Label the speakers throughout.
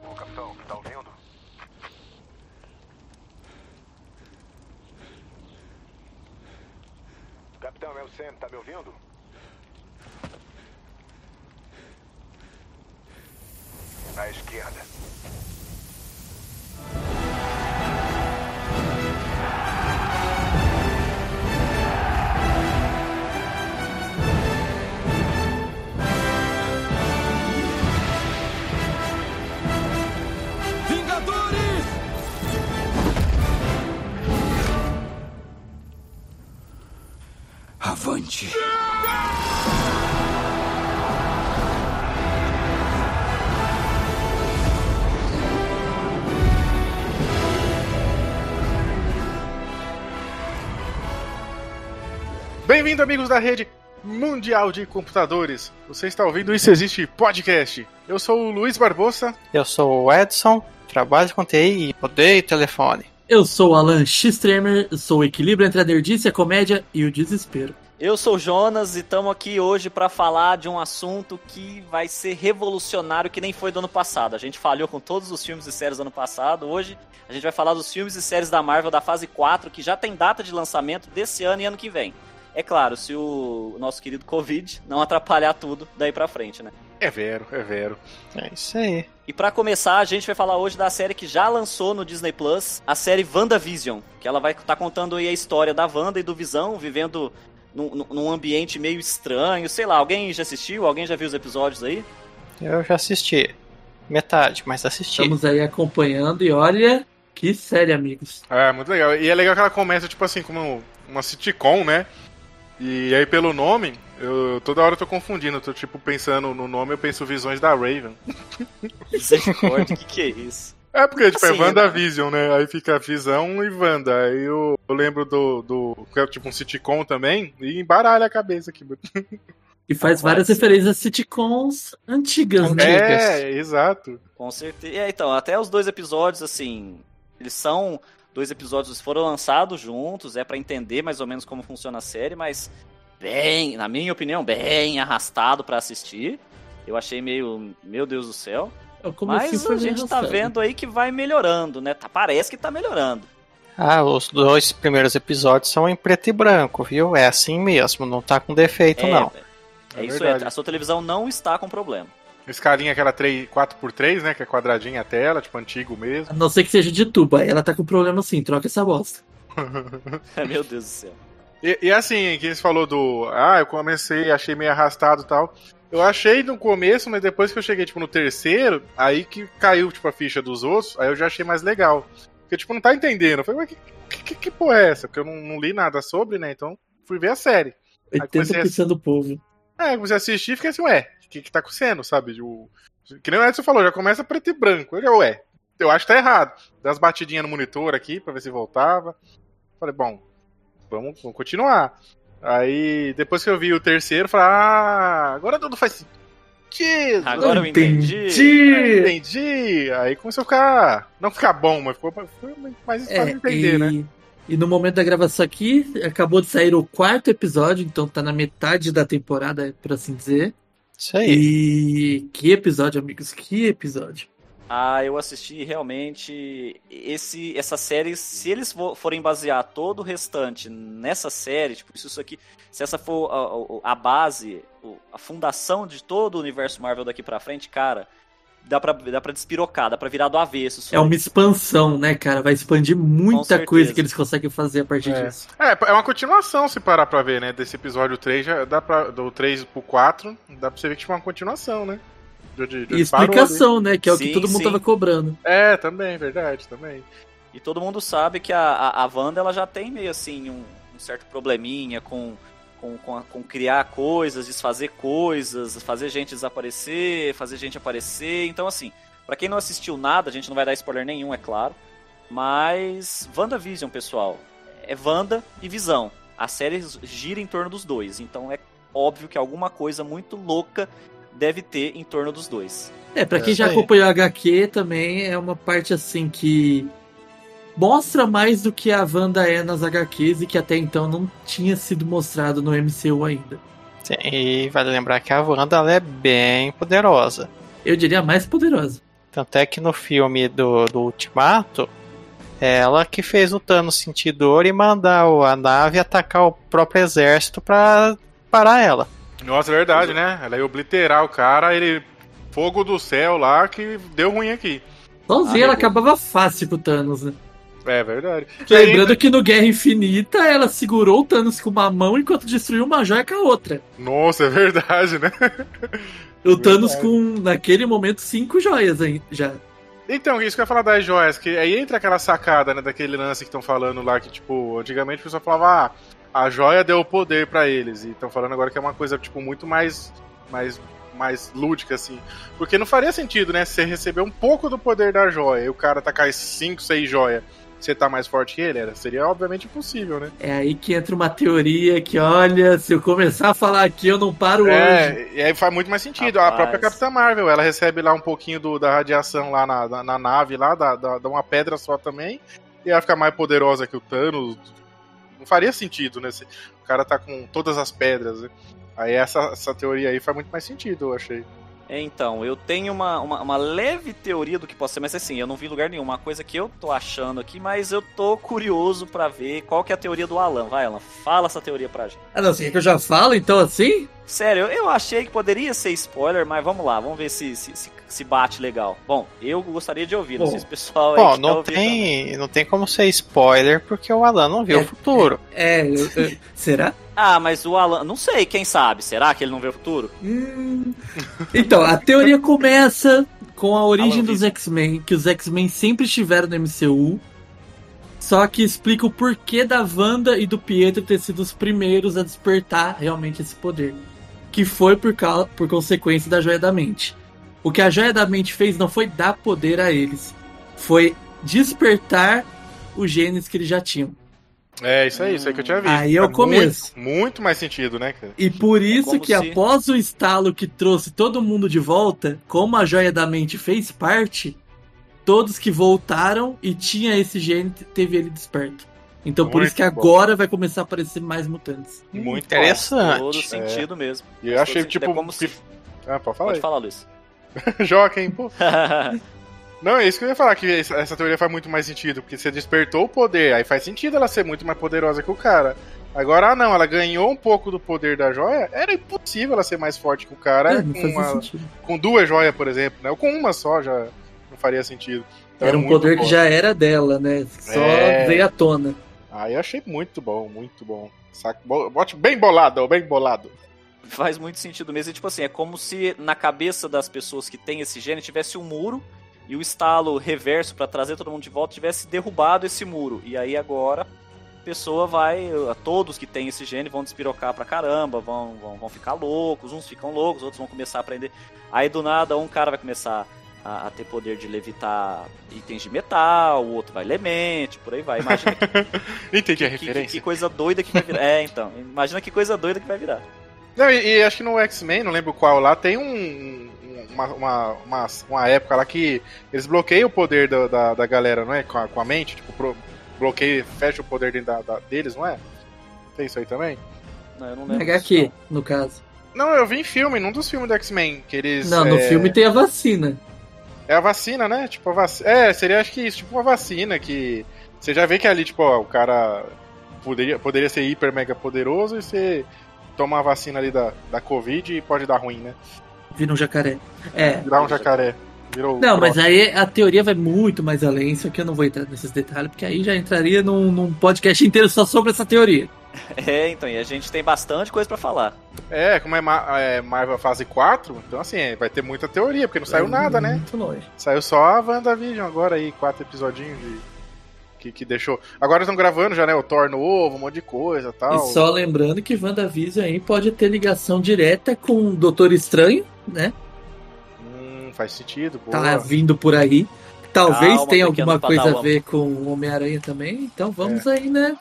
Speaker 1: tá Então, é o Sam, tá me ouvindo? À esquerda.
Speaker 2: Vingadores! Avante!
Speaker 3: Bem-vindo, amigos da rede mundial de computadores. Você está ouvindo Isso Existe Podcast. Eu sou o Luiz Barbosa.
Speaker 4: Eu sou o Edson, trabalho com TI e odeio telefone.
Speaker 5: Eu sou o Alan Xtremer, sou o equilíbrio entre a nerdice, a comédia e o desespero.
Speaker 6: Eu sou o Jonas e estamos aqui hoje para falar de um assunto que vai ser revolucionário, que nem foi do ano passado. A gente falhou com todos os filmes e séries do ano passado. Hoje a gente vai falar dos filmes e séries da Marvel da fase 4, que já tem data de lançamento desse ano e ano que vem. É claro, se o nosso querido Covid não atrapalhar tudo daí pra frente, né?
Speaker 3: É vero, é vero.
Speaker 4: É isso aí.
Speaker 6: E pra começar, a gente vai falar hoje da série que já lançou no Disney Plus, a série WandaVision, que ela vai estar contando aí a história da Wanda e do Visão vivendo num, num- num ambiente meio estranho, sei lá, alguém já assistiu? Alguém já viu os episódios aí?
Speaker 4: Eu já assisti. Metade, mas assisti.
Speaker 5: Estamos aí acompanhando e olha que série, amigos.
Speaker 3: Ah, muito legal. E é legal que ela começa, tipo assim, como uma sitcom, né? E aí, pelo nome, eu toda hora eu tô confundindo. Eu tô, tipo, pensando no nome, eu penso Visões da Raven.
Speaker 6: Misericórdia, o que, que é isso?
Speaker 3: É porque, tipo,
Speaker 6: Assim,
Speaker 3: é WandaVision, né? Aí fica Visão e Wanda. Aí eu, eu lembro do, do. que é tipo um sitcom também. E embaralha a cabeça aqui.
Speaker 5: E faz
Speaker 6: Agora
Speaker 5: várias
Speaker 6: sim.
Speaker 5: referências a sitcoms antigas, né?
Speaker 3: É, exato.
Speaker 6: Com certeza. É, então, até os dois episódios, assim, eles são. Dois episódios foram lançados juntos, é pra entender mais ou menos como funciona a série, mas bem, na minha opinião, bem arrastado pra assistir. Eu achei meio, meu Deus do céu.
Speaker 5: Eu comecei
Speaker 6: Mas
Speaker 5: É assim, foi
Speaker 6: a
Speaker 5: meio
Speaker 6: gente tá
Speaker 5: arrastado.
Speaker 6: vendo aí que vai melhorando, né? Tá- parece que tá melhorando.
Speaker 4: Ah, os dois primeiros episódios são em preto e branco, viu? É assim mesmo, não tá com defeito, não.
Speaker 6: É,
Speaker 3: É
Speaker 6: isso
Speaker 3: verdade.
Speaker 6: aí. A sua televisão não está com problema.
Speaker 3: Escalinha aquela 3, 4x3, né? Que é quadradinha a tela, tipo, antigo mesmo.
Speaker 5: A não ser que seja de tuba, ela tá com problema sim, troca essa bosta.
Speaker 6: Meu Deus do céu.
Speaker 3: E, e assim, que você falou do. Ah, eu comecei, achei meio arrastado e tal. Eu achei no começo, mas depois que eu cheguei, tipo, no terceiro, aí que caiu, tipo, a ficha dos outros, aí eu já achei mais legal. Porque, tipo, não tá entendendo. Eu falei, mas que, que, que- que porra é essa? Porque eu não, não li nada sobre, né? Então, fui ver a série. comecei a-
Speaker 5: 80% do povo.
Speaker 3: É, comecei a assistir e fiquei assim, ué, o que que tá acontecendo, sabe? O, que nem o Edson falou, já começa preto e branco. Eu, já, ué, eu acho que tá errado. Dá umas batidinhas no monitor aqui pra ver se voltava. Falei, bom, vamos, vamos continuar. Aí, depois que eu vi o terceiro, falei, ah, agora tudo faz sentido.
Speaker 6: Agora eu entendi.
Speaker 3: Entendi. Aí começou a ficar. Não ficar bom, mas ficou foi mais
Speaker 5: É,
Speaker 3: fácil de entender,
Speaker 5: e,
Speaker 3: né?
Speaker 5: e no momento da gravação aqui, acabou de sair o quarto episódio, então tá na metade da temporada, por assim dizer.
Speaker 4: Isso aí.
Speaker 5: E que episódio, amigos, que episódio.
Speaker 6: Ah, eu assisti realmente esse essa série, se eles fo- forem basear todo o restante nessa série, tipo, se isso aqui, se essa for a- a, a base, o- a fundação de todo o universo Marvel daqui pra frente, cara, dá pra, dá pra despirocar, dá pra virar do avesso. isso
Speaker 5: É
Speaker 6: aí.
Speaker 5: uma expansão, né, cara? Vai expandir muita
Speaker 6: certeza.
Speaker 5: coisa que eles conseguem fazer a partir
Speaker 3: É.
Speaker 5: disso.
Speaker 3: É, é uma continuação, se parar pra ver, né? Desse episódio 3, já dá pra, do 3 pro 4, dá pra você ver que tinha uma continuação, né? De onde- de
Speaker 5: E
Speaker 3: onde parou ali.
Speaker 5: explicação, né? Que é o que
Speaker 6: Sim,
Speaker 5: todo mundo
Speaker 6: sim.
Speaker 5: tava cobrando.
Speaker 3: É, também, verdade, também.
Speaker 6: E todo mundo sabe que a, a, a Wanda ela já tem meio assim um, um certo probleminha com, com, com, a- com criar coisas, desfazer coisas, fazer gente desaparecer, fazer gente aparecer. Então, assim, pra quem não assistiu nada, a gente não vai dar spoiler nenhum, é claro. Mas WandaVision, pessoal, é Wanda e Visão. A série gira em torno dos dois, então é óbvio que alguma coisa muito louca deve ter em torno dos dois.
Speaker 5: É, pra
Speaker 4: É
Speaker 5: quem já
Speaker 4: isso aí.
Speaker 5: acompanhou a HQ também, é uma parte assim que mostra mais do que a Wanda é nas HQs e que até então não tinha sido mostrado no MCU ainda.
Speaker 4: Sim, E vale lembrar que a Wanda ela é bem poderosa.
Speaker 5: Eu diria a mais poderosa.
Speaker 4: Tanto é que no filme do, do Ultimato, Ela que fez o Thanos sentir dor e mandar o- a nave atacar o próprio exército pra parar ela.
Speaker 3: Nossa, é verdade, né? Ela ia obliterar o cara, ele. Fogo do céu lá que deu ruim aqui.
Speaker 5: Sozinha
Speaker 6: Arregou.
Speaker 5: ela acabava fácil com o Thanos, né?
Speaker 3: É verdade.
Speaker 5: Lembrando que no Guerra Infinita ela segurou o Thanos com uma mão enquanto destruiu uma joia com a outra.
Speaker 3: Nossa, é verdade, né?
Speaker 5: O
Speaker 3: Verdade.
Speaker 5: Thanos com, naquele momento, cinco joias hein, já.
Speaker 3: Então, isso que eu ia falar das joias, que aí entra aquela sacada, né, daquele lance que estão falando lá, que, tipo, antigamente o pessoal falava, ah, a joia deu o poder pra eles, e estão falando agora que é uma coisa, tipo, muito mais, mais, mais lúdica, assim. Porque não faria sentido, né, você receber um pouco do poder da joia, e o cara tacar 5, 6 joias, você tá mais forte que ele, era, seria, obviamente, impossível, né?
Speaker 5: É aí que entra uma teoria que, olha, se eu começar a falar aqui, eu não paro hoje.
Speaker 3: É, e aí faz muito mais sentido. A
Speaker 6: Rapaz.
Speaker 3: própria Capitã Marvel, ela recebe lá um pouquinho do- da radiação lá na, na, na nave, lá, dá, dá, dá uma pedra só também, e ela fica mais poderosa que o Thanos. Não faria sentido, né? Se o cara tá com todas as pedras, né? Aí essa, essa teoria aí faz muito mais sentido, eu achei.
Speaker 6: É, Então, eu tenho uma, uma, uma leve teoria do que pode ser, mas assim, eu não vi em lugar nenhum. Uma coisa que eu tô achando aqui, mas eu tô curioso pra ver qual que é a teoria do Alan. Vai, Alan, fala essa teoria pra gente.
Speaker 5: Ah, não, sei que eu já falo, então assim?
Speaker 6: Sério, eu- eu achei que poderia ser spoiler, mas vamos lá, vamos ver se, se, se, se bate legal. Bom, eu gostaria de ouvir, não
Speaker 5: Bom.
Speaker 6: sei se o pessoal aí
Speaker 4: Bom,
Speaker 6: que tá
Speaker 4: não
Speaker 6: ouvindo-
Speaker 4: tem, não tem como ser spoiler porque o Alan não viu
Speaker 5: É,
Speaker 4: o futuro.
Speaker 5: É, eu- eu- será?
Speaker 6: Ah, mas o Alan, não sei, quem sabe? Será que ele não vê o futuro?
Speaker 5: Hum. Então, a teoria começa com a origem
Speaker 6: Alan
Speaker 5: dos X-Men, que os X-Men sempre estiveram no MCU. Só que explica o porquê da Wanda e do Pietro ter sido os primeiros a despertar realmente esse poder. Que foi por, cau- por consequência da Joia da Mente. O que a Joia da Mente fez não foi dar poder a eles, foi despertar os genes que eles já tinham.
Speaker 3: É, isso aí, isso aí que eu tinha visto.
Speaker 5: Aí é o
Speaker 3: Faz
Speaker 5: começo.
Speaker 3: Muito, muito mais sentido, né, cara?
Speaker 5: E por isso
Speaker 6: como
Speaker 5: que
Speaker 6: se-
Speaker 5: após o estalo que trouxe todo mundo de volta, como a joia da mente fez parte, todos que voltaram e tinha esse gene teve ele desperto. Então por
Speaker 3: Muito
Speaker 5: isso que
Speaker 3: bom.
Speaker 5: agora vai começar a aparecer mais mutantes.
Speaker 3: é Muito
Speaker 6: Faz todo
Speaker 4: Interessante.
Speaker 6: sentido mesmo.
Speaker 3: E eu
Speaker 6: Faz
Speaker 3: achei,
Speaker 6: todo sentido.
Speaker 3: tipo,
Speaker 6: Hum, É como se...
Speaker 3: que- Ah, pode falar
Speaker 6: Pode
Speaker 3: aí.
Speaker 6: falar, Luiz.
Speaker 3: Joca, hein, pô. Não, é isso que eu ia falar, que essa essa teoria faz muito mais sentido, porque você despertou o poder, aí faz sentido ela ser muito mais poderosa que o cara. Agora, ah, não, ela ganhou um pouco do poder da joia, era impossível ela ser mais forte que o cara
Speaker 5: É, não
Speaker 3: com,
Speaker 5: fazia
Speaker 3: uma-
Speaker 5: sentido.
Speaker 3: com duas joias, por exemplo, né? Ou com uma só já não faria sentido. Então
Speaker 5: Era
Speaker 3: é
Speaker 5: um
Speaker 3: muito
Speaker 5: poder que
Speaker 3: bom.
Speaker 5: já era dela, né? Só
Speaker 3: É.
Speaker 5: veio à tona.
Speaker 3: Ah, eu achei muito bom, muito bom. Saco, bo- bote bem bolado, bem bolado.
Speaker 6: Faz muito sentido mesmo. E, tipo assim, é como se na cabeça das pessoas que têm esse gene tivesse um muro e o estalo reverso pra trazer todo mundo de volta tivesse derrubado esse muro. E aí agora a pessoa vai. Todos que têm esse gene vão despirocar pra caramba, vão, vão, vão ficar loucos, uns ficam loucos, outros vão começar a aprender. Aí do nada um cara vai começar. A, a ter poder de levitar itens de metal, o outro vai lemente, por aí vai. Imagina que,
Speaker 3: Entendi a
Speaker 6: que- que- que
Speaker 3: referência.
Speaker 6: coisa doida que vai virar. É, então. Imagina que coisa doida que vai virar.
Speaker 3: Não, e, e acho que no X-Men, não lembro qual lá, tem um- um- uma, uma, uma, uma época lá que eles bloqueiam o poder da, da, da galera, não é? Com a, com a mente, tipo, pro, bloqueia, fecha o poder dentro da- da- deles, não é? Tem isso aí também?
Speaker 6: Não, eu não
Speaker 3: é
Speaker 6: lembro. disso, não.
Speaker 5: HQ, no caso.
Speaker 3: Não, eu vi em filme, num dos filmes do X-Men, que eles.
Speaker 5: Não, no
Speaker 3: é,
Speaker 5: filme tem a vacina.
Speaker 3: É a vacina, né? Tipo, a vacina. É, seria acho que isso, tipo uma vacina que. Você já vê que ali, tipo, ó, o cara poderia, poderia ser hiper mega poderoso e você toma a vacina ali da, da Covid e pode dar ruim, né?
Speaker 5: Vira um jacaré. É.
Speaker 3: Virar um jacaré. Virou um
Speaker 5: Não,
Speaker 3: Croc.
Speaker 5: mas aí a teoria vai muito mais além, só que eu não vou entrar nesses detalhes, porque aí já entraria num, num podcast inteiro só sobre essa teoria.
Speaker 6: É, então, e a gente tem bastante coisa pra falar.
Speaker 3: É, como é, Ma- é Marvel fase 4, então assim, é, vai ter muita teoria, porque não saiu
Speaker 5: É
Speaker 3: nada, né?
Speaker 5: Muito longe.
Speaker 3: Saiu só a WandaVision agora aí, quatro episodinhos de. Que, que deixou. Agora estão gravando já, né? O Thor no ovo, um monte de coisa e tal.
Speaker 5: E só lembrando que WandaVision aí pode ter ligação direta com o Doutor Estranho, né?
Speaker 3: Hum, faz sentido, boa.
Speaker 5: Tá vindo por aí. Talvez
Speaker 6: Calma,
Speaker 5: tenha
Speaker 6: pequeno
Speaker 5: alguma coisa a
Speaker 6: padawan.
Speaker 5: ver com o Homem-Aranha também, então vamos
Speaker 3: É.
Speaker 5: aí, né?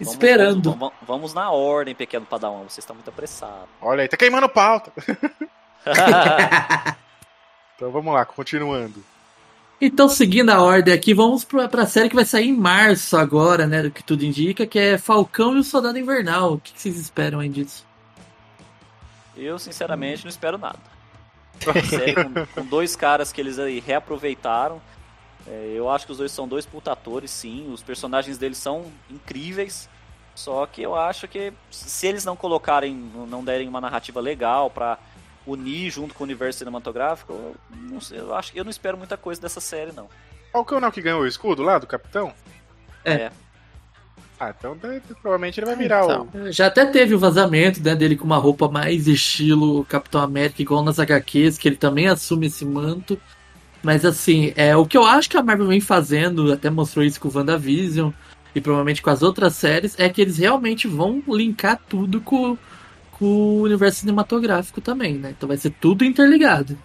Speaker 6: Vamos-
Speaker 5: Esperando.
Speaker 6: Vamos, vamos- vamos na ordem, pequeno padawan. Vocês estão muito apressados.
Speaker 3: Olha aí, tá queimando pauta. Então vamos lá, continuando.
Speaker 5: Então, seguindo a ordem aqui, vamos pra, pra série que vai sair em março agora, né? Do que tudo indica, que é Falcão e o Soldado Invernal. O que, que vocês esperam aí disso?
Speaker 6: eu, sinceramente, não espero nada. Sério, com, com dois caras que eles aí reaproveitaram. É, eu acho que os dois são dois puta atores, sim. Os personagens deles são incríveis. Só que eu acho que se eles não colocarem, não derem uma narrativa legal pra unir junto com o universo cinematográfico, eu não sei, eu acho, eu não espero muita coisa dessa série não.
Speaker 3: Falcão não é o que ganhou o escudo lá do capitão?
Speaker 5: É.
Speaker 6: É.
Speaker 3: Ah, então de- de- provavelmente ele vai virar
Speaker 4: Então.
Speaker 3: o.
Speaker 5: Já até teve o vazamento né, dele com uma roupa mais estilo Capitão América, igual nas HQs, que ele também assume esse manto. Mas assim, é o que eu acho que a Marvel vem fazendo, até mostrou isso com o WandaVision e provavelmente com as outras séries, é que eles realmente vão linkar tudo com, com o universo cinematográfico também, né? Então vai ser tudo interligado.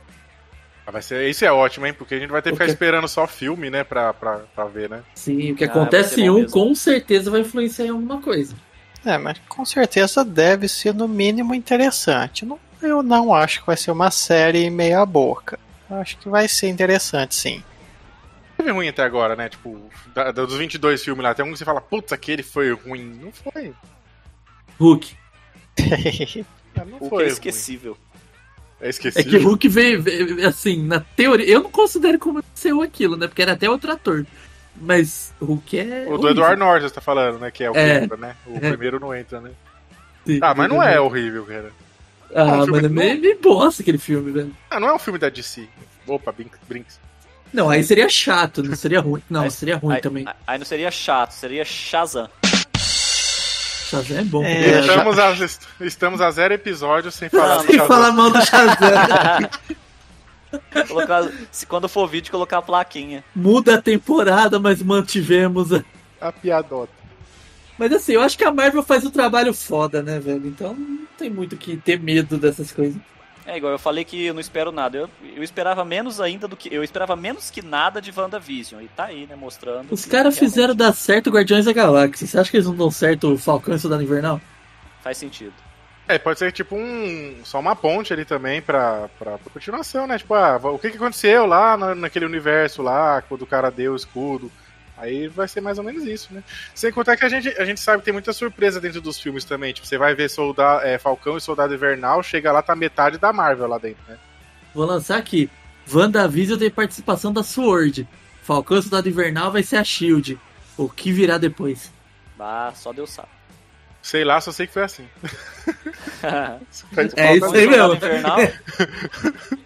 Speaker 3: Ah, Vai ser... Isso é ótimo, hein? Porque a gente vai ter que
Speaker 5: Por quê?
Speaker 3: ficar esperando só filme, né? Pra, pra, pra ver, né?
Speaker 5: Sim, o que
Speaker 6: Ah,
Speaker 5: acontece
Speaker 6: vai ser
Speaker 5: em
Speaker 6: bom
Speaker 5: um
Speaker 6: mesmo.
Speaker 5: com certeza vai influenciar em alguma coisa.
Speaker 4: É, mas com certeza deve ser no mínimo interessante. Não- eu não acho que vai ser uma série meia boca. Eu acho que vai ser interessante, sim.
Speaker 3: Teve ruim até agora, né? Tipo, da- dos 22 filmes lá, tem um que você fala, putz, aquele foi ruim. Não foi.
Speaker 5: Hulk.
Speaker 3: Ah, Não
Speaker 6: O que
Speaker 3: foi. ruim.
Speaker 6: é esquecível.
Speaker 3: É
Speaker 5: É que o
Speaker 3: esquecido.
Speaker 5: Hulk veio, veio- assim, na teoria. Eu não considero como seu aquilo, né? Porque era até outro ator. Mas o Hulk é.
Speaker 3: O do
Speaker 5: horrível.
Speaker 3: Eduardo Norte, você tá falando, né? Que é o que
Speaker 5: É.
Speaker 3: entra, né? O primeiro não entra, né?
Speaker 5: Sim.
Speaker 3: Ah, mas não é horrível, cara.
Speaker 5: Ah,
Speaker 3: um filme
Speaker 5: mano, é
Speaker 3: bom.
Speaker 5: meio, meio bosta aquele filme, velho.
Speaker 3: Ah, não é um filme da DC. Opa, Brinks. Brinks.
Speaker 5: Não, aí seria chato, não seria ruim. Não,
Speaker 6: Aí-
Speaker 5: seria ruim
Speaker 6: aí,
Speaker 5: também.
Speaker 6: aí- Aí não seria chato, seria Shazam.
Speaker 5: Shazam é bom.
Speaker 4: É, já-
Speaker 3: Estamos, a, estamos a zero episódios sem falar
Speaker 6: Não,
Speaker 3: do
Speaker 5: Sem
Speaker 3: Shazam.
Speaker 5: falar mal do Shazam.
Speaker 6: Colocar, se quando for vídeo, colocar a plaquinha.
Speaker 5: Muda a temporada, mas mantivemos. a-
Speaker 3: A piadota.
Speaker 5: Mas assim, eu acho que a Marvel faz o trabalho foda, né, velho? Então não tem muito o que ter medo dessas coisas.
Speaker 6: É igual, eu falei que eu não espero nada. Eu, eu esperava menos ainda do que. Eu esperava menos que nada de WandaVision. E tá aí, né? Mostrando.
Speaker 5: Os
Speaker 6: que
Speaker 5: caras
Speaker 6: realmente
Speaker 5: fizeram dar certo Guardiões da Galáxia. Você acha que eles não dão certo o Falcão e o Soldado Invernal?
Speaker 6: Faz sentido.
Speaker 3: É, pode ser tipo um. Só uma ponte ali também pra, pra, pra continuação, né? Tipo, ah, o que, que aconteceu lá na- naquele universo lá, quando o cara deu o escudo. Aí vai ser mais ou menos isso, né? Sem contar que a gente, a gente sabe que tem muita surpresa dentro dos filmes também. Tipo, você vai ver Solda, é, Falcão e Soldado Invernal, chega lá, tá metade da Marvel lá dentro, né?
Speaker 5: Vou lançar aqui. WandaVision tem participação da Sword. Falcão e Soldado Invernal vai ser a Shield. O que virá depois?
Speaker 6: Ah, só Deus sabe.
Speaker 3: Sei lá, só sei que foi assim.
Speaker 5: É isso aí
Speaker 6: e Soldado
Speaker 5: mesmo.
Speaker 6: Invernal.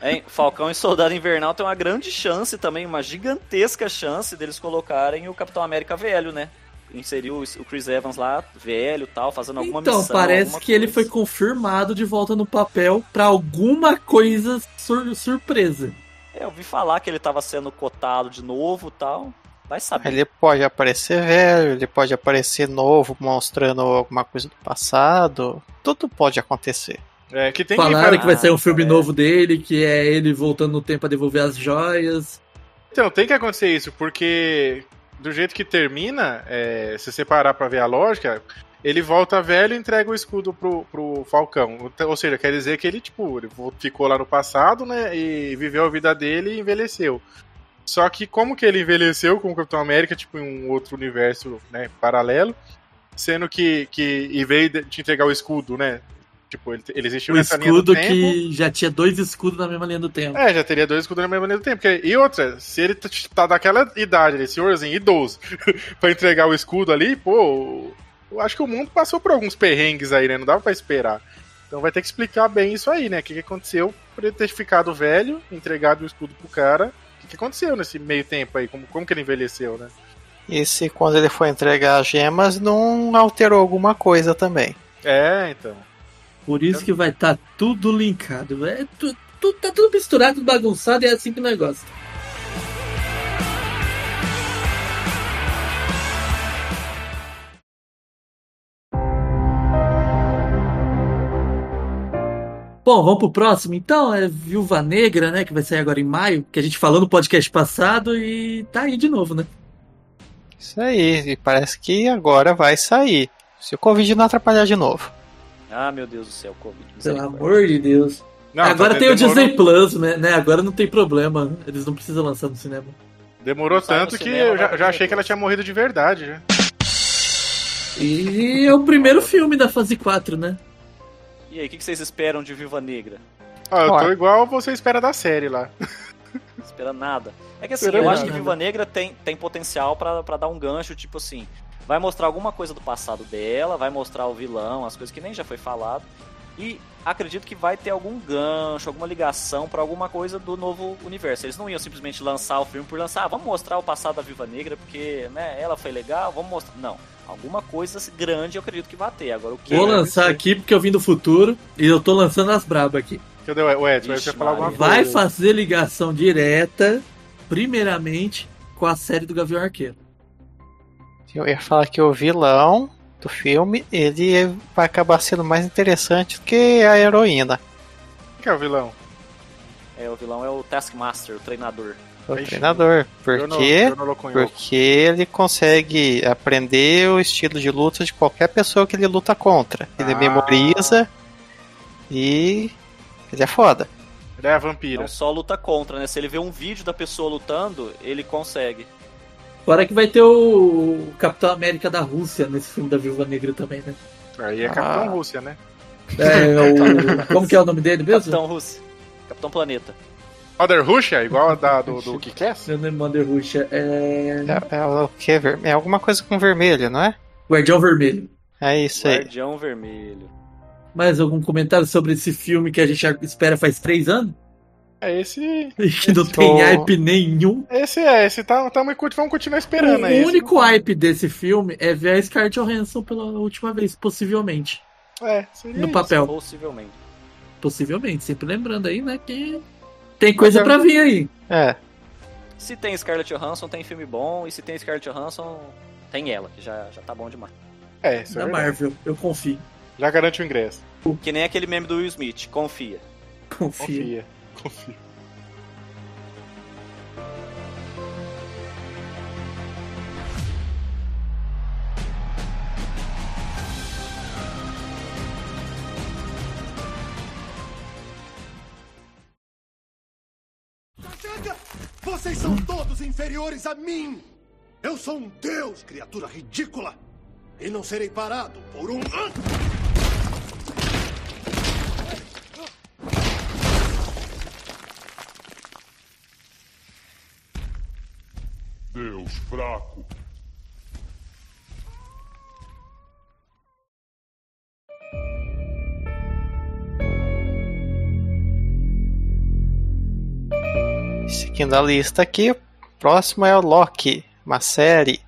Speaker 6: Hein, Falcão e Soldado Invernal tem uma grande chance também, uma gigantesca chance deles colocarem o Capitão América velho, né? Inseriu o o Chris Evans lá, velho tal, fazendo alguma
Speaker 5: então,
Speaker 6: missão.
Speaker 5: parece
Speaker 6: alguma
Speaker 5: que ele
Speaker 6: coisa.
Speaker 5: foi confirmado de volta no papel pra alguma coisa sur- surpresa.
Speaker 6: É, eu ouvi falar que ele tava sendo cotado de novo e tal. Vai saber.
Speaker 4: Ele pode aparecer velho, ele pode aparecer novo, mostrando alguma coisa do passado. Tudo pode acontecer.
Speaker 3: É, que tem
Speaker 5: Falaram que vai
Speaker 6: Ah,
Speaker 5: sair um filme
Speaker 6: parece.
Speaker 5: novo dele, que é ele voltando no tempo a devolver as joias.
Speaker 3: Então, tem que acontecer isso, porque do jeito que termina, é, se você parar pra ver a lógica, ele volta velho e entrega o escudo pro, pro Falcão. Então, Ou seja, quer dizer que ele, tipo, ele vo- ficou lá no passado, né, e viveu a vida dele e envelheceu. Só que como que ele envelheceu com o Capitão América, tipo, em um outro universo, né, paralelo, sendo que, que e veio de- te entregar o escudo, né, tipo, ele, ele existiu
Speaker 5: o
Speaker 3: nessa linha do
Speaker 5: escudo
Speaker 3: tempo.
Speaker 5: que já tinha dois escudos na mesma linha do tempo.
Speaker 3: É, já teria dois escudos na mesma linha do tempo. porque- E outra, se ele tá- tá daquela idade, ele, senhorzinho, idoso, pra entregar o escudo ali, pô, eu acho que o mundo passou por alguns perrengues aí, né? Não dava pra esperar. Então vai ter que explicar bem isso aí, né? O que, que aconteceu por ele ter ficado velho, entregado o escudo pro cara. O que, que aconteceu nesse meio tempo aí? Como, como que ele envelheceu, né?
Speaker 4: E se quando ele for entregar as gemas, não alterou alguma coisa também.
Speaker 3: É, então.
Speaker 5: Por isso que vai estar tudo linkado. É, tu, tu- tá tudo misturado, tudo bagunçado, e é assim que o negócio. Bom, vamos pro próximo então. É Viúva Negra, né? Que vai sair agora em maio. Que a gente falou no podcast passado e tá aí de novo, né?
Speaker 4: Isso aí, e parece que agora vai sair. Se o Covid não atrapalhar de novo.
Speaker 6: Ah, meu Deus do céu, Covid.
Speaker 5: Pelo
Speaker 6: misericórdia.
Speaker 5: amor de Deus.
Speaker 3: Não,
Speaker 5: agora
Speaker 3: tá-
Speaker 5: tem o
Speaker 3: demorou-
Speaker 5: Disney Plus, né? né? Agora não tem problema. né? Eles não precisam lançar no cinema.
Speaker 3: Demorou
Speaker 6: Sai no
Speaker 3: tanto que
Speaker 6: cinema,
Speaker 3: eu já,
Speaker 6: vai
Speaker 3: já
Speaker 6: ver
Speaker 3: achei que ela
Speaker 6: depois.
Speaker 3: tinha morrido de verdade, né? já.
Speaker 5: E é o primeiro filme da fase 4, né?
Speaker 6: E aí, o que que vocês esperam de Viva Negra?
Speaker 3: Ó, eu tô
Speaker 4: Olha.
Speaker 3: igual você espera da série lá.
Speaker 6: Esperando nada. É que assim,
Speaker 3: Esperando
Speaker 6: eu acho que
Speaker 5: nada.
Speaker 6: Viva Negra tem, tem potencial pra pra dar um gancho, tipo assim. Vai mostrar alguma coisa do passado dela, vai mostrar o vilão, as coisas que nem já foi falado. E acredito que vai ter algum gancho, alguma ligação pra alguma coisa do novo universo. Eles não iam simplesmente lançar o filme por lançar, ah, vamos mostrar o passado da Viva Negra, porque né, ela foi legal, vamos mostrar. Não. Alguma coisa grande eu acredito que vai ter. Agora o que. é
Speaker 5: Vou
Speaker 3: Deve
Speaker 5: lançar
Speaker 3: ser.
Speaker 5: aqui porque eu vim do futuro e eu tô lançando as brabas aqui.
Speaker 3: Cadê o Ed? Vai
Speaker 6: Ixi,
Speaker 3: falar alguma
Speaker 6: Maria.
Speaker 5: Vai
Speaker 3: coisa.
Speaker 5: fazer ligação direta, primeiramente, com a série do Gavião Arqueiro.
Speaker 4: Eu ia falar que o vilão do filme ele vai acabar sendo mais interessante do que a heroína.
Speaker 3: Quem que é o vilão?
Speaker 6: É, o vilão é o Taskmaster, o treinador.
Speaker 4: O
Speaker 3: Ixi.
Speaker 4: treinador. Por
Speaker 3: Bruno-
Speaker 4: quê?
Speaker 3: Bruno Loconhol.
Speaker 4: Porque ele consegue aprender o estilo de luta de qualquer pessoa que ele luta contra. Ele
Speaker 3: Ah.
Speaker 4: memoriza e ele é foda.
Speaker 3: Ele é a vampira.
Speaker 6: Não Então, só luta contra, né? Se ele vê um vídeo da pessoa lutando, ele consegue.
Speaker 5: Agora que vai ter o Capitão América da Rússia nesse filme da Viúva Negra também, né?
Speaker 3: Aí é
Speaker 4: Ah.
Speaker 3: Capitão Rússia, né?
Speaker 5: É, o- como que é o nome dele mesmo?
Speaker 6: Capitão Russo. Capitão Planeta.
Speaker 3: Mother Russia, igual a da do, do Kikass?
Speaker 5: Meu nome é Mother Russia. É...
Speaker 4: É, é o quê? Ver- É alguma coisa com vermelho, não é?
Speaker 5: Guardião Vermelho.
Speaker 4: É isso aí.
Speaker 6: Guardião Vermelho.
Speaker 5: Mais algum comentário sobre esse filme que a gente espera faz três anos?
Speaker 3: É esse.
Speaker 5: E que não
Speaker 4: Esse
Speaker 5: tem
Speaker 4: o-
Speaker 5: hype nenhum.
Speaker 3: Esse é, esse tá, tamo, curti- vamos continuar esperando
Speaker 5: o
Speaker 3: aí.
Speaker 5: único hype desse filme é ver a Scarlett Johansson pela última vez, possivelmente.
Speaker 3: É, seria
Speaker 5: No
Speaker 3: isso.
Speaker 5: papel.
Speaker 6: Possivelmente.
Speaker 5: Possivelmente. Sempre lembrando aí, né, que tem coisa pra vir aí.
Speaker 4: É.
Speaker 6: Se tem Scarlett Johansson, tem filme bom. E se tem Scarlett Johansson, tem ela, que já, já tá bom demais.
Speaker 3: É, isso é
Speaker 5: Da
Speaker 3: verdade.
Speaker 5: Marvel. Eu confio.
Speaker 3: Já garante o ingresso.
Speaker 6: Que nem aquele meme do Will Smith, confia.
Speaker 5: Confio.
Speaker 3: Confia. Confia.
Speaker 2: Chega! Vocês são todos inferiores a mim! Eu sou um deus, criatura ridícula! E não serei parado por um.
Speaker 7: Deus fraco.
Speaker 4: Seguindo a lista aqui, o próximo é o Loki, uma série.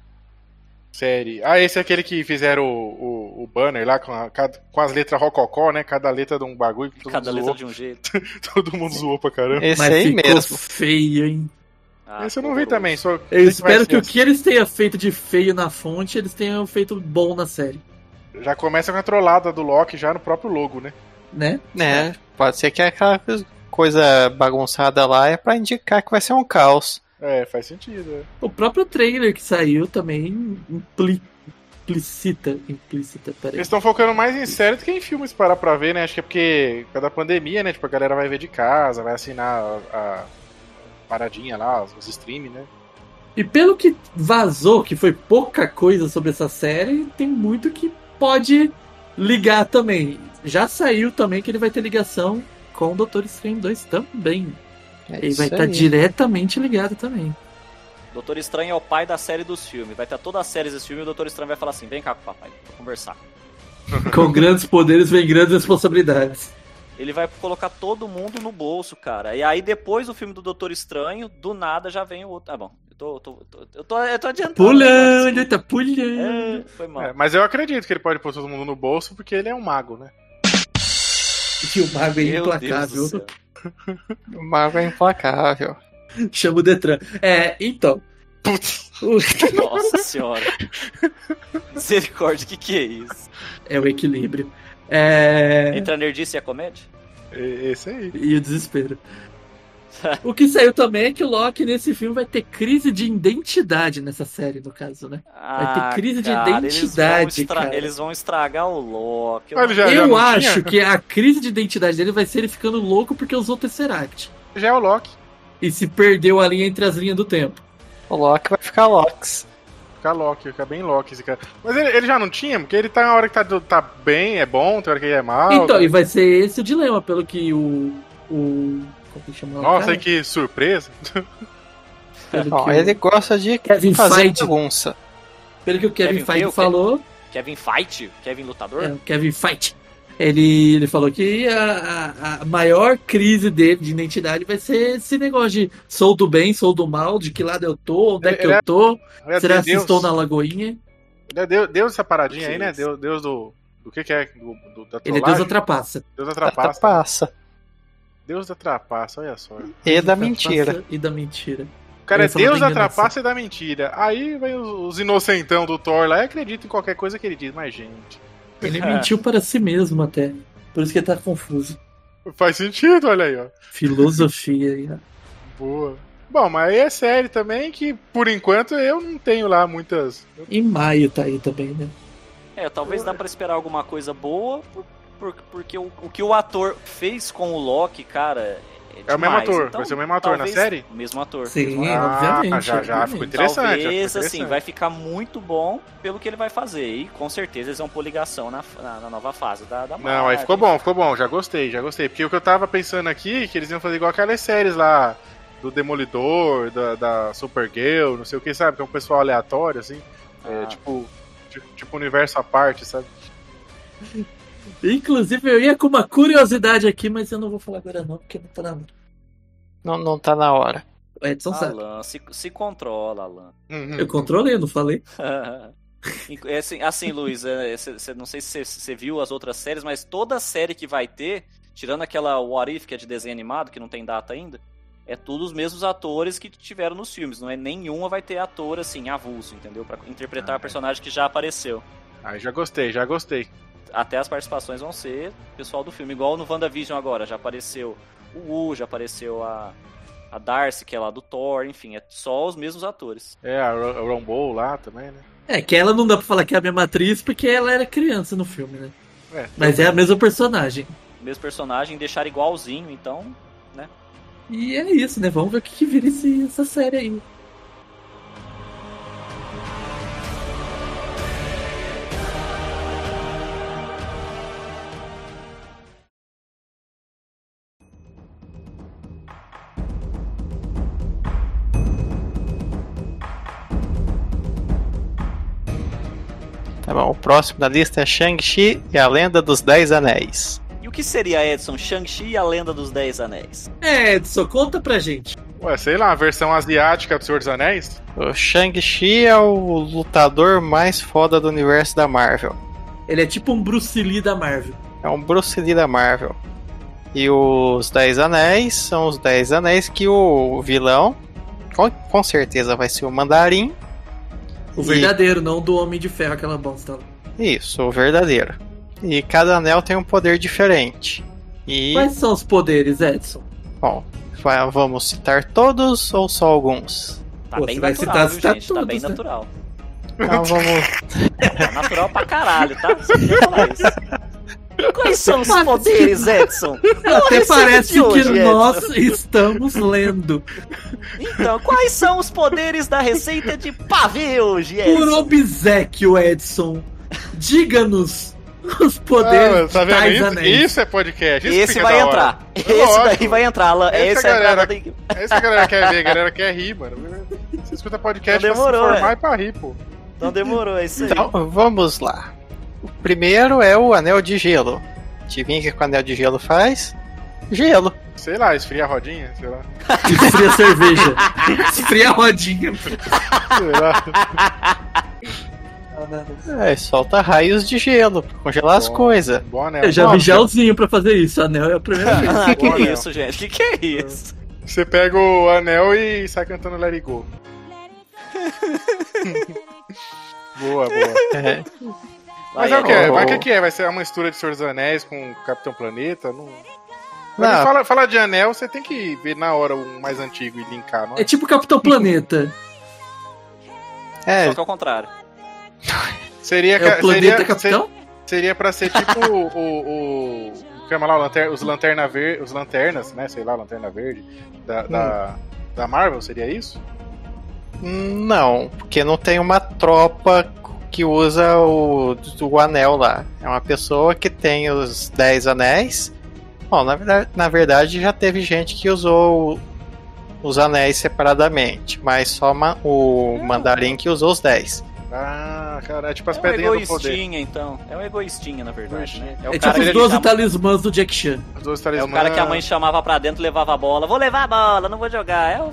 Speaker 3: Série. Ah, esse é aquele que fizeram o, o, o banner lá com, a- cada- com as letras rococó, né? Cada letra de um bagulho que todo
Speaker 6: Cada
Speaker 3: mundo zoou.
Speaker 6: letra de um jeito.
Speaker 3: Todo mundo zoou pra caramba.
Speaker 4: Esse
Speaker 5: Mas
Speaker 4: aí
Speaker 5: ficou
Speaker 4: mesmo.
Speaker 5: feio, hein?
Speaker 6: Ah,
Speaker 3: esse eu não vi
Speaker 6: horroroso.
Speaker 3: também, só. sei
Speaker 5: É. Eu espero
Speaker 3: vai
Speaker 5: que
Speaker 3: ser assim.
Speaker 5: o que eles tenham feito de feio na fonte, eles tenham feito bom na série,
Speaker 3: assim. Já começa com a trollada do Loki já no próprio logo, né?
Speaker 5: né?
Speaker 4: É, pode ser que aquela coisa bagunçada lá é pra indicar que vai ser um caos.
Speaker 3: É, faz sentido. é.
Speaker 5: O próprio trailer que saiu também impli- implicita, implicita, peraí.
Speaker 3: Eles estão focando mais em série do que em filmes, se parar pra ver, né? Acho que é porque, por causa da pandemia, né? Tipo, a galera vai ver de casa, vai assinar a, a paradinha lá, os streams, né?
Speaker 5: E pelo que vazou, que foi pouca coisa sobre essa série, tem muito que pode ligar também. Já saiu também que ele vai ter ligação com o Doutor Estranho 2 também.
Speaker 4: É
Speaker 5: ele
Speaker 4: isso
Speaker 5: vai tá estar
Speaker 4: aí.
Speaker 5: diretamente ligado também.
Speaker 6: Doutor Estranho é o pai da série dos filmes. Vai ter todas as séries desse filme e o Doutor Estranho vai falar assim: vem cá com o papai, vou conversar.
Speaker 5: Com grandes poderes vem grandes responsabilidades.
Speaker 6: Ele vai colocar todo mundo no bolso, cara. E aí depois do filme do Doutor Estranho, do nada já vem o outro. Ah, bom. Eu tô, eu tô, eu tô, eu tô, eu tô adiantando.
Speaker 5: Pulando, ele tá pulando.
Speaker 6: É, foi mal.
Speaker 3: É, mas eu acredito que ele pode pôr todo mundo no bolso, porque ele é um mago, né?
Speaker 5: Que o mago é
Speaker 6: Meu Deus do
Speaker 5: implacável.
Speaker 6: céu.
Speaker 4: O mago é implacável.
Speaker 5: Chama o Detran. É, então. O-
Speaker 6: Nossa senhora. Misericórdia, o que, que é isso?
Speaker 5: É o equilíbrio. É.
Speaker 6: Entre a nerdice e a comédia?
Speaker 3: E- Esse aí.
Speaker 5: E o desespero. O que saiu também é que o Loki nesse filme vai ter crise de identidade nessa série, no caso, né? ter
Speaker 6: Ah,
Speaker 5: crise de
Speaker 6: cara, Eles
Speaker 5: identidade,
Speaker 6: vão, estra-
Speaker 5: cara.
Speaker 6: eles vão estragar o Loki.
Speaker 3: Mas ele É, já-
Speaker 5: Eu
Speaker 3: não
Speaker 5: acho
Speaker 3: tinha?
Speaker 5: que a crise de identidade dele vai ser ele ficando louco porque usou o Tesseract.
Speaker 3: Já é o Loki.
Speaker 5: E se perdeu a linha entre as linhas do tempo.
Speaker 4: O Loki vai ficar Lox.
Speaker 3: Ficar Loki, ficar bem Loki esse cara. Mas ele, ele já não tinha, porque ele tá na hora que tá, do- tá bem, é bom, tem hora que ele é mal.
Speaker 5: então, e vai ser esse o dilema, pelo que o, o como que chama lá o
Speaker 3: Nossa,
Speaker 5: cara?
Speaker 3: aí que tá. surpresa.
Speaker 5: Pelo
Speaker 4: Ó,
Speaker 5: que o-
Speaker 4: ele gosta de
Speaker 5: Kevin
Speaker 4: fazer
Speaker 5: Feige.
Speaker 4: bagunça.
Speaker 5: Pelo que o Kevin,
Speaker 6: Kevin
Speaker 5: Feige
Speaker 6: Feige?
Speaker 5: falou,
Speaker 6: Kevin Fight? Kevin Lutador?
Speaker 5: é, o Kevin Feige, ele, ele falou que a, a- a maior crise dele de identidade vai ser esse negócio de sou do bem, sou do mal, de que lado eu tô, onde é
Speaker 3: Ele-
Speaker 5: que
Speaker 3: ele
Speaker 5: eu tô,
Speaker 3: Ele é
Speaker 5: será
Speaker 3: de
Speaker 5: que estou na Lagoinha?
Speaker 3: Ele é Deus, Deus dessa paradinha aí, né? Deus,
Speaker 6: Jesus.
Speaker 3: Deus do. Do que, que é? Do, do- da
Speaker 5: Ele é
Speaker 3: trollagem?
Speaker 5: Deus da trapaça.
Speaker 3: Deus da
Speaker 4: Tá
Speaker 3: trapaça.
Speaker 4: passa.
Speaker 3: Deus da trapaça, olha só.
Speaker 6: Hum.
Speaker 3: O
Speaker 4: E da mentira.
Speaker 5: E da mentira.
Speaker 3: cara é
Speaker 5: Ele só não
Speaker 3: Deus
Speaker 5: tem
Speaker 3: da
Speaker 5: enganação.
Speaker 3: trapaça e da mentira. Aí vem os, os inocentão do Thor lá e acredita em qualquer coisa que ele diz. Mas, gente,
Speaker 5: Ele mentiu para si mesmo até. Por isso que ele tá confuso.
Speaker 3: faz sentido, olha aí, ó.
Speaker 5: Filosofia. aí, ó.
Speaker 3: Boa. Bom, mas aí é série também que, por enquanto, eu não tenho lá muitas.
Speaker 5: Em maio tá aí também, né?
Speaker 6: É, talvez dá pra esperar alguma coisa boa, por- por- porque o, o que o ator fez com o Loki, cara.
Speaker 3: É o mesmo
Speaker 6: demais.
Speaker 3: ator,
Speaker 6: Então,
Speaker 3: vai ser o mesmo ator na
Speaker 6: talvez-
Speaker 3: série?
Speaker 6: O mesmo ator.
Speaker 5: Sim,
Speaker 3: Ah,
Speaker 5: obviamente.
Speaker 3: já, já,
Speaker 5: obviamente.
Speaker 3: ficou Interessante,
Speaker 6: Talvez,
Speaker 3: acho
Speaker 6: assim,
Speaker 3: interessante.
Speaker 6: vai ficar muito bom pelo que ele vai fazer. E com certeza eles vão pôr ligação na, na, na nova fase da, da
Speaker 3: Não, aí ficou bom, ficou bom, já gostei, já gostei. Porque o que eu tava pensando aqui, é que eles iam fazer igual aquelas séries lá do Demolidor, da, da Supergirl, não sei o que, sabe? Que é um pessoal aleatório, assim. É,
Speaker 6: Ah.
Speaker 3: tipo, ti- tipo universo à parte, sabe?
Speaker 5: Inclusive, eu ia com uma curiosidade aqui, mas eu não vou falar agora não, porque não tá na...
Speaker 4: Não, não tá na hora.
Speaker 5: O Edson sabe.
Speaker 6: Alan, se, se controla, Alan.
Speaker 3: Uhum.
Speaker 5: Eu controlei, eu não falei.
Speaker 6: Inc- é assim, assim, Luiz, é, cê- cê- não sei se você viu as outras séries, mas toda série que vai ter, tirando aquela What If, que é de desenho animado, que não tem data ainda, é tudo os mesmos atores que tiveram nos filmes. Não é nenhuma vai ter ator, assim, avulso, entendeu? Pra interpretar
Speaker 3: Ah,
Speaker 6: o personagem que já apareceu.
Speaker 3: Aí já gostei, já gostei.
Speaker 6: Até as participações vão ser pessoal do filme. Igual no WandaVision agora, já apareceu o Wu, já apareceu a, a Darcy, que é lá do Thor, enfim, é só os mesmos atores.
Speaker 3: É, a Ro- a Rambo lá também, né?
Speaker 5: É, que ela não dá pra falar que é a mesma atriz, porque ela era criança no filme, né?
Speaker 3: É,
Speaker 5: Mas é a mesma personagem.
Speaker 6: Mesmo personagem, deixar igualzinho, então
Speaker 5: E é isso, né? Vamos ver o que, que vira esse- essa série aí.
Speaker 4: Tá bom, o próximo da lista é Shang-Chi e a Lenda dos Dez Anéis.
Speaker 6: E o que seria, Edson? Shang-Chi e a Lenda dos Dez Anéis?
Speaker 5: É, Edson, conta pra gente.
Speaker 3: Ué, é, sei lá, a versão asiática do Senhor dos Anéis?
Speaker 4: O Shang-Chi é o lutador mais foda do universo da Marvel.
Speaker 5: Ele é tipo um Bruce Lee da Marvel.
Speaker 4: É um Bruce Lee da Marvel. E os Dez Anéis são os Dez Anéis que o vilão, com, com certeza vai ser o Mandarim.
Speaker 5: O
Speaker 4: E-
Speaker 5: verdadeiro, não do Homem de Ferro, aquela bosta. lá.
Speaker 4: Isso, o verdadeiro. E cada anel tem um poder diferente. E,
Speaker 5: Quais são os poderes, Edson?
Speaker 4: bom, va- vamos citar todos ou só alguns?
Speaker 6: Tá
Speaker 5: Pô,
Speaker 6: bem
Speaker 5: você vai
Speaker 6: natural,
Speaker 5: citar-
Speaker 6: viu,
Speaker 5: citar
Speaker 6: gente? tá bem
Speaker 5: todos, né?
Speaker 6: natural.
Speaker 4: Então vamos.
Speaker 6: Tá natural pra caralho, tá? Só queria falar isso. Quais são os poderes, Edson?
Speaker 5: Até
Speaker 6: recebi
Speaker 5: parece
Speaker 6: de hoje,
Speaker 5: que
Speaker 6: Edson.
Speaker 5: nós estamos lendo.
Speaker 6: Então, quais são os poderes da receita de pavê hoje,
Speaker 3: É
Speaker 5: Por
Speaker 6: Edson?
Speaker 5: obsequio, Edson. Diga-nos os
Speaker 3: Ah,
Speaker 5: poderes
Speaker 3: mas tá
Speaker 5: dos
Speaker 3: vendo?
Speaker 5: Dez
Speaker 3: Isso,
Speaker 5: Anéis.
Speaker 3: isso é podcast. Isso
Speaker 6: Esse
Speaker 3: fica
Speaker 6: vai
Speaker 3: da hora.
Speaker 6: entrar. Esse
Speaker 3: lógico.
Speaker 6: daí vai entrar, Alan.
Speaker 3: Essa
Speaker 6: Essa é a
Speaker 3: galera-
Speaker 6: entrada
Speaker 3: É
Speaker 6: da-
Speaker 3: isso que a galera quer ver, a galera quer rir, mano. Você escuta podcast
Speaker 6: Então demorou,
Speaker 3: pra se informar
Speaker 6: é.
Speaker 3: e pra rir, pô.
Speaker 6: Não demorou, é isso aí.
Speaker 4: Então vamos lá. O primeiro é o anel de gelo. Adivinha o que o anel de gelo faz? Gelo.
Speaker 3: Sei lá, esfria a rodinha, sei lá.
Speaker 5: Esfria a cerveja. Esfria a rodinha.
Speaker 3: Sei lá.
Speaker 4: É, solta raios de gelo pra congelar as
Speaker 3: Bom.
Speaker 4: coisas.
Speaker 3: Bom anel.
Speaker 5: Eu já
Speaker 3: Bom,
Speaker 5: vi gelzinho pra fazer isso. Anel é a primeira vez.
Speaker 6: Ah, que
Speaker 3: Boa,
Speaker 6: que é
Speaker 3: Léo.
Speaker 6: isso, gente? Que que é isso?
Speaker 3: Você pega o anel e sai cantando Let It Go. boa, boa.
Speaker 4: É,
Speaker 3: Mas é
Speaker 6: Vai,
Speaker 3: o que? é?
Speaker 6: Edson.
Speaker 3: Mas o que que é? Vai ser uma mistura de Senhor dos Anéis com Capitão Planeta? Não...
Speaker 4: Não.
Speaker 3: Fala, fala de anel, você tem que ver na hora um mais antigo e linkar, não
Speaker 5: É
Speaker 3: é?
Speaker 5: tipo Capitão Planeta.
Speaker 4: é,
Speaker 6: Só que ao contrário.
Speaker 3: Seria,
Speaker 5: É o
Speaker 3: ca-
Speaker 5: planeta
Speaker 3: seria,
Speaker 5: Capitão?
Speaker 3: Seria pra ser tipo o. o, o chama lá, o lanter- os, lanterna ver, os lanternas, né? Sei lá, lanterna verde. Da, da,
Speaker 6: Hum.
Speaker 3: da Marvel, seria isso?
Speaker 4: não, porque não tem uma tropa que usa o, o anel lá. É uma pessoa que tem os 10 anéis, Bom, na verdade, na verdade já teve gente que usou os anéis separadamente, mas só ma- o
Speaker 6: Não.
Speaker 4: mandarim que usou os 10.
Speaker 3: Ah, cara, é tipo
Speaker 6: É
Speaker 3: as
Speaker 6: um
Speaker 3: pedrinhas do poder.
Speaker 6: egoístinha, então. É um egoístinha, na verdade, né? É o
Speaker 5: É
Speaker 6: cara
Speaker 5: tipo
Speaker 6: que
Speaker 5: os 12
Speaker 6: chama-
Speaker 5: talismãs do Jack Chan.
Speaker 3: Os dois
Speaker 6: É
Speaker 3: talismãs.
Speaker 6: o cara que a mãe chamava pra dentro, levava a bola. Vou levar a bola, não vou jogar. É o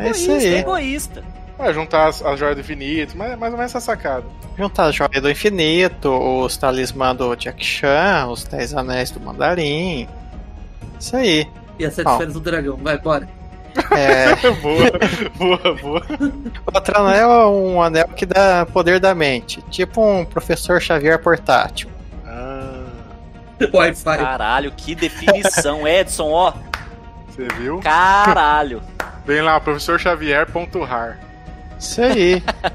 Speaker 6: é
Speaker 4: É isso
Speaker 6: egoísta,
Speaker 4: aí.
Speaker 6: é egoísta.
Speaker 3: Ah, juntar as, as joias do infinito, mas é mais ou menos essa sacada.
Speaker 4: Juntar a joia do infinito, os talismãs do Jack Chan, os 10 anéis do mandarim. Isso aí.
Speaker 5: E as sete
Speaker 4: Ó.
Speaker 5: esferas do dragão. Vai, bora.
Speaker 4: É,
Speaker 3: boa, boa, boa.
Speaker 4: outro anel é um anel que dá poder da mente, tipo um professor Xavier portátil.
Speaker 3: Ah,
Speaker 5: Wi-Fi.
Speaker 6: Caralho, que definição, Edson, ó.
Speaker 3: você viu?
Speaker 6: Caralho.
Speaker 3: Vem lá, professor Xavier.rar.
Speaker 4: Isso aí. A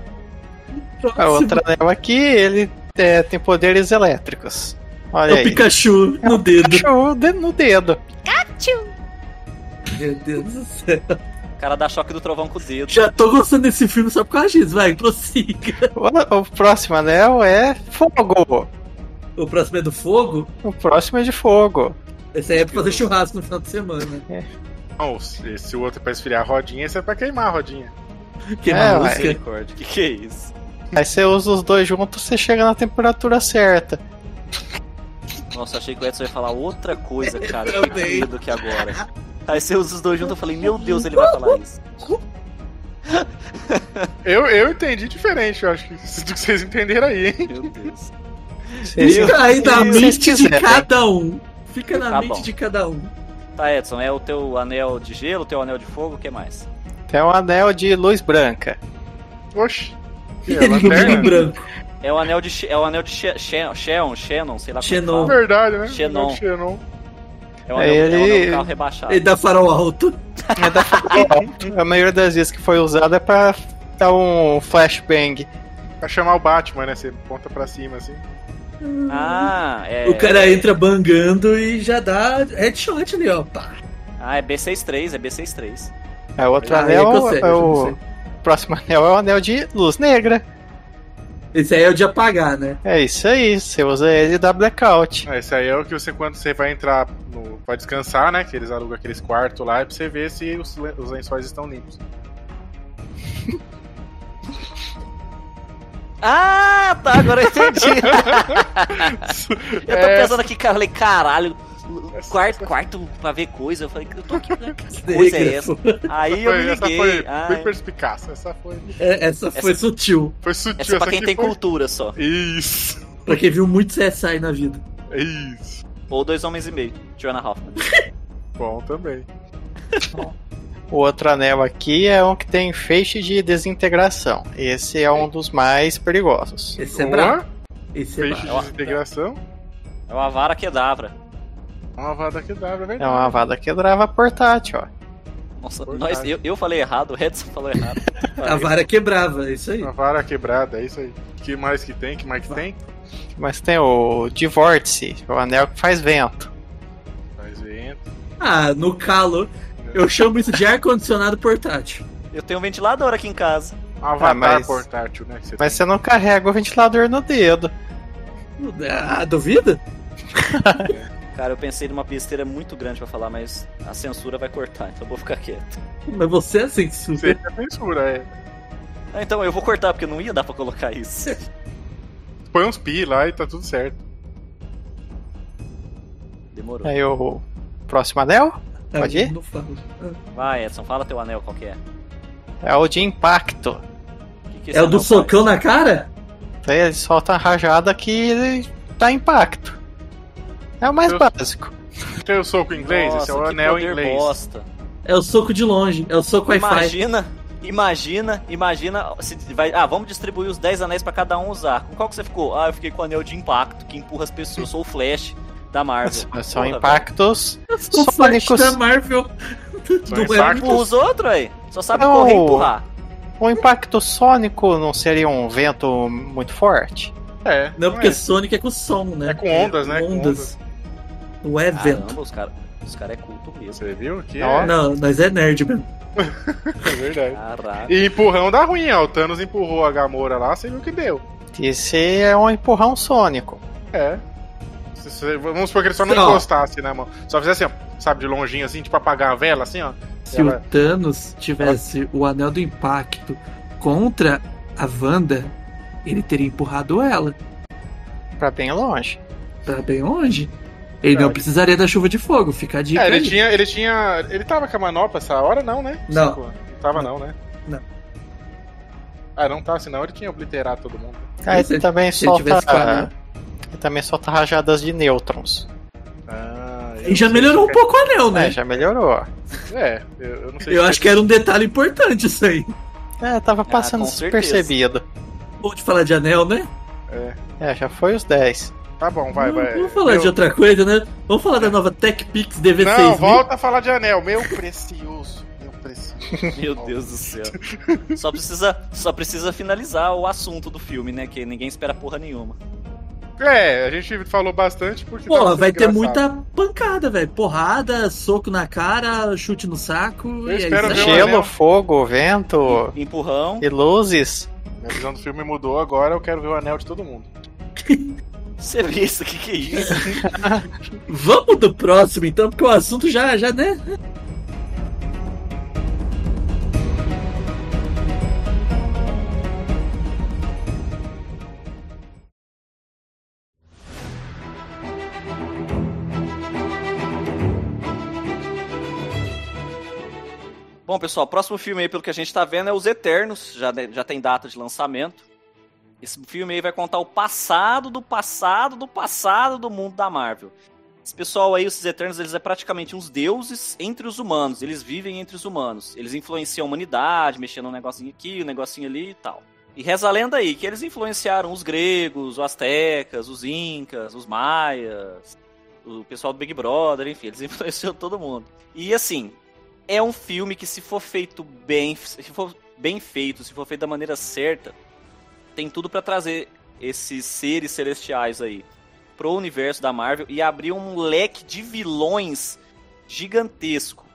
Speaker 5: Próximo.
Speaker 4: outra anel aqui, ele é, tem poderes elétricos. Olha
Speaker 5: É o
Speaker 4: aí.
Speaker 5: Pikachu no dedo.
Speaker 4: Achou o dedo no dedo.
Speaker 5: Meu Deus do céu.
Speaker 6: O cara dá choque do trovão com o dedo.
Speaker 5: Já tô gostando desse filme só por causa disso. Vai, prossiga.
Speaker 4: O, o próximo anel é fogo.
Speaker 5: O próximo é do fogo.
Speaker 4: O próximo é de fogo.
Speaker 5: Esse aí é pra fazer churrasco no final de semana.
Speaker 3: Não, se se o outro é pra esfriar a rodinha, esse é pra queimar a rodinha.
Speaker 5: Que é
Speaker 4: É,
Speaker 5: uma
Speaker 4: ué.
Speaker 5: música.
Speaker 6: Misericórdia. Que que é isso?
Speaker 4: Aí você usa os dois juntos, você chega na temperatura certa.
Speaker 6: Nossa, achei que o Edson ia falar outra coisa, cara.
Speaker 5: Eu
Speaker 6: Eu tenho
Speaker 5: também.
Speaker 6: medo aqui agora. Aí você usa os dois juntos, eu falei, meu Deus, ele vai falar isso.
Speaker 3: Eu, eu entendi diferente, eu acho que do que vocês entenderam aí, hein?
Speaker 6: Meu Deus.
Speaker 4: Vocês-
Speaker 5: Fica aí na
Speaker 4: vocês
Speaker 5: mente de
Speaker 4: quiserem.
Speaker 5: cada um. Fica na
Speaker 6: Tá
Speaker 5: mente
Speaker 6: bom.
Speaker 5: de cada um.
Speaker 6: Tá, Edson, é o teu anel de gelo, o teu anel de fogo, o que mais?
Speaker 4: Tem um anel de luz branca.
Speaker 3: Oxi. Que é,
Speaker 5: Ele né? domínio
Speaker 3: lanterna?
Speaker 5: branco.
Speaker 6: É o anel de, Xe- é o anel de Xe- Xe- Xeon, Xenon, sei lá como é
Speaker 5: Xenon.
Speaker 6: fala.
Speaker 3: Verdade, né?
Speaker 6: Xenon.
Speaker 3: Xenon.
Speaker 6: É o anel, é o anel
Speaker 4: Ele-
Speaker 6: do carro rebaixado.
Speaker 5: Ele dá farol alto.
Speaker 4: É da A maioria das vezes que foi usada é pra dar um flashbang.
Speaker 3: Pra chamar o Batman, né? Você ponta pra cima, assim.
Speaker 6: Ah, é.
Speaker 5: O cara entra bangando e já dá headshot ali, ó. Pá.
Speaker 6: Ah, é B63, é B63.
Speaker 4: Aí É, o outro
Speaker 5: Ah, aí
Speaker 4: anel
Speaker 5: eu consigo,
Speaker 4: é
Speaker 5: eu
Speaker 4: o...
Speaker 5: consigo.
Speaker 4: próximo anel é o anel de luz negra.
Speaker 5: Esse aí é o de apagar, né?
Speaker 4: É isso aí, você usa ele e dá blackout.
Speaker 3: Ah, Esse aí é o que você, quando você vai entrar, no, vai descansar, né? Que eles alugam aqueles quartos lá, é pra você ver se os, le- os lençóis estão limpos.
Speaker 6: Ah, tá, agora eu entendi. Eu tô
Speaker 3: É.
Speaker 6: pensando aqui, cara, eu falei, caralho, quarto, quarto pra ver coisa. Eu falei, eu tô aqui pra que coisa é essa?
Speaker 5: Telégrafo.
Speaker 6: Aí eu me
Speaker 3: essa foi
Speaker 6: liguei. Ah,
Speaker 3: bem perspicaz, essa foi,
Speaker 5: É, Essa foi sutil.
Speaker 3: foi sutil.
Speaker 6: essa é pra quem
Speaker 3: aqui
Speaker 6: tem
Speaker 3: foi...
Speaker 6: cultura só.
Speaker 3: Isso, é
Speaker 5: Pra quem viu muito CSI na vida.
Speaker 3: isso.
Speaker 6: Ou dois homens e meio, Joanna Hoffman.
Speaker 3: Bom também.
Speaker 4: O outro anel aqui é um que tem feixe de desintegração. Esse é um dos mais perigosos.
Speaker 5: Esse é
Speaker 3: Boa.
Speaker 5: brabo. Esse é
Speaker 3: Peixe
Speaker 5: brabo.
Speaker 3: de desintegração.
Speaker 6: É uma vara quedavra.
Speaker 3: Uma vada que dá, é verdade.
Speaker 4: É uma vada quebrava portátil, ó.
Speaker 6: Nossa,
Speaker 3: Verdade.
Speaker 6: nós, eu, eu falei errado, o Edson falou errado.
Speaker 5: A vara quebrava, é isso aí.
Speaker 4: Ah.
Speaker 3: Uma vara quebrada, é isso aí. que mais que tem? que mais que tem?
Speaker 4: Mas tem o de vórtice, o anel que faz vento.
Speaker 3: Faz vento.
Speaker 5: Ah, no calo. Eu chamo isso de ar-condicionado portátil.
Speaker 6: Eu tenho um ventilador aqui em casa.
Speaker 3: Um Avatar
Speaker 4: mas-
Speaker 3: portátil, né? que você
Speaker 4: Mas
Speaker 3: tem.
Speaker 4: você não carrega o ventilador no dedo.
Speaker 5: Ah, duvida?
Speaker 6: Cara, eu pensei numa besteira muito grande pra falar, mas a censura vai cortar, então eu vou ficar quieto.
Speaker 5: Mas você é censura.
Speaker 3: Seria censura, é.
Speaker 6: Ah, Então eu vou cortar, porque não ia dar pra colocar isso.
Speaker 3: Põe uns pi lá e tá tudo certo.
Speaker 6: Demorou.
Speaker 5: É.
Speaker 4: Aí o próximo anel Pode ir?
Speaker 5: Tá Não falo.
Speaker 6: Vai, Edson, fala teu anel qual que é. O
Speaker 4: é o de impacto.
Speaker 6: que que esse
Speaker 5: É o do
Speaker 6: anel faz?
Speaker 5: socão na cara?
Speaker 4: Então ele solta uma rajada que ele dá impacto. É o mais
Speaker 3: Eu-
Speaker 4: básico.
Speaker 3: Tem o soco inglês, esse é o
Speaker 6: Nossa, que
Speaker 3: anel
Speaker 6: poder
Speaker 3: inglês.
Speaker 6: bosta.
Speaker 5: É o soco de longe. É o soco Wi-Fi.
Speaker 6: Imagina, imagina, imagina. Se vai, ah, vamos distribuir os 10 anéis pra cada um usar. Com qual que você ficou? Ah, eu fiquei com o anel de impacto, que empurra as pessoas. Sou o Flash da Marvel.
Speaker 4: São
Speaker 6: É Porra,
Speaker 4: impactos.
Speaker 5: É O Flash
Speaker 4: Sônicos.
Speaker 5: da Marvel.
Speaker 3: São
Speaker 5: Do
Speaker 6: velho. Empurra
Speaker 3: impactos.
Speaker 6: os outros aí. Só sabe
Speaker 4: Não.
Speaker 6: correr e empurrar.
Speaker 4: O Um impacto sônico não seria um vento muito forte?
Speaker 3: É.
Speaker 5: Não, porque
Speaker 3: é.
Speaker 5: Sonic é com som, né?
Speaker 3: É com ondas, né? Com
Speaker 5: Ondas. Não é vento.
Speaker 6: Caramba, os caras os cara é culto mesmo.
Speaker 3: Você viu que
Speaker 4: Ó.
Speaker 3: é,
Speaker 5: Não, nós é nerd mesmo.
Speaker 3: é verdade.
Speaker 6: Caraca.
Speaker 3: E empurrão dá ruim, ó. O Thanos empurrou a Gamora lá, você viu que deu.
Speaker 4: Esse é um empurrão sônico.
Speaker 3: É. Se- se- Vamos supor que ele só não
Speaker 5: Não.
Speaker 3: encostasse, né, mano? Só fizesse assim, ó, sabe, de longinho, assim, tipo apagar a vela, assim, ó.
Speaker 5: Se
Speaker 3: Ela-
Speaker 5: o Thanos tivesse o Anel do Impacto contra a Wanda, ele teria empurrado ela
Speaker 4: Pra bem longe.
Speaker 5: pra bem longe. Ele não
Speaker 3: Verdade.
Speaker 5: precisaria da chuva de fogo, fica a dica
Speaker 3: É,
Speaker 5: aí.
Speaker 3: ele tinha, ele tinha. Ele tava com a manopla essa hora, não, né?
Speaker 5: Não.
Speaker 3: Cinco anos. Não tava, não, né?
Speaker 5: Não.
Speaker 3: Ah, não tava, senão ele tinha obliterado todo mundo.
Speaker 4: Aí
Speaker 5: Se
Speaker 4: ele também
Speaker 5: Se ele
Speaker 4: solta.
Speaker 5: tivesse com a Anel.
Speaker 4: ele também solta rajadas de nêutrons.
Speaker 3: Ah, eu
Speaker 5: E já
Speaker 3: não sei
Speaker 5: melhorou um
Speaker 3: se-
Speaker 5: pouco o anel, né?
Speaker 4: É, já melhorou.
Speaker 3: É, eu, eu não sei
Speaker 5: Eu
Speaker 3: se-
Speaker 5: acho que era um detalhe importante isso aí.
Speaker 4: É, tava passando
Speaker 6: com
Speaker 4: despercebido.
Speaker 5: Bom de falar de anel, né?
Speaker 4: É, já foi os 10.
Speaker 3: Tá bom, vai, vai.
Speaker 5: Vamos falar
Speaker 3: Eu-
Speaker 5: de né? outra coisa, né? Vamos falar da nova TechPix DV6000.
Speaker 3: Não, volta a falar de anel, meu precioso. Meu precioso.
Speaker 6: Meu Deus do céu. Só precisa, só precisa finalizar o assunto do filme, né? Que ninguém espera porra nenhuma.
Speaker 3: É, a gente falou bastante porque. tava
Speaker 5: Porra,
Speaker 3: sendo
Speaker 5: vai ter
Speaker 3: engraçado.
Speaker 5: muita pancada, velho. Porrada, soco na cara, chute no saco.
Speaker 3: Eu
Speaker 5: e é
Speaker 3: espero
Speaker 5: isso aí.
Speaker 3: ver o
Speaker 4: Gelo,
Speaker 3: anel.
Speaker 4: fogo, vento
Speaker 6: Empurrão.
Speaker 4: e luzes.
Speaker 3: Minha visão do filme mudou agora, eu quero ver o anel de todo mundo.
Speaker 6: Você vê isso? Que que é isso?
Speaker 5: Vamos do próximo, então, porque o assunto já, já né?
Speaker 6: Bom, pessoal, próximo filme aí, pelo que a gente tá vendo, é Os Eternos. Já, já tem data de lançamento. Esse filme aí vai contar o passado do passado do passado do mundo da Marvel. Esse pessoal aí, os Eternos, eles é praticamente uns deuses entre os humanos. Eles vivem entre os humanos. Eles influenciam a humanidade, mexendo um negocinho aqui, um negocinho ali e tal. E reza a lenda aí que eles influenciaram os gregos, os astecas, os incas, os maias, o pessoal do Big Brother, enfim, eles influenciam todo mundo. E assim, é um filme que se for feito bem, se for bem feito, se for feito da maneira certa, tem tudo pra trazer esses seres celestiais aí pro universo da Marvel e abrir um leque de vilões gigantesco.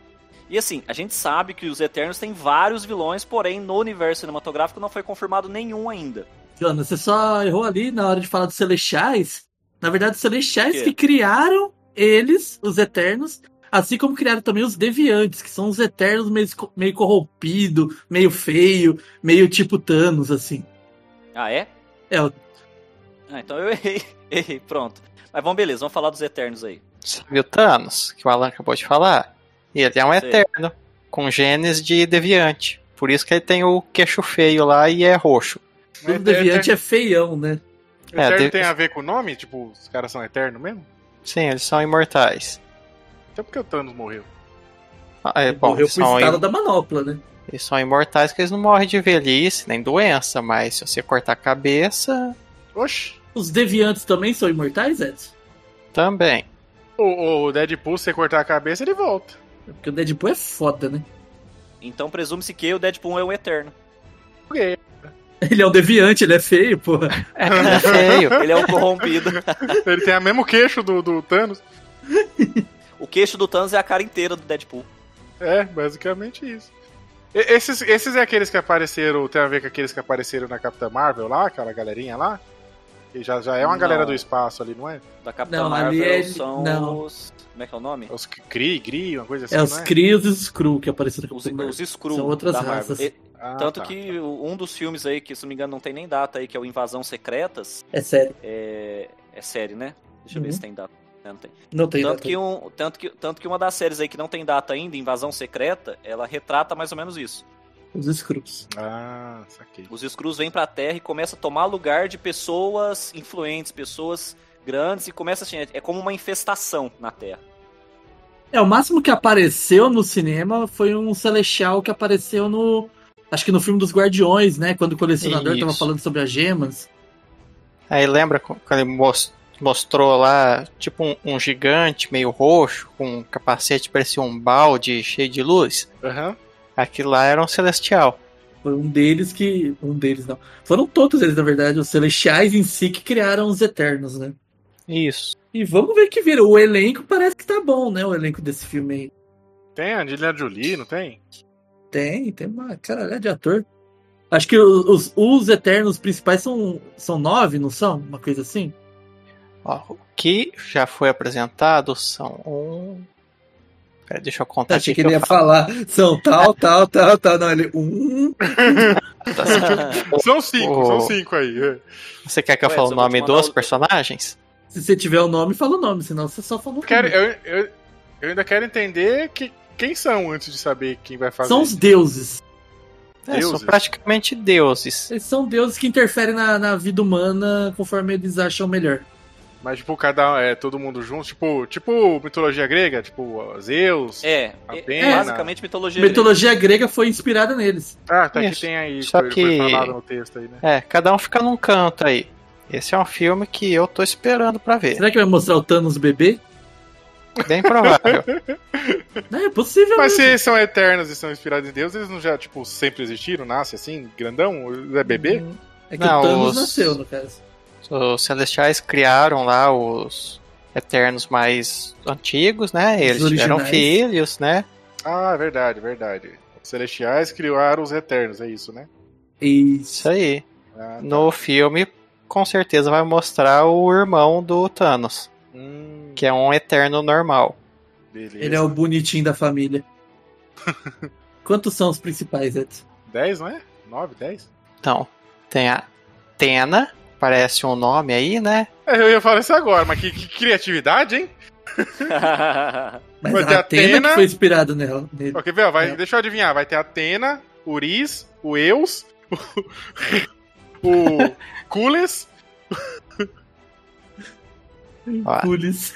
Speaker 6: E assim, a gente sabe que os Eternos têm vários vilões, porém no universo cinematográfico não foi confirmado nenhum ainda.
Speaker 5: Jonas, você só errou ali na hora de falar dos Celestiais. Na verdade, os Celestiais
Speaker 6: Quê?
Speaker 5: que criaram eles, os Eternos, assim como criaram também os Deviantes, que são os Eternos meio, esco- meio corrompido, meio feio, meio tipo Thanos, assim.
Speaker 6: Ah, é?
Speaker 5: É, o-
Speaker 6: Ah, então eu errei. errei. Pronto. Mas vamos, beleza, vamos falar dos Eternos aí.
Speaker 4: Você viu Thanos, que o Alan acabou de falar? Ele é um
Speaker 6: Sei.
Speaker 4: eterno, com genes de deviante. Por isso que ele tem o queixo feio lá e é roxo.
Speaker 5: todo Deviante é feião, né?
Speaker 3: Eterno,
Speaker 6: É,
Speaker 3: Eterno
Speaker 4: deve-
Speaker 3: tem a ver com o nome? Tipo, os caras são eternos mesmo?
Speaker 4: Sim, eles são imortais.
Speaker 3: Até porque o Thanos morreu.
Speaker 4: Ah, é, bom,
Speaker 5: Morreu
Speaker 4: eles
Speaker 5: pro
Speaker 4: são,
Speaker 5: estado
Speaker 4: im-
Speaker 5: da manopla, né?
Speaker 4: eles são imortais que eles não morrem de velhice nem doença, mas se você cortar a cabeça,
Speaker 3: Oxi!
Speaker 5: Os Deviantes também são imortais, Edson?
Speaker 4: também.
Speaker 3: O, o Deadpool, se você cortar a cabeça, ele volta.
Speaker 5: Porque o Deadpool é foda, né?
Speaker 6: Então presume-se que o Deadpool é um Eterno.
Speaker 3: Porque
Speaker 5: Ele é um deviante, ele é feio, pô.
Speaker 4: É, que ele é feio.
Speaker 6: Ele é um corrompido.
Speaker 3: ele tem o mesmo queixo do, do Thanos.
Speaker 6: O queixo do Thanos é a cara inteira do Deadpool.
Speaker 3: É, basicamente isso. E- esses, esses é aqueles que apareceram, tem a ver com aqueles que apareceram na Capitã Marvel lá, aquela galerinha lá? Que já, já é uma
Speaker 6: Não.
Speaker 3: galera do espaço ali, não é?
Speaker 6: Da Capitã
Speaker 5: Não, ali
Speaker 6: Marvel
Speaker 5: é-
Speaker 6: são
Speaker 5: não.
Speaker 6: os. Como é que é o nome?
Speaker 3: Os Cri, Gri, uma coisa assim,
Speaker 5: É os
Speaker 3: não é?
Speaker 5: Crios e os Skrull que apareceram
Speaker 6: Os,
Speaker 5: no
Speaker 6: os Skrull
Speaker 5: São outras
Speaker 6: da Marvel.
Speaker 5: raças.
Speaker 6: E-
Speaker 3: Ah,
Speaker 6: tanto
Speaker 3: tá.
Speaker 6: que o- um dos filmes aí, que se não me engano não tem nem data aí, que é o Invasão Secretas,
Speaker 5: É sério,
Speaker 6: é, é série, né? Deixa eu ver
Speaker 5: Uhum.
Speaker 6: se tem data. Não, não tem.
Speaker 5: não tem
Speaker 6: Tanto
Speaker 5: data.
Speaker 6: que, um, tanto, que, tanto que uma das séries aí que não tem data ainda, Invasão Secreta, ela retrata mais ou menos isso.
Speaker 5: Os Skrulls.
Speaker 3: Ah, saquei.
Speaker 6: Os Skrulls vêm pra Terra e começam a tomar lugar de pessoas influentes, pessoas grandes, e começa assim, é- é como uma infestação na Terra.
Speaker 5: É, o máximo que apareceu no cinema foi um Celestial que apareceu no. Acho que no filme dos Guardiões, né? Quando o colecionador
Speaker 4: Isso.
Speaker 5: tava falando sobre as gemas.
Speaker 4: Aí lembra co- quando ele mos- mostrou lá, tipo um, um gigante meio roxo, com um capacete parecia um balde cheio de luz?
Speaker 3: Aham.
Speaker 4: Aquilo lá era um celestial.
Speaker 5: Foi um deles que. Um deles não. Foram todos eles, na verdade, os Celestiais em si que criaram os Eternos, né?
Speaker 4: Isso.
Speaker 5: E vamos ver que vira. O elenco parece que tá bom, né? O elenco desse filme aí.
Speaker 3: Tem a Angelina Jolie, não tem?
Speaker 5: Tem, tem uma caralhada de ator. Acho que os, os Eternos principais são, são nove, não são? Uma coisa assim?
Speaker 4: Ó, que já foi apresentado são um. Pera, deixa eu contar
Speaker 5: Achei
Speaker 4: aqui
Speaker 5: Tá, que ele
Speaker 4: eu
Speaker 5: ia falar, são tal, tal, tal, tal. Não, ele. Hum,
Speaker 4: falo, tá certo?
Speaker 3: São cinco,
Speaker 4: Oh.
Speaker 3: são cinco aí. é.
Speaker 4: Você quer que eu
Speaker 6: Ué,
Speaker 4: fale
Speaker 6: só
Speaker 4: o
Speaker 6: vou te
Speaker 4: nome
Speaker 6: mandar
Speaker 4: dos
Speaker 6: o-
Speaker 4: personagens?
Speaker 5: se você tiver o nome, fala o nome, senão você só fala o
Speaker 3: Eu, quero-
Speaker 5: nome.
Speaker 3: eu- eu- eu ainda quero entender que, quem são antes de saber quem vai fazer.
Speaker 5: São os deuses.
Speaker 4: É, são
Speaker 3: Deuses?
Speaker 4: praticamente deuses.
Speaker 5: Eles são deuses que interferem na, na vida humana conforme eles acham melhor.
Speaker 3: Mas, tipo, cada é, todo mundo junto, tipo, tipo mitologia grega, tipo, ó, Zeus.
Speaker 6: É,
Speaker 3: Atena.
Speaker 6: é basicamente mitologia.
Speaker 5: Mitologia grega foi inspirada neles.
Speaker 3: Ah, tá
Speaker 4: Isso.
Speaker 3: que tem aí,
Speaker 4: Só
Speaker 3: foi, foi
Speaker 4: que-
Speaker 3: falado no texto aí, né?
Speaker 4: É, cada um fica num canto aí. Esse é um filme que eu tô esperando pra ver.
Speaker 5: Será que vai mostrar o Thanos bebê?
Speaker 4: Bem provável.
Speaker 5: Não, é possível.
Speaker 3: Mas se
Speaker 5: mesmo.
Speaker 3: eles são eternos e são inspirados em Deus, eles não já, tipo, sempre existiram, nasce assim, grandão, é bebê?
Speaker 5: É que
Speaker 4: Não,
Speaker 5: o Thanos
Speaker 4: os-
Speaker 5: nasceu, no caso.
Speaker 4: Os Celestiais criaram lá os Eternos mais antigos, né? Eles
Speaker 5: Os
Speaker 4: tiveram
Speaker 5: originais.
Speaker 4: filhos, né?
Speaker 3: Ah, é verdade, verdade. Os celestiais criaram os eternos, é isso, né?
Speaker 4: Isso
Speaker 5: Isso.
Speaker 4: aí.
Speaker 3: Ah,
Speaker 4: No filme, com certeza vai mostrar o irmão do Thanos,
Speaker 3: hum,
Speaker 4: que é um Eterno normal.
Speaker 3: beleza.
Speaker 5: Ele é o bonitinho da família. Quantos são os principais, Edson?
Speaker 3: 10, não é? 9, 10?
Speaker 4: Então, tem a Tena, parece um nome aí, né?
Speaker 3: É, eu ia falar isso agora, mas que, que criatividade, hein?
Speaker 5: Mas
Speaker 3: Vai ter
Speaker 5: a Atena
Speaker 3: Atena.
Speaker 5: que foi inspirado nela. Nele.
Speaker 3: Ó, quer ver? ó, vai,
Speaker 5: É.
Speaker 3: Deixa eu adivinhar. Vai ter a Atena, Uris, o Eus, o, o Kules.
Speaker 4: Ó,
Speaker 5: Culis.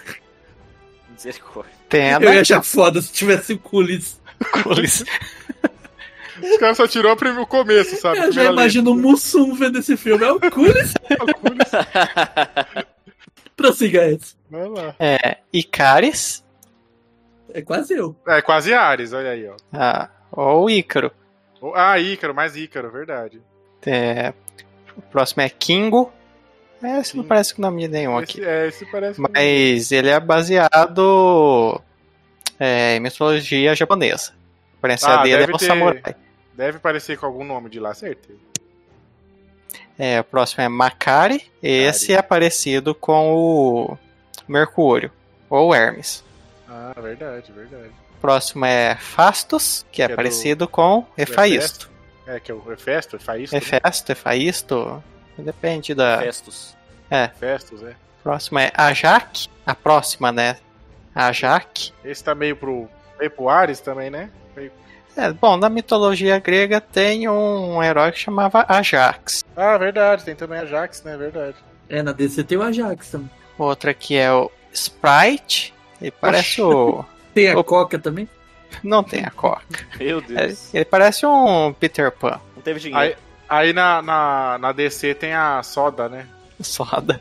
Speaker 6: Misericórdia.
Speaker 5: Uhum. Eu ia
Speaker 4: Tena,
Speaker 5: achar foda se tivesse o Culis.
Speaker 4: Kulis,
Speaker 3: Os caras só tirou o prim- o começo, sabe?
Speaker 5: Eu já
Speaker 3: Primeira
Speaker 5: imagino o Mussum vendo esse filme. É o Culis.
Speaker 3: letra. O Kules.
Speaker 5: Prossiga, Edson.
Speaker 3: Vai lá.
Speaker 4: é, Icaris,
Speaker 5: É quase eu.
Speaker 3: É quase Ares, olha aí, ó.
Speaker 4: ah, ou Ícaro.
Speaker 3: O- Ah, Ícaro, mais Ícaro, verdade.
Speaker 4: É, o próximo é Kingo. É, esse não
Speaker 3: Kingo.
Speaker 4: parece com nome nenhum aqui.
Speaker 3: Esse, é, esse parece.
Speaker 4: Mas ele é baseado é, em mitologia japonesa. A referência
Speaker 3: Ah,
Speaker 4: dele é
Speaker 3: deve
Speaker 4: um
Speaker 3: ter-
Speaker 4: samurai.
Speaker 3: Deve parecer com algum nome de lá, certeza.
Speaker 4: É, o próximo é Makari. Esse é parecido com o Mercúrio, ou Hermes.
Speaker 3: Ah, verdade, verdade.
Speaker 4: O próximo é Fastos, que é,
Speaker 3: Que é do-
Speaker 4: parecido com Hefaisto.
Speaker 3: É, que é o Hefesto, Hefaisto, né?
Speaker 4: Hefesto, Hefaisto, depende da...
Speaker 6: Festus.
Speaker 3: Hefestos, é.
Speaker 4: próximo é Ajac, a próxima, né? Ajac.
Speaker 3: Esse tá meio pro, meio pro Ares também, né?
Speaker 4: É, bom, na mitologia grega tem um herói que chamava Ajax.
Speaker 3: Ah, verdade, tem também a Jax, né? Verdade.
Speaker 5: É, na DC tem o Ajax também.
Speaker 4: Outra que é o Sprite. Ele parece o.
Speaker 5: Tem a
Speaker 4: O-
Speaker 5: Coca também.
Speaker 4: Não tem a Coca.
Speaker 6: Meu
Speaker 4: Ele
Speaker 6: Deus.
Speaker 4: ele parece um Peter Pan.
Speaker 6: Não teve
Speaker 3: Aí,
Speaker 6: dinheiro.
Speaker 3: aí na, na, na DC tem a Soda, né?
Speaker 4: Soda.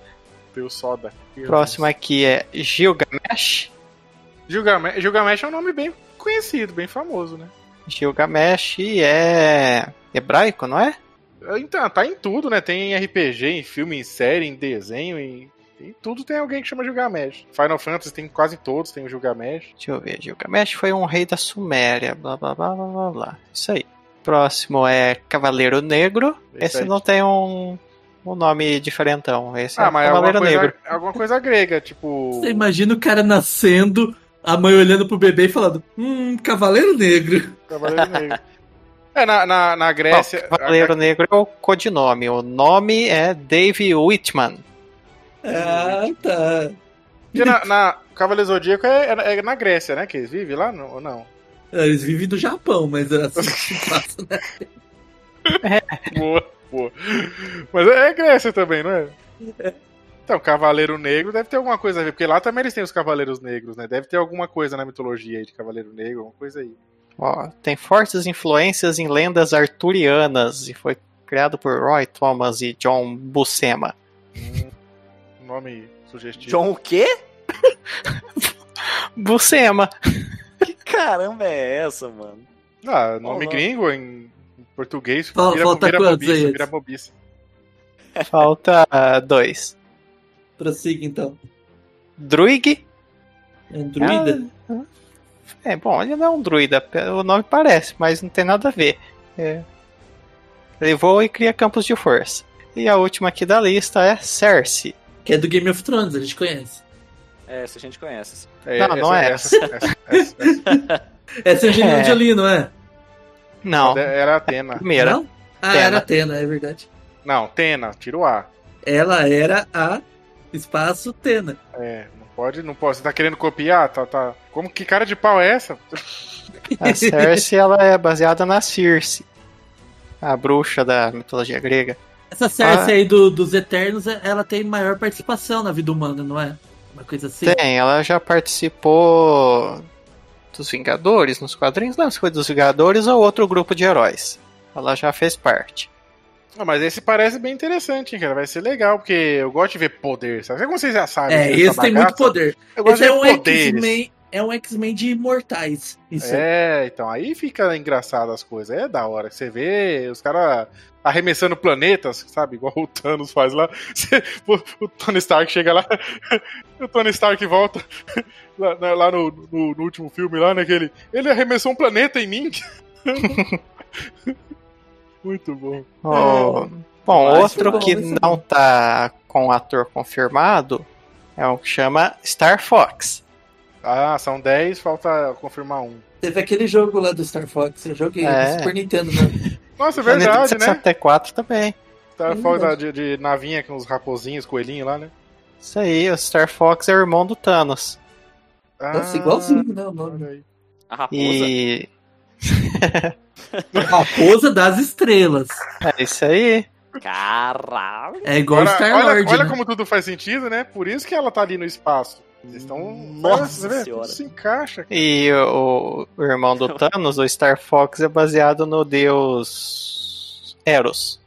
Speaker 3: Tem o Soda.
Speaker 4: Próximo aqui é Gilgamesh.
Speaker 3: Gilgamesh, Gilgamesh é um nome bem conhecido, bem famoso, né?
Speaker 4: Gilgamesh é hebraico, não é?
Speaker 3: Então, tá em tudo, né? Tem em RPG, em filme, em série, em desenho, em, em tudo tem alguém que chama Gilgamesh. Final Fantasy tem quase todos, tem o Gilgamesh.
Speaker 4: Deixa eu ver. Gilgamesh foi um rei da Suméria. Blá blá blá blá blá blá. Isso aí. Próximo é Cavaleiro Negro.
Speaker 3: Esse
Speaker 4: Esse,
Speaker 3: aí.
Speaker 4: não tem um, um nome diferentão. Esse é
Speaker 3: ah, mas é alguma
Speaker 4: Cavaleiro
Speaker 3: coisa,
Speaker 4: Negro.
Speaker 3: é alguma coisa grega, tipo.
Speaker 5: Você imagina o cara nascendo, a mãe olhando pro bebê e falando: Hum, Cavaleiro Negro.
Speaker 3: Cavaleiro Negro. É, na, na, na
Speaker 4: Bom,
Speaker 3: Grécia.
Speaker 4: Cavaleiro Negro é o codinome. O nome é Dave Whitman.
Speaker 5: Ah, tá.
Speaker 3: Porque na, na- o Cavaleiro Zodíaco é, é- é na Grécia, né? Que eles vivem lá não- ou não?
Speaker 5: Eles vivem do Japão, mas assim que passa, né?
Speaker 3: Boa, boa. Mas é, é Grécia também, não é? Então, Cavaleiro Negro deve ter alguma coisa a ver, porque lá também eles têm os Cavaleiros Negros, né? Deve ter alguma coisa na mitologia aí de Cavaleiro Negro, alguma coisa aí.
Speaker 4: Ó, tem fortes influências em lendas arturianas e foi criado por Roy Thomas e John Buscema.
Speaker 3: Um Nome sugestivo.
Speaker 6: John o quê?
Speaker 4: Buscema!
Speaker 6: Que caramba é essa, mano?
Speaker 3: Ah, nome
Speaker 6: Olá.
Speaker 3: gringo em em português.
Speaker 5: Fala- né? falta quantos aí,
Speaker 3: bobiça,
Speaker 5: Edson?
Speaker 3: vira bobiça.
Speaker 4: Falta ah, dois.
Speaker 5: Prossiga então. um
Speaker 4: Druig?
Speaker 5: Androida?
Speaker 4: É, bom, ele não é um druida, pe- o nome parece, mas não tem nada a ver. É. Ele voa e cria campos de força. E a última aqui da lista é Cersei.
Speaker 5: Que é do Game of Thrones, a gente conhece.
Speaker 6: É, se a gente conhece.
Speaker 3: É,
Speaker 4: Não, não é
Speaker 3: essa- essa- essa-
Speaker 5: Essa é Angelina
Speaker 4: É.
Speaker 5: Jolie, não é?
Speaker 4: Não,
Speaker 3: é, era Atena.
Speaker 4: primeira.
Speaker 5: Não? Ah,
Speaker 4: Tena.
Speaker 5: era a Atena, é verdade.
Speaker 3: Não, Tena, tira o A.
Speaker 5: Ela era a espaço Tena.
Speaker 3: É, não pode, não pode. Você tá querendo copiar? Tá, tá. Como que cara de pau é essa?
Speaker 4: A Cersei ela é baseada na Circe, a bruxa da mitologia grega.
Speaker 5: Essa
Speaker 3: Ah.
Speaker 5: Cersei aí do- dos Eternos, ela tem maior participação na vida humana, não é? Uma coisa assim.
Speaker 4: Tem, ela já participou dos Vingadores nos quadrinhos, não, se foi dos Vingadores ou outro grupo de heróis. Ela já fez parte.
Speaker 3: Não, Ah, mas esse parece bem interessante, hein, cara. Vai ser legal, porque eu gosto de ver poder, sabe? Como vocês já sabem.
Speaker 5: É,
Speaker 3: dessa
Speaker 5: esse tem muito
Speaker 3: bagaça,
Speaker 5: poder.
Speaker 3: Eu gosto
Speaker 5: Esse é um
Speaker 3: de ver poderes.
Speaker 5: X-Men, é um X-Men de imortais. Isso. É.
Speaker 3: É, então aí fica engraçado as coisas. É da hora. Você vê os caras arremessando planetas, sabe? Igual o Thanos faz lá. Você- o, o Tony Stark chega lá. o Tony Stark volta lá, na- lá no, no- no último filme, lá naquele. Ele arremessou um planeta em mim. Muito bom.
Speaker 4: Oh, bom,
Speaker 6: Vai ser
Speaker 4: outro
Speaker 6: bom,
Speaker 4: que
Speaker 5: vai ser
Speaker 4: não tá com o ator confirmado é o que chama Star Fox.
Speaker 3: Ah, são 10, falta confirmar um.
Speaker 5: Teve aquele jogo lá do Star Fox, eu joguei
Speaker 4: É.
Speaker 5: no Super Nintendo, né?
Speaker 3: Nossa, é
Speaker 4: Planeta
Speaker 3: verdade, né?
Speaker 4: 64 também.
Speaker 3: Tá
Speaker 5: É
Speaker 3: falta de, de navinha com os raposinhos, coelhinho lá, né?
Speaker 4: Isso aí, o Star Fox é o irmão do Thanos.
Speaker 3: Ah,
Speaker 5: Nossa, igualzinho, né? O nome.
Speaker 3: olha aí.
Speaker 6: A raposa.
Speaker 4: E
Speaker 5: Raposa das Estrelas.
Speaker 4: é isso aí.
Speaker 6: Caralho.
Speaker 5: É igual
Speaker 3: Agora,
Speaker 5: o Star
Speaker 3: olha,
Speaker 5: Lord.
Speaker 3: olha
Speaker 5: né?
Speaker 3: como tudo faz sentido, né? Por isso que ela tá ali no espaço. Vocês estão.
Speaker 6: Nossa
Speaker 3: Nossa, você vê?
Speaker 6: Senhora.
Speaker 3: Tudo se encaixa.
Speaker 4: E o, o irmão do Thanos, o Star Fox, é baseado no deus Eros.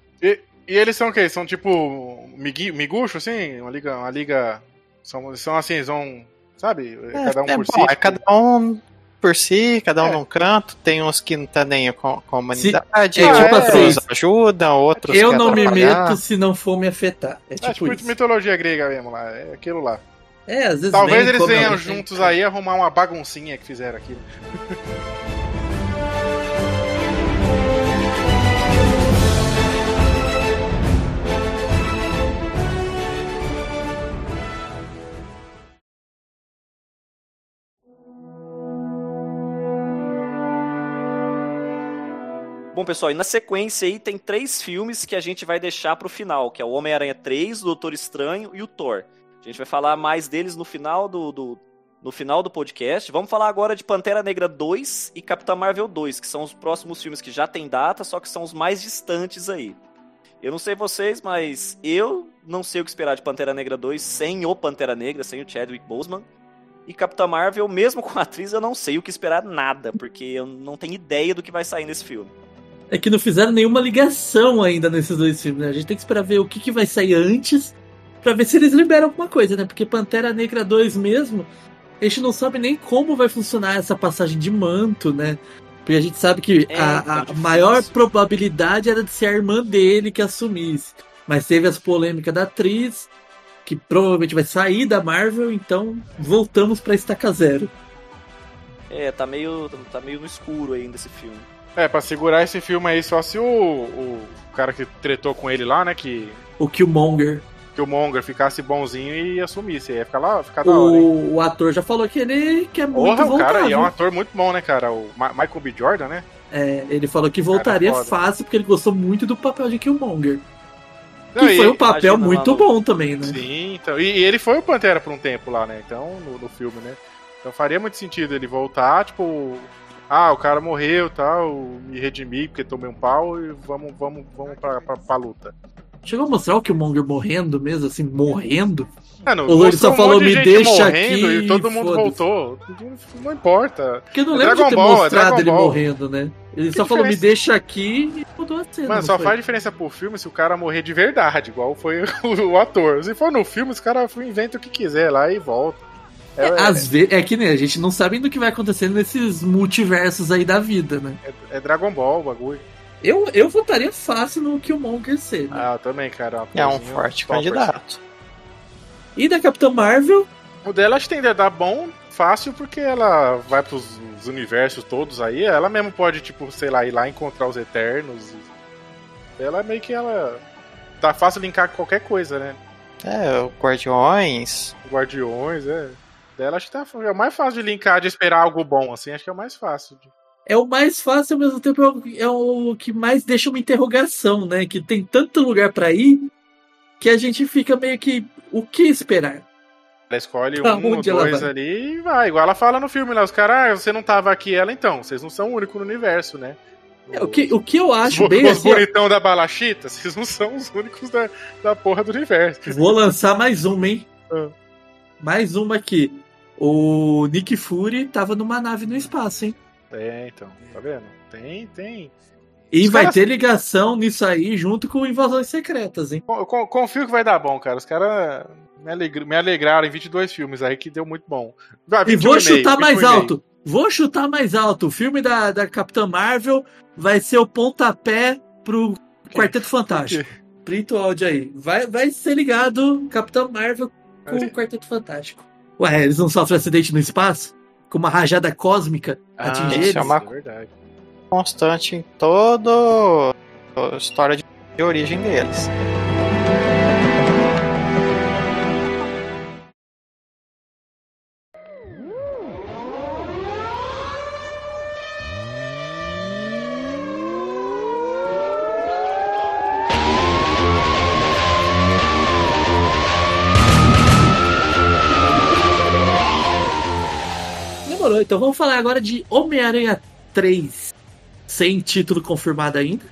Speaker 3: E eles são o quê? São tipo. migui- Migucho, assim? Uma liga. Uma liga... São, são assim, são. Sabe? cada um
Speaker 4: é,
Speaker 3: por
Speaker 4: bom,
Speaker 3: si.
Speaker 4: é cada um por si, cada um
Speaker 3: É.
Speaker 4: num canto. Tem uns que não tá nem com, com a humanidade,
Speaker 5: É,
Speaker 3: tipo
Speaker 4: outros
Speaker 5: assim,
Speaker 4: ajudam, outros
Speaker 5: Eu
Speaker 4: querem
Speaker 5: não me
Speaker 4: atrapalhar.
Speaker 5: meto se não for me afetar. É
Speaker 3: É
Speaker 5: tipo
Speaker 3: tipo
Speaker 5: isso.
Speaker 3: mitologia grega mesmo lá. É aquilo lá.
Speaker 5: É, às vezes
Speaker 3: Talvez
Speaker 5: nem
Speaker 3: eles
Speaker 5: come
Speaker 3: venham
Speaker 5: alguém.
Speaker 3: juntos aí arrumar uma baguncinha que fizeram aqui.
Speaker 6: Bom, pessoal, e na sequência aí tem três filmes que a gente vai deixar pro final, que é o Homem-Aranha 3, o Doutor Estranho e o Thor. A gente vai falar mais deles no final do, do- no final do podcast. Vamos falar agora de Pantera Negra 2 e Capitã Marvel 2, que são os próximos filmes que já tem data, só que são os mais distantes aí. Eu não sei vocês, mas eu não sei o que esperar de Pantera Negra 2 sem o Pantera Negra, sem o Chadwick Boseman. E Capitã Marvel, mesmo com a atriz, eu não sei o que esperar nada, porque eu não tenho ideia do que vai sair nesse filme.
Speaker 5: É que não fizeram nenhuma ligação ainda nesses dois filmes, né? A gente tem que esperar ver o que, que vai sair antes pra ver se eles liberam alguma coisa, né? Porque Pantera Negra 2 mesmo, a gente não sabe nem como vai funcionar essa passagem de manto, né? Porque a gente sabe que
Speaker 6: É,
Speaker 5: a-
Speaker 6: tá
Speaker 5: a,
Speaker 6: difícil.
Speaker 5: maior probabilidade era de ser a irmã dele que assumisse. Mas teve as polêmicas da atriz, que provavelmente vai sair da Marvel, então voltamos pra estaca zero.
Speaker 6: É, tá meio, tá meio no escuro ainda esse filme.
Speaker 3: É, pra segurar esse filme aí, só se o, o cara que tretou com ele lá, né? Que
Speaker 5: O Killmonger
Speaker 3: que o Monger ficasse bonzinho e assumisse. Ia ficar lá, ficar Tá da hora, hein?
Speaker 5: O, o ator já falou que ele quer muito
Speaker 3: Porra, o
Speaker 5: voltar.
Speaker 3: cara, e é
Speaker 5: viu?
Speaker 3: um ator muito bom, né, cara? O Ma- Michael B. Jordan, né?
Speaker 5: É, ele falou que
Speaker 3: Cara,
Speaker 5: voltaria
Speaker 3: foda.
Speaker 5: fácil porque ele gostou muito do papel de Killmonger.
Speaker 3: Não,
Speaker 5: que
Speaker 3: e-
Speaker 5: foi um papel
Speaker 6: imagina,
Speaker 5: muito
Speaker 6: maluco.
Speaker 5: bom também, né?
Speaker 3: Sim, então. E, e ele foi o Pantera por um tempo lá, né? Então, no, no filme, né? Então faria muito sentido ele voltar, tipo. Ah, o cara morreu tal, me redimi porque tomei um pau e vamos, vamos, vamos pra, pra, pra luta.
Speaker 5: Chegou a mostrar o Killmonger morrendo mesmo, assim, morrendo.
Speaker 3: Mano,
Speaker 5: O Lourdes só
Speaker 3: mostrou um
Speaker 5: falou, "Me deixa aqui",
Speaker 3: e todo mundo
Speaker 5: foda-se.
Speaker 3: voltou. Não- Não importa.
Speaker 5: Porque eu não
Speaker 3: É
Speaker 5: lembro
Speaker 3: Dragon
Speaker 5: de ter
Speaker 3: Ball, é
Speaker 5: mostrado
Speaker 3: Dragon
Speaker 5: ele
Speaker 3: Ball.
Speaker 5: morrendo, né? Ele
Speaker 3: Que
Speaker 5: só falou, me
Speaker 3: diferença?
Speaker 5: deixa aqui e mudou a cena.
Speaker 3: Mano,
Speaker 5: não
Speaker 3: só
Speaker 5: foi?
Speaker 3: faz diferença pro filme se o cara morrer de verdade, igual foi o, o ator. Se for no filme, os caras inventam o que quiser lá e volta. É,
Speaker 5: É, Às vezes, é que né, a gente não sabe ainda o que vai acontecer nesses multiversos aí da vida, né?
Speaker 3: é Dragon Ball o bagulho.
Speaker 5: Eu, eu votaria fácil no Killmonger ser. né?
Speaker 3: Ah, também, cara.
Speaker 4: É um
Speaker 3: atorzinho
Speaker 4: forte
Speaker 3: top,
Speaker 4: candidato.
Speaker 5: E da Capitã Marvel,
Speaker 3: assim. O dela acho que tem a dar bom, fácil, porque ela vai pros os universos todos aí. Ela mesmo pode, tipo, sei lá, ir lá encontrar os Eternos. Ela é meio que ela. Tá fácil linkar com qualquer coisa, né?
Speaker 4: É, o Guardiões.
Speaker 3: Guardiões, é. dela, acho que tá, é o mais fácil de linkar, de esperar algo bom, assim, acho que é o mais fácil. de-
Speaker 5: É o mais fácil, ao mesmo tempo é o, é o que mais deixa uma interrogação, né? Que tem tanto lugar pra ir que a gente fica meio que. O que esperar?
Speaker 3: Ela escolhe
Speaker 5: Pra
Speaker 3: um ou
Speaker 5: Tá onde ela
Speaker 3: dois
Speaker 5: vai?
Speaker 3: ali e vai. Igual ela fala no filme lá, os caras, ah, você não tava aqui, ela então, vocês não são o único no universo, né?
Speaker 5: É, O que, o que eu
Speaker 3: Os,
Speaker 5: acho
Speaker 3: bo-
Speaker 5: bem.
Speaker 3: os
Speaker 5: assim, ó,
Speaker 3: bonitão da balachita, vocês não são os únicos da, da porra do universo.
Speaker 5: Vou lançar mais uma, hein?
Speaker 3: Ah.
Speaker 5: Mais uma aqui. O Nick Fury tava numa nave no espaço, hein?
Speaker 3: É, então, tá vendo? Tem, tem.
Speaker 5: E
Speaker 3: Os
Speaker 5: vai
Speaker 3: caras-
Speaker 5: ter ligação nisso aí junto com invasões secretas, hein?
Speaker 3: Con- Eu con- confio que vai dar bom, cara. Os caras me, alegr- me alegraram em 22 filmes aí que deu muito bom. Ah,
Speaker 5: E
Speaker 3: 21
Speaker 5: vou
Speaker 3: meio,
Speaker 5: chutar
Speaker 3: 21
Speaker 5: mais
Speaker 3: e meio.
Speaker 5: alto. Vou chutar mais alto. O filme da, da Capitã Marvel vai ser o pontapé pro Quarteto Fantástico. Print o áudio aí. Vai, vai ser ligado Capitã Marvel com o Quarteto Fantástico. Ué, eles não sofrem acidente no espaço? Com uma rajada cósmica
Speaker 3: Ah,
Speaker 5: atingir
Speaker 4: isso
Speaker 5: eles?
Speaker 4: é uma-
Speaker 3: verdade.
Speaker 4: Constante em toda a história de- de origem deles.
Speaker 5: Demorou, então vamos falar agora de Homem-Aranha 3. Sem título confirmado ainda,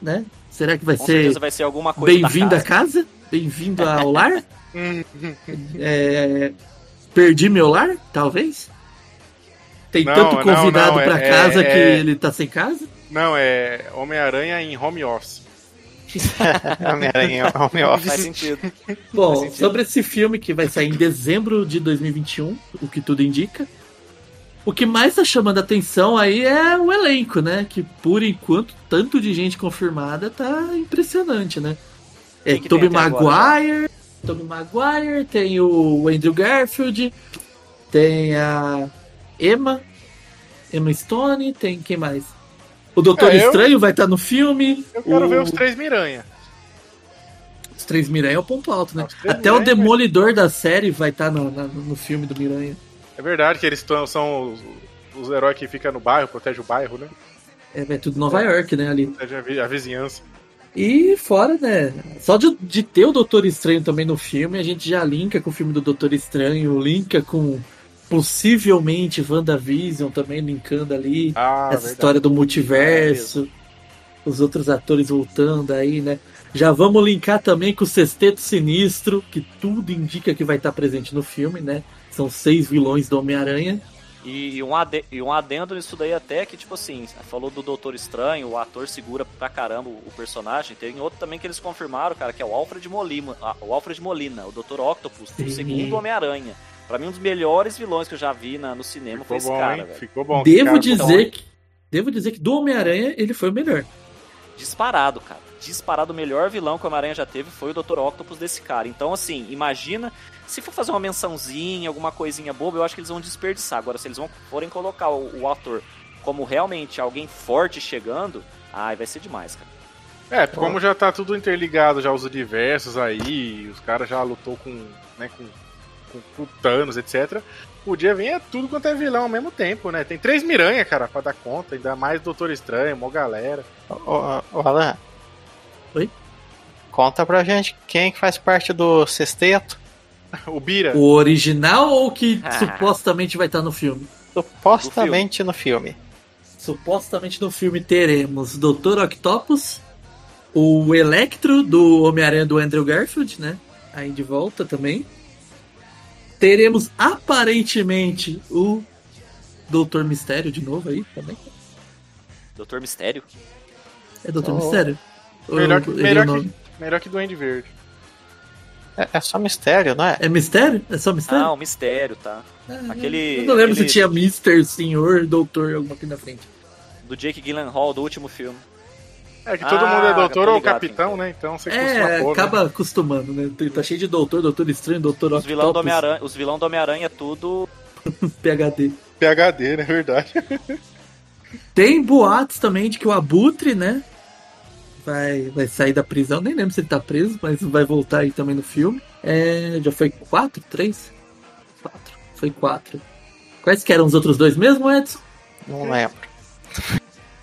Speaker 5: né? Será que vai
Speaker 6: Com
Speaker 5: ser
Speaker 6: certeza vai ser alguma coisa. da
Speaker 5: Bem-vindo à
Speaker 6: casa.
Speaker 5: casa? Bem-vindo ao lar? É, Perdi meu lar, talvez? Tem
Speaker 3: Não,
Speaker 5: tanto
Speaker 3: não,
Speaker 5: convidado
Speaker 3: não, é-
Speaker 5: pra casa
Speaker 3: é-
Speaker 5: que
Speaker 3: é-
Speaker 5: ele tá sem casa?
Speaker 3: Não, é Homem-Aranha em home office.
Speaker 4: É Homem-Aranha, Home
Speaker 6: Faz
Speaker 4: Office.
Speaker 6: sentido.
Speaker 5: Bom,
Speaker 6: sentido.
Speaker 5: sobre esse filme que vai sair em dezembro de 2021, o que tudo indica. O que mais tá chamando a atenção aí é o elenco, né? Que por enquanto, tanto de gente confirmada tá impressionante, né? É
Speaker 6: Quem que tem
Speaker 5: Tobey
Speaker 6: até agora, né?
Speaker 5: Maguire, Tobey Maguire, tem o Andrew Garfield, tem a Emma, Emma Stone, tem quem mais? O Doutor
Speaker 3: É, eu-
Speaker 5: Estranho vai estar no filme.
Speaker 3: Eu quero
Speaker 5: o-
Speaker 3: ver os três Miranha.
Speaker 5: os três Miranha é o ponto alto, né?
Speaker 3: Os três
Speaker 5: Até o
Speaker 3: Miranha, é
Speaker 5: Demolidor da série vai estar no, na- no filme do Miranha.
Speaker 3: É verdade que eles tão- são os, os heróis que ficam no bairro, protege o bairro, né?
Speaker 5: É, é tudo Nova York, né, ali.
Speaker 3: Protege a, vi- a vizinhança.
Speaker 5: E fora, né? Só de, de ter o Doutor Estranho também no filme, a gente já linka com o filme do Doutor Estranho, linka com possivelmente WandaVision também linkando ali.
Speaker 3: Ah,
Speaker 5: essa
Speaker 3: verdade. É
Speaker 5: história do multiverso, os outros atores voltando aí, né? Já vamos linkar também com o Sexteto Sinistro, que tudo indica que vai estar presente no filme, né? São seis vilões do Homem-Aranha.
Speaker 6: E, e um ade- e um adendo nisso daí até que, tipo assim, falou do Doutor Estranho, o ator segura pra caramba o o personagem. Tem outro também que eles confirmaram, cara, que é o Alfred Molina, a- o Alfred Molina, o Dr. Octopus,
Speaker 5: Sim.
Speaker 6: o segundo Homem-Aranha. Pra mim, um dos melhores vilões que eu já vi na- no
Speaker 5: é
Speaker 6: cinema
Speaker 3: Ficou
Speaker 6: foi esse
Speaker 3: bom,
Speaker 6: cara,
Speaker 3: hein?
Speaker 6: velho.
Speaker 3: Ficou bom.
Speaker 5: devo
Speaker 3: cara.
Speaker 5: dizer que devo dizer que do Homem-Aranha ele foi o melhor.
Speaker 6: Disparado, cara. Disparado, o melhor vilão que o Homem-Aranha já teve foi o Dr. Octopus desse cara. Então, assim, imagina, se for fazer uma mençãozinha, alguma coisinha boba, eu acho que eles vão desperdiçar. Agora, se eles vão, forem colocar o, o ator como realmente alguém forte chegando, ai, vai ser demais, cara.
Speaker 3: É, como já tá tudo interligado, já os universos aí, os caras já lutou com, né, com, com, com Thanos, etc. Podia vir é tudo quanto é vilão ao mesmo tempo, né? Tem três Miranha, cara, pra dar conta, ainda mais Doutor Estranho, mó galera.
Speaker 4: Ô, ô, ô, Alan.
Speaker 5: Oi?
Speaker 4: Conta pra gente quem que faz parte do sexteto.
Speaker 3: O Bira.
Speaker 5: O original ou o que
Speaker 6: Ah.
Speaker 5: supostamente vai estar no filme?
Speaker 4: Supostamente no filme.
Speaker 5: Supostamente no filme teremos Dr. Octopus, o Electro do Homem-Aranha do Andrew Garfield, né? Aí de volta também. Teremos aparentemente o Doutor Mistério de novo aí também.
Speaker 6: Doutor Mistério?
Speaker 5: É Doutor
Speaker 4: Oh.
Speaker 5: Mistério?
Speaker 3: Melhor que-
Speaker 5: Ou- ele é o
Speaker 3: melhor que-
Speaker 5: nome.
Speaker 3: Melhor que Duende Verde.
Speaker 4: É, é só mistério, não é?
Speaker 5: É Mistério? É só Mistério?
Speaker 6: Ah, o Mistério, tá?
Speaker 5: Ah,
Speaker 6: aquele-
Speaker 5: Eu não lembro
Speaker 6: aquele-
Speaker 5: se tinha Mister, Senhor, Doutor, alguma coisa na frente.
Speaker 6: Do Jake Gyllenhaal do último filme.
Speaker 3: É que todo
Speaker 6: Ah,
Speaker 3: mundo é
Speaker 6: eu
Speaker 3: doutor
Speaker 6: tô
Speaker 3: ou
Speaker 6: ligado,
Speaker 3: capitão,
Speaker 6: então.
Speaker 3: né? Então você
Speaker 5: É,
Speaker 3: porra, né?
Speaker 5: acaba acostumando, né? Tá cheio de Doutor, Doutor Estranho, Doutor
Speaker 6: Os vilão do
Speaker 5: Octopus,
Speaker 6: Homem-Aranha, os vilão do Homem-Aranha é tudo
Speaker 5: PHD.
Speaker 3: PHD, né? Verdade.
Speaker 5: Tem boatos também de que o Abutre, né? Vai, vai sair da prisão. Nem lembro se ele tá preso, mas vai voltar aí também no filme. É, já foi quatro? Três? Quatro. Foi quatro. Quais que eram os outros dois mesmo, Edson? É.
Speaker 4: Não lembro.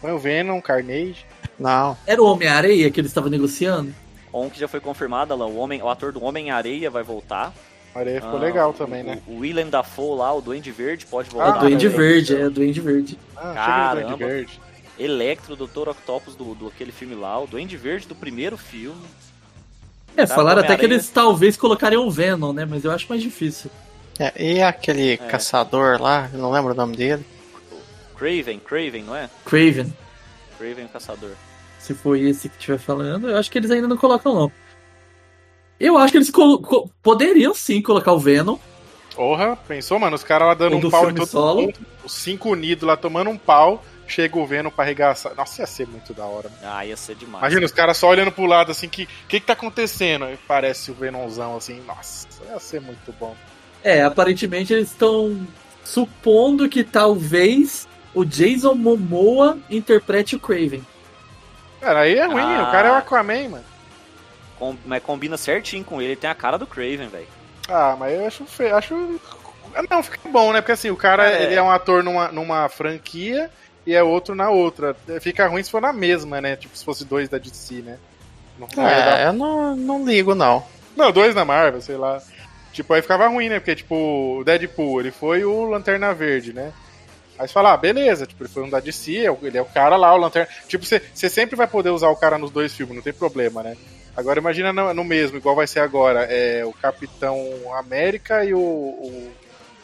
Speaker 3: Foi o Venom, Carnage.
Speaker 4: Não.
Speaker 5: Era o Homem-Areia que eles estavam negociando?
Speaker 6: Um que já foi confirmado, Alan, o, homem, o ator do Homem-Areia vai voltar.
Speaker 3: A areia ficou
Speaker 6: Ah,
Speaker 3: legal
Speaker 6: o-
Speaker 3: também,
Speaker 6: o,
Speaker 3: né?
Speaker 6: O Willem Dafoe lá, o Duende Verde, pode voltar.
Speaker 3: Ah,
Speaker 5: o Duende
Speaker 3: é.
Speaker 6: também.
Speaker 5: Verde, é, o Duende Verde.
Speaker 3: Ah, chega de
Speaker 6: Caramba.
Speaker 3: Duende Verde.
Speaker 6: Electro, Doutor Octopus do, do aquele filme lá, o Duende Verde do primeiro filme.
Speaker 5: É,
Speaker 6: Tá,
Speaker 5: falaram até que
Speaker 6: Homem-Aranha.
Speaker 5: eles talvez colocariam o Venom, né? Mas eu acho mais difícil.
Speaker 4: É, e aquele caçador lá, eu não lembro o nome dele.
Speaker 6: Craven, Craven, não é?
Speaker 5: Craven,
Speaker 6: Craven o Caçador.
Speaker 5: se foi esse que estiver falando, eu acho que eles ainda não colocam, não. Eu acho que eles colo- co- poderiam sim colocar o Venom.
Speaker 3: Porra, pensou, mano? Os caras lá dando
Speaker 5: Ou do
Speaker 3: um pau em
Speaker 5: filme
Speaker 3: todo
Speaker 5: solo.
Speaker 3: mundo. Os cinco unidos lá tomando um pau. Chega o Venom pra arregaçar. Nossa, ia ser muito da hora. mano.
Speaker 6: Ah, ia ser demais.
Speaker 3: Imagina os caras só olhando pro lado assim, que que, que tá acontecendo? Aí parece o Venomzão assim, nossa, ia ser muito bom.
Speaker 5: É, aparentemente eles estão supondo que talvez o Jason Momoa interprete o Craven.
Speaker 3: Cara, aí é ruim,
Speaker 6: Ah.
Speaker 3: o cara é o Aquaman, mano.
Speaker 6: Com- mas combina certinho com ele, ele tem a cara do Craven, velho.
Speaker 3: Ah, mas eu acho feio, acho. Ah, Não, fica bom, né? Porque assim, o cara
Speaker 6: É.
Speaker 3: ele é um ator numa, numa franquia e é outro na outra. Fica ruim se for na mesma, né? Tipo, se fosse dois da DC, né? Não,
Speaker 5: Ah,
Speaker 3: não ia dar-
Speaker 4: É, eu não, não ligo, não.
Speaker 3: não, dois na Marvel, sei lá. Tipo, aí ficava ruim, né? Porque, tipo, o Deadpool, ele foi o Lanterna Verde, né? Aí você fala, ah, beleza, tipo, ele foi um da DC, é o- ele é o cara lá, o Lanterna. Tipo, você você sempre vai poder usar o cara nos dois filmes, não tem problema, né? Agora imagina no, no mesmo, igual vai ser agora, é o Capitão América e o, o,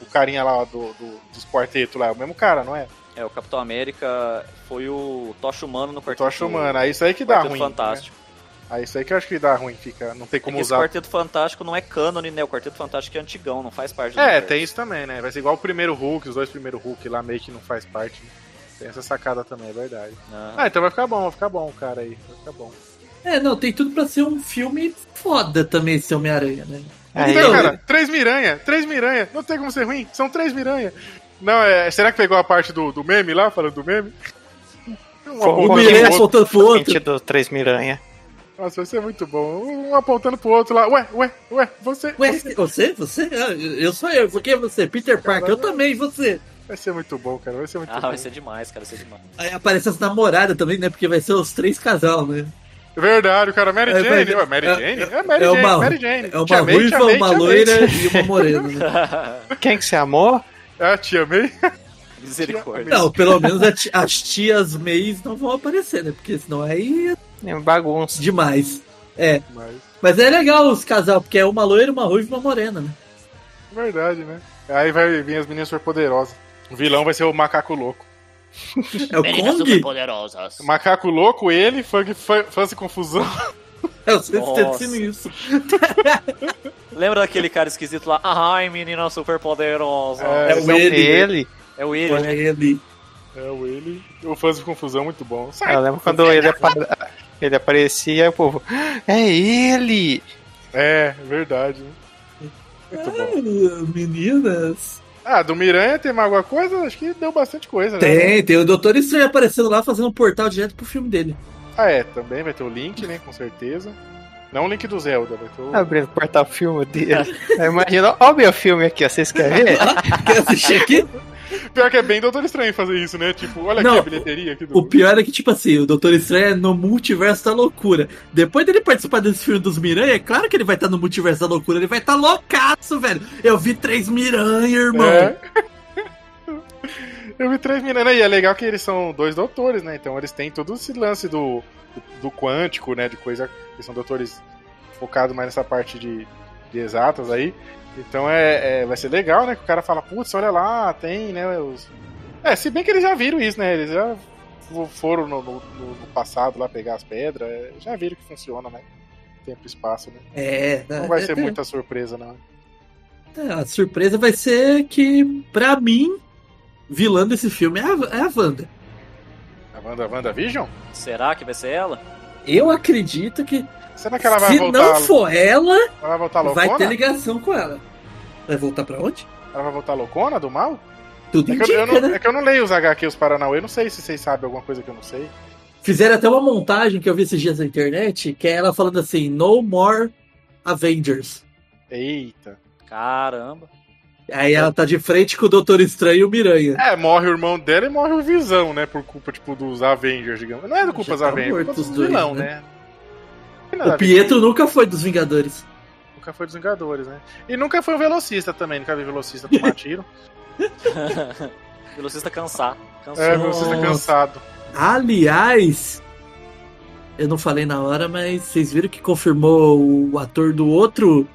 Speaker 3: o carinha lá do, do- dos quartetos lá, é o mesmo cara, não é?
Speaker 6: É, o Capitão América foi o Tocha Humano no
Speaker 3: Eu
Speaker 6: quarteto.
Speaker 3: tô achando, mano, aí isso aí que dá
Speaker 6: Quarteto
Speaker 3: ruim.
Speaker 6: Fantástico.
Speaker 3: né? Aí isso aí que eu acho que dá ruim, fica, não tem
Speaker 6: É
Speaker 3: como
Speaker 6: que esse
Speaker 3: usar.
Speaker 6: Quarteto Fantástico não é cânone, né? O Quarteto Fantástico é antigão, não faz parte do
Speaker 3: É,
Speaker 6: universo.
Speaker 3: tem isso também, né? Vai ser igual o primeiro Hulk, os dois primeiros Hulk lá meio que não faz parte. né? Tem essa sacada também, é verdade.
Speaker 6: Aham.
Speaker 3: Ah, então vai ficar bom, vai ficar bom, cara aí. Vai ficar bom.
Speaker 5: É, não, tem tudo pra ser um filme foda também esse Homem-Aranha, né?
Speaker 4: Aí,
Speaker 3: Não,
Speaker 5: Então,
Speaker 3: cara, três miranha, três miranha. Não tem como ser ruim, são três miranha. Não, é. Será que pegou a parte do, do meme lá, falando do meme? Um
Speaker 4: Foi- né?
Speaker 5: O
Speaker 4: Pô,
Speaker 3: apontando
Speaker 4: foi-
Speaker 5: Miranha
Speaker 3: pro
Speaker 4: foi-
Speaker 3: outro.
Speaker 5: soltando pro outro.
Speaker 4: sentido Três Miranha.
Speaker 3: Nossa, vai ser muito bom. Um apontando pro outro lá. Ué, ué, ué, você.
Speaker 5: Ué,
Speaker 3: você.
Speaker 5: você? Você? Ah, Eu sou eu. Por que você? Peter Parker, eu também, e você?
Speaker 3: Vai ser muito bom, cara. Vai ser muito
Speaker 6: Ah,
Speaker 3: bom.
Speaker 6: vai ser demais, cara, vai ser demais.
Speaker 5: Aí aparece as namoradas também, né? Porque vai ser os três casal, né?
Speaker 3: Verdade, o cara. Mary
Speaker 5: É,
Speaker 3: Jane.
Speaker 5: vai-
Speaker 3: Ué, Mary
Speaker 5: é-
Speaker 3: Jane? É, Mary
Speaker 5: é
Speaker 3: Jane,
Speaker 5: uma-
Speaker 3: Mary Jane.
Speaker 5: É uma
Speaker 3: Te amei, te
Speaker 5: ruiva,
Speaker 3: amei, te
Speaker 5: uma
Speaker 3: amei.
Speaker 5: loira e uma morena. né?
Speaker 4: Quem que você amou?
Speaker 3: Ah, te amei.
Speaker 6: Misericórdia.
Speaker 5: Não, pelo menos a ti- as tias Mays não vão aparecer, né? Porque senão aí é
Speaker 4: É Bagunça.
Speaker 5: demais. É,
Speaker 3: Mas,
Speaker 5: mas é legal os casal, porque é uma loira, uma ruiva e uma morena, né?
Speaker 3: verdade, né? Aí vai vir as meninas superpoderosas. O vilão vai ser o Macaco Louco.
Speaker 5: É o Kong?
Speaker 6: poderosas.
Speaker 3: Macaco Louco, ele, funk, fã- fãs e confusão.
Speaker 5: É o sexteto
Speaker 6: Nossa.
Speaker 5: sinistro.
Speaker 6: Lembra daquele cara esquisito lá? Ai, menina super poderosa.
Speaker 3: É,
Speaker 5: É
Speaker 4: Esse
Speaker 5: o ele.
Speaker 4: ele.
Speaker 6: É o ele, né?
Speaker 5: É ele.
Speaker 3: É o ele. O fãs e confusão, muito bom. Sai.
Speaker 4: Eu lembro quando ele, apa- ele aparecia e o povo. "Ah, É ele!
Speaker 3: É, verdade. né? Muito bom.
Speaker 5: Ah, meninas.
Speaker 3: Ah, do Miranha tem mais alguma coisa? Acho que deu bastante coisa, né?
Speaker 5: Tem, tem o Doutor Estranho aparecendo lá fazendo um portal direto pro filme dele.
Speaker 3: Ah, é. Também vai ter o Link, né? Com certeza. Não o Link do Zelda, vai ter o...
Speaker 5: Ah.
Speaker 4: Abrindo o porta-filme dele. Aí Imagina, ó, o meu filme aqui, ó, vocês querem ver?
Speaker 5: Quer assistir aqui?
Speaker 3: Pior que é bem Doutor Estranho fazer isso, né? Tipo, olha
Speaker 5: Não,
Speaker 3: aqui a bilheteria aqui do...
Speaker 5: O pior é que, tipo assim, o Doutor Estranho é no multiverso da loucura. Depois dele participar desse filme dos Miranha, é claro que ele vai estar no multiverso da loucura. Ele vai estar loucaço, velho. Eu vi três Miranha, irmão.
Speaker 3: É. Eu vi três meninas. E é legal que eles são dois doutores, né? Então eles têm todo esse lance do, do quântico, né? De coisa. Eles são doutores focados mais nessa parte de, de exatas aí. Então é, é- vai ser legal, né? Que o cara fala, putz, olha lá, tem, né? Os... É, se bem que eles já viram isso, né? Eles já fo- foram no, no- no- no passado lá pegar as pedras. é, Já viram que funciona, né? Tempo e espaço, né?
Speaker 5: É, né?
Speaker 3: Não vai ser muita surpresa, não.
Speaker 5: É, A surpresa vai ser que, pra mim, vilã desse filme é a, é a Wanda.
Speaker 3: A Wanda, Wanda Vision?
Speaker 6: Será que vai ser ela?
Speaker 5: Eu acredito que,
Speaker 3: Será que ela vai
Speaker 5: se
Speaker 3: voltar?
Speaker 5: não for ela,
Speaker 3: Ela vai voltar loucona?
Speaker 5: vai ter ligação com ela. Vai voltar pra onde?
Speaker 3: Ela vai voltar loucona do mal?
Speaker 5: Tudo
Speaker 3: É que, eu,
Speaker 5: indica,
Speaker 3: eu não,
Speaker 5: né?
Speaker 3: é que eu não leio os HQ, os Paranauê, não sei se vocês sabem alguma coisa que eu não sei.
Speaker 5: Fizeram até uma montagem que eu vi esses dias na internet, que é ela falando assim, no more Avengers.
Speaker 3: Eita.
Speaker 6: Caramba.
Speaker 5: Aí ela tá de frente com o Doutor Estranho e o Miranha.
Speaker 3: É, morre o irmão dela e morre o Visão, né? Por culpa, tipo, dos Avengers, digamos. Não é do culpa
Speaker 5: Já
Speaker 3: dos
Speaker 5: tá
Speaker 3: Avengers, é
Speaker 5: morto
Speaker 3: culpa
Speaker 5: os
Speaker 3: dos
Speaker 5: dois,
Speaker 3: vilão,
Speaker 5: né?
Speaker 3: né? Tem nada
Speaker 5: O
Speaker 3: a ver.
Speaker 5: Pietro nunca foi dos Vingadores.
Speaker 3: Nunca foi dos Vingadores, né? E nunca foi um velocista também, nunca vi velocista tomar tiro.
Speaker 6: Velocista cansar. Cansou.
Speaker 3: é, velocista
Speaker 5: Nossa.
Speaker 3: cansado.
Speaker 5: Aliás, eu não falei na hora, mas vocês viram que confirmou o ator do outro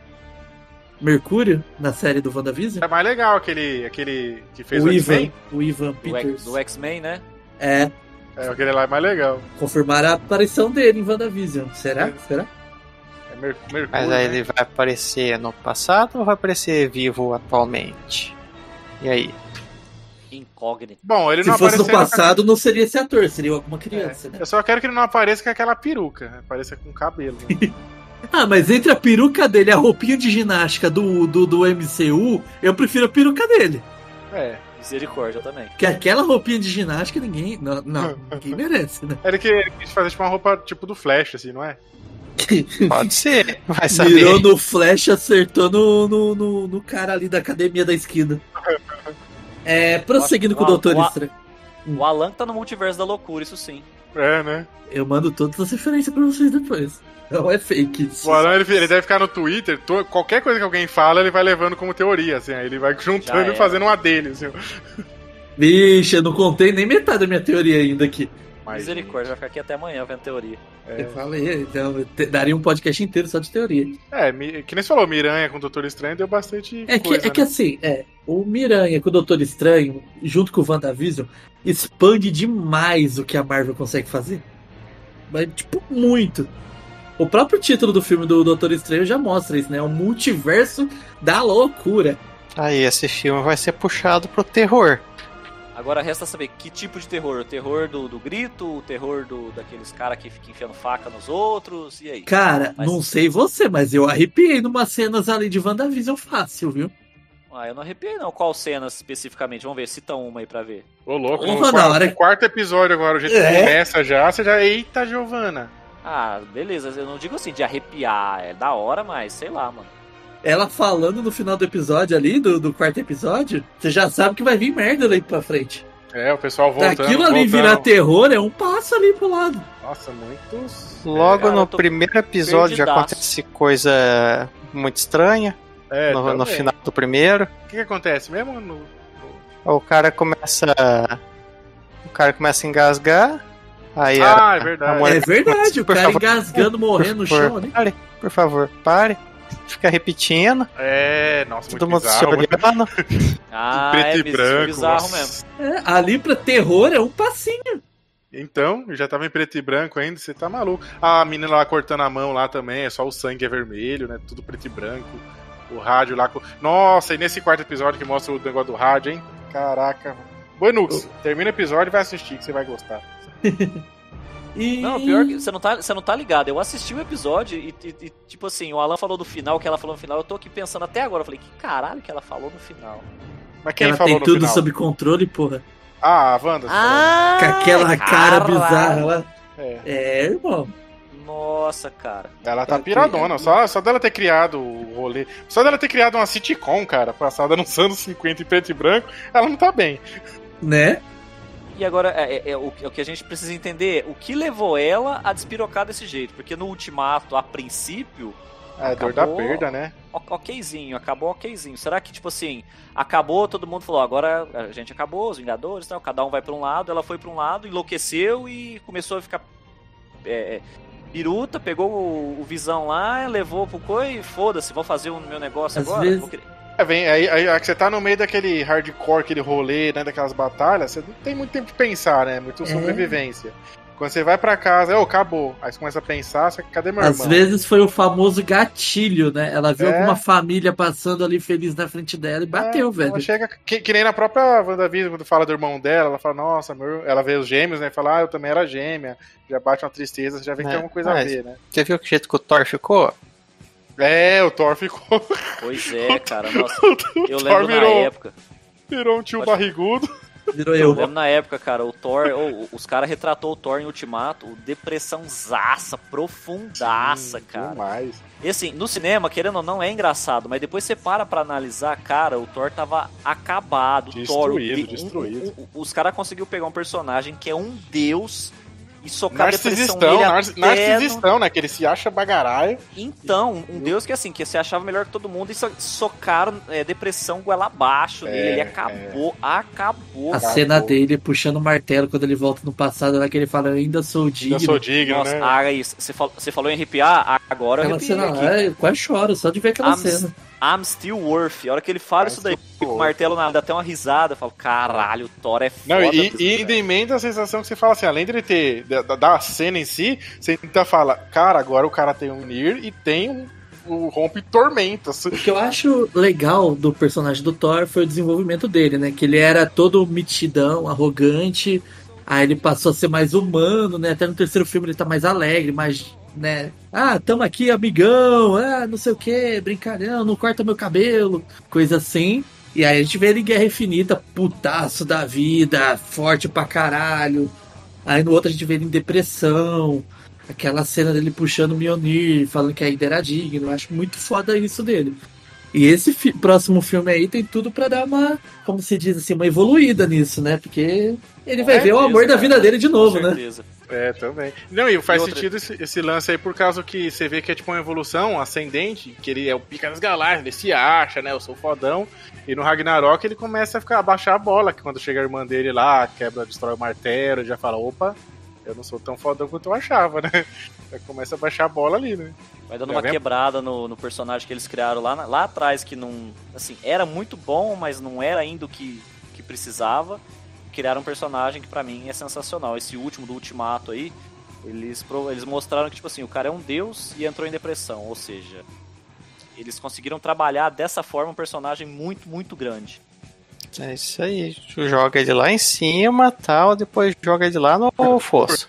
Speaker 5: Mercúrio na série do WandaVision?
Speaker 3: É mais legal aquele, aquele que fez
Speaker 5: O
Speaker 3: o
Speaker 5: Ivan,
Speaker 3: X-Men.
Speaker 5: o Ivan
Speaker 6: Do X-
Speaker 5: Peters.
Speaker 6: do X-Men, né?
Speaker 5: É,
Speaker 3: É, aquele lá é mais legal.
Speaker 5: confirmaram a aparição dele em WandaVision. Será? Será?
Speaker 3: É Mer- Mercúrio.
Speaker 4: Mas aí
Speaker 3: né?
Speaker 4: ele vai aparecer no passado ou vai aparecer vivo atualmente? E aí?
Speaker 6: Incógnito.
Speaker 3: Bom, ele
Speaker 5: Se
Speaker 3: não
Speaker 5: fosse
Speaker 3: apareceu. É.
Speaker 5: no passado, não seria esse ator, seria alguma criança, né?
Speaker 3: Eu só quero que ele não apareça com aquela peruca, né? apareça com cabelo. né?
Speaker 5: Ah, mas entre a peruca dele e a roupinha de ginástica do, do, do MCU, eu prefiro a peruca dele.
Speaker 3: é.
Speaker 6: Misericórdia eu também.
Speaker 5: Porque aquela roupinha de ginástica ninguém. Não, não, ninguém merece, né?
Speaker 3: Ele que ele quis fazer tipo uma roupa tipo do Flash, assim, não é?
Speaker 4: Pode ser, vai saber.
Speaker 5: Mirou no flash, acertou no, no, no, no cara ali da academia da esquina. É, prosseguindo com o
Speaker 6: Uau,
Speaker 5: Doutor
Speaker 6: uau.
Speaker 5: Estranho.
Speaker 6: O Alan tá no multiverso da loucura, isso sim.
Speaker 3: É, né?
Speaker 5: Eu mando todas as referências pra vocês depois. Não é fake isso.
Speaker 3: O Alan, ele, ele deve ficar no Twitter, to- qualquer coisa que alguém fala, ele vai levando como teoria, assim, aí ele vai
Speaker 6: Já
Speaker 3: juntando
Speaker 6: é.
Speaker 3: e fazendo uma dele, assim.
Speaker 5: Vixe, eu não contei nem metade da minha teoria ainda aqui.
Speaker 3: Mas,
Speaker 6: Misericórdia, vai ficar aqui até amanhã vendo teoria.
Speaker 5: Eu falei, então, eu te- daria um podcast inteiro só de teoria.
Speaker 3: É, mi- que nem você falou, Miranha com o Doutor Estranho deu bastante
Speaker 5: É que,
Speaker 3: coisa,
Speaker 5: é que
Speaker 3: né?
Speaker 5: assim, é, o Miranha com o Doutor Estranho, junto com o WandaVision, expande demais o que a Marvel consegue fazer. Mas, tipo, muito. O próprio título do filme do Doutor Estranho já mostra isso, né? O multiverso da loucura.
Speaker 4: Aí esse filme vai ser puxado pro terror.
Speaker 6: Agora resta saber que tipo de terror. O terror do, do grito, o terror do, daqueles caras que ficam enfiando faca nos outros, e aí?
Speaker 5: Cara,
Speaker 6: Mas-
Speaker 5: não sei você, mas eu arrepiei numas cenas ali de WandaVision fácil, viu?
Speaker 6: Ah, eu não arrepiei não. Qual cena especificamente? Vamos ver, cita uma aí pra ver.
Speaker 3: Ô, louco,
Speaker 5: Porra,
Speaker 3: no quarto,
Speaker 5: da hora.
Speaker 3: no quarto episódio agora, o jeito
Speaker 5: É.
Speaker 3: que começa já, você já. Eita, Giovana!
Speaker 6: Ah, beleza. Eu não digo assim de arrepiar, é da hora, mas sei lá, mano.
Speaker 5: Ela falando no final do episódio ali, do, do quarto episódio, você já sabe que vai vir merda daí pra frente.
Speaker 3: É, o pessoal voltando.
Speaker 5: Daquilo Tá, ali
Speaker 3: voltando.
Speaker 5: virar terror é um passo ali pro lado.
Speaker 3: Nossa, muitos.
Speaker 4: Logo
Speaker 6: Cara, É, eu
Speaker 4: no
Speaker 6: tô
Speaker 4: primeiro episódio já
Speaker 6: perdidaço.
Speaker 4: acontece coisa muito estranha.
Speaker 3: É,
Speaker 4: no, no
Speaker 3: também.
Speaker 4: final do primeiro.
Speaker 3: O que, que acontece mesmo? No...
Speaker 4: O cara começa. O cara começa a engasgar. Aí a-
Speaker 3: Ah, é
Speaker 4: a
Speaker 3: verdade.
Speaker 4: mulher-
Speaker 5: É verdade, o
Speaker 4: Por
Speaker 5: cara
Speaker 4: favor.
Speaker 5: engasgando, morrendo
Speaker 4: por
Speaker 5: no chão
Speaker 4: favor,
Speaker 5: ali.
Speaker 4: pare, "Ah, por favor, pare. Fica repetindo,
Speaker 3: É, nossa, muito
Speaker 4: todo mundo se
Speaker 3: bizarro. muito
Speaker 4: olhando.
Speaker 6: Ah,
Speaker 3: preto
Speaker 6: é
Speaker 3: e
Speaker 6: bis-
Speaker 3: branco.
Speaker 6: bizarro
Speaker 3: nossa.
Speaker 6: mesmo.
Speaker 5: É, ali pra terror é um passinho.
Speaker 3: Então, eu já tava em preto e branco ainda, você tá maluco. A menina lá cortando a mão lá também, é só o sangue é vermelho, né? Tudo preto e branco. O rádio lá. co- Nossa, e nesse quarto episódio que mostra o negócio do rádio, hein? Caraca. Boinux, termina o episódio e vai assistir, que você vai gostar.
Speaker 5: E...
Speaker 6: Não, pior que você não tá, você não tá ligado. Eu assisti o episódio e, e- e, tipo assim, o Alan falou do final, o que ela falou no final, eu tô aqui pensando até agora. Eu falei, que caralho que ela falou no final.
Speaker 3: Mas quem
Speaker 5: ela
Speaker 3: falou
Speaker 5: tem
Speaker 3: no
Speaker 5: tudo
Speaker 3: final?
Speaker 5: sob controle, porra.
Speaker 3: Ah, a Wanda.
Speaker 6: Ah!
Speaker 5: Com aquela cara
Speaker 6: caralho.
Speaker 5: bizarra lá.
Speaker 3: É,
Speaker 5: É, irmão.
Speaker 6: Nossa, cara.
Speaker 3: ela tá piradona. Só, só dela ter criado o rolê. Só dela ter criado uma sitcom, cara, passada nos anos 50 em preto e branco, ela não tá bem.
Speaker 5: Né?
Speaker 6: E agora, é, é- é o, que- o que a gente precisa entender é o que levou ela a despirocar desse jeito. Porque no ultimato, a princípio,
Speaker 3: É, dor da
Speaker 6: Acabou.
Speaker 3: perda, né?
Speaker 6: o- okzinho, acabou okzinho. Será que, tipo assim, acabou, todo mundo falou, agora a gente acabou, os Vingadores, tal, cada um vai pra um lado, ela foi pra um lado, enlouqueceu e começou a ficar. É, é, Piruta, pegou o, o visão lá, levou pro coi e foda-se, vou fazer o meu negócio
Speaker 5: Às
Speaker 6: agora.
Speaker 5: vezes-
Speaker 6: vou cri-
Speaker 3: É, vem, aí, aí, aí que você tá no meio daquele hardcore, aquele rolê, né, daquelas batalhas, você não tem muito tempo de pensar, né? Muito
Speaker 5: É.
Speaker 3: sobrevivência. Quando você vai pra casa, ô, acabou. Aí você começa a pensar, você, cadê meu
Speaker 5: Às
Speaker 3: irmão?
Speaker 5: vezes foi o famoso gatilho, né? Ela viu
Speaker 3: É.
Speaker 5: alguma família passando ali feliz na frente dela e bateu,
Speaker 3: Ela
Speaker 5: velho.
Speaker 3: Então, chega, que, que nem na própria WandaVision, quando fala do irmão dela, ela fala, nossa, meu, ir-" ela vê os gêmeos, né? e Fala, ah, eu também era gêmea. Já bate uma tristeza, você já vê que
Speaker 4: É,
Speaker 3: tem alguma coisa a
Speaker 4: mas-
Speaker 3: ver, né?
Speaker 4: Você viu que jeito que o Thor ficou?
Speaker 3: É, o Thor ficou,
Speaker 6: Pois é, cara, nossa, eu
Speaker 3: Thor
Speaker 6: lembro na
Speaker 3: virou-
Speaker 6: época.
Speaker 3: virou um tio
Speaker 6: Pode-
Speaker 3: barrigudo.
Speaker 5: Virou
Speaker 6: Eu
Speaker 5: eu.
Speaker 6: lembro na época, cara, o Thor, o- o- os caras retratou o Thor em Ultimato, o depressão zaça, profundaça, cara.
Speaker 3: Demais.
Speaker 6: E assim, no cinema, querendo ou não, é engraçado, mas depois você para pra analisar, cara, o Thor tava acabado. o Thor, o
Speaker 3: Destruído,
Speaker 6: de- um-
Speaker 3: destruído.
Speaker 6: um- um- os caras conseguiu pegar um personagem que é um deus e socar a depressão
Speaker 3: Narcisistão,
Speaker 6: nele
Speaker 3: narci-
Speaker 6: até no-
Speaker 3: narcisistão, né? Que ele se acha bagaraio.
Speaker 6: Então, um deus que assim, que você achava melhor que todo mundo e so- socaram é, depressão goela abaixo nele,
Speaker 3: É,
Speaker 6: ele acabou, acabou.
Speaker 5: A
Speaker 6: cara.
Speaker 5: cena dele puxando o martelo quando ele volta no passado, lá que ele fala, eu ainda sou digno.
Speaker 3: Eu sou digno,
Speaker 6: Nossa,
Speaker 3: né?
Speaker 6: ah, isso. Você falou, você falou em arrepiar? Ah, Agora eu
Speaker 5: Aquela cena
Speaker 6: arrepiei aqui.
Speaker 5: lá, eu quase choro, só de ver aquela
Speaker 6: I'm
Speaker 5: cena.
Speaker 6: I'm still worth. A hora que ele fala
Speaker 3: I'm
Speaker 6: isso daí,
Speaker 3: still
Speaker 6: com o
Speaker 3: worth.
Speaker 6: martelo na dá até uma risada. Eu falo, caralho, o Thor é foda.
Speaker 3: Não, e,
Speaker 6: bicho,
Speaker 3: e
Speaker 6: velho."
Speaker 3: ainda emenda a sensação que você fala assim, além dele ter da, da- da cena em si, você ainda fala, cara, agora o cara tem um Nir e tem um, o rompe tormentas.
Speaker 5: O que eu acho legal do personagem do Thor foi o desenvolvimento dele, né? Que ele era todo mitidão, arrogante, aí ele passou a ser mais humano, né? Até no terceiro filme ele tá mais alegre, mais, né? Ah, tamo aqui, amigão, ah, não sei o que, brincalhão, não corta meu cabelo, coisa assim. E aí a gente vê ele em Guerra Infinita, putaço da vida, forte pra caralho. Aí no outro a gente vê ele em depressão, aquela cena dele puxando o Mionir, falando que ainda era digno. Eu acho muito foda isso dele. E esse fi- próximo filme aí tem tudo pra dar uma, como se diz assim, uma evoluída nisso, né? Porque ele
Speaker 6: Com
Speaker 5: vai ver o
Speaker 6: certeza,
Speaker 5: amor da
Speaker 6: cara.
Speaker 5: vida dele de
Speaker 6: Com
Speaker 5: novo, né?
Speaker 6: certeza.
Speaker 3: É, também. Não, e faz
Speaker 6: E outra-
Speaker 3: sentido esse, esse lance aí por causa que você vê que é tipo uma evolução ascendente, que ele é o pica das galáxias, ele se acha, né? Eu sou fodão. E no Ragnarok ele começa a ficar a baixar a bola, que quando chega a irmã dele lá, quebra, destrói o martelo, ele já fala, opa, eu não sou tão fodão quanto eu achava, né? Aí começa a baixar a bola ali, né?
Speaker 6: Vai dando
Speaker 3: Já
Speaker 6: uma
Speaker 3: vem?
Speaker 6: quebrada no, no personagem que eles criaram lá, na- lá atrás, que não. Assim, era muito bom, mas não era ainda o que, que precisava. Criaram um personagem que pra mim é sensacional. Esse último do Ultimato aí, eles, pro- eles mostraram que, tipo assim, o cara é um deus e entrou em depressão. Ou seja, eles conseguiram trabalhar dessa forma um personagem muito, muito grande.
Speaker 4: É isso aí. Tu joga ele lá em cima, tal, depois joga ele
Speaker 3: É,
Speaker 4: lá no fosso.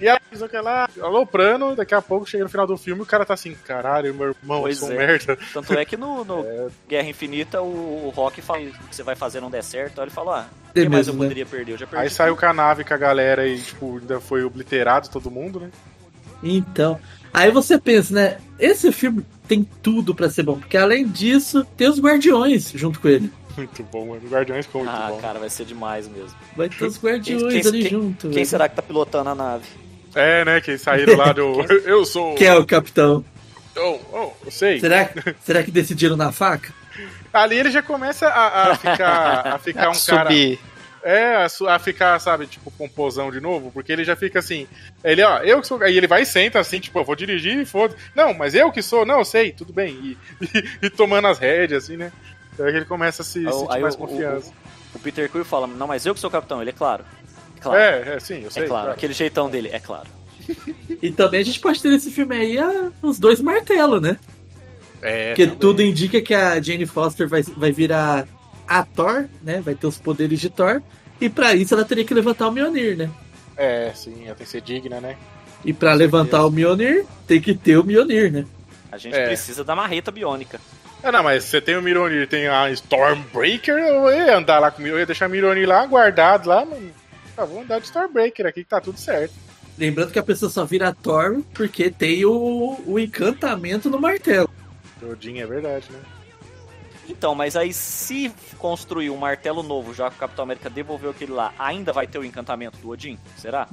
Speaker 3: E aí, não sei o que lá, aloprando, daqui a pouco chega no final do filme e o cara tá assim, caralho, meu irmão,
Speaker 6: Pois
Speaker 3: eu sou um
Speaker 6: é.
Speaker 3: merda.
Speaker 6: Tanto é que no, no Guerra Infinita o, o Rock fala o que você vai fazer não der certo. Aí ele fala, ah, o
Speaker 5: É
Speaker 6: que mais eu
Speaker 5: mesmo, né?
Speaker 6: poderia perder? Eu já perdi.
Speaker 3: Aí saiu com a nave com a galera e, tipo, ainda foi obliterado todo mundo, né?
Speaker 5: Então, aí você pensa, né? Esse filme tem tudo pra ser bom, porque além disso, tem os Guardiões junto com ele.
Speaker 3: Muito bom, mano. Guardiões ficou muito
Speaker 6: ah,
Speaker 3: bom.
Speaker 6: cara, vai ser demais mesmo.
Speaker 5: Vai ter os Guardiões
Speaker 6: Quem- quem-
Speaker 5: ali
Speaker 6: quem-
Speaker 5: junto. né?
Speaker 6: Quem
Speaker 5: velho.
Speaker 6: será que tá pilotando a nave?
Speaker 3: É, né? Que saíram lá do. eu sou.
Speaker 5: que é o capitão?
Speaker 3: Oh, oh, eu sei.
Speaker 5: Será, será que decidiram na faca?
Speaker 3: Ali ele já começa a, a ficar, a ficar um cara.
Speaker 4: Subir.
Speaker 3: É, a, su- a ficar, sabe, tipo, pomposão de novo, porque ele já fica assim. Ele, ó, eu que sou. Aí ele vai e senta assim, tipo, eu vou dirigir e foda. Não, mas eu que sou, não, eu sei, tudo bem. E, e, e tomando as rédeas, assim, né? Aí ele começa a se
Speaker 6: Aí o-
Speaker 3: sentir
Speaker 6: aí
Speaker 3: mais
Speaker 6: o-
Speaker 3: confiança.
Speaker 6: O Peter Quill fala, não, mas eu que sou o capitão. Ele é claro. É claro. É,
Speaker 3: É, é, sim, eu sei.
Speaker 6: claro.
Speaker 3: claro.
Speaker 6: Aquele jeitão dele, é claro.
Speaker 5: E também a gente pode ter nesse filme aí ah, os dois martelos, né?
Speaker 3: É,
Speaker 5: Porque tudo indica que a Jane Foster vai, vai virar a Thor, né? Vai ter os poderes de Thor. E pra isso ela teria que levantar o Mjolnir, né?
Speaker 3: é, sim, ela tem que ser digna, né?
Speaker 5: E pra levantar o Mjolnir, tem que ter o Mjolnir, né?
Speaker 6: A gente
Speaker 3: É.
Speaker 6: precisa da marreta biônica.
Speaker 3: Ah, não, mas você tem o Mironi, tem a Stormbreaker, eu ia andar lá comigo, eu ia deixar o Mironi lá guardado lá, mano. Ah, vou andar de Stormbreaker aqui que tá tudo certo.
Speaker 5: Lembrando que a pessoa só vira Thor porque tem o, o encantamento no martelo.
Speaker 3: Odin é verdade, né?
Speaker 6: Então, mas aí se construir um martelo novo, já que o Capitão América devolveu aquele lá, ainda vai ter o encantamento do Odin? Será?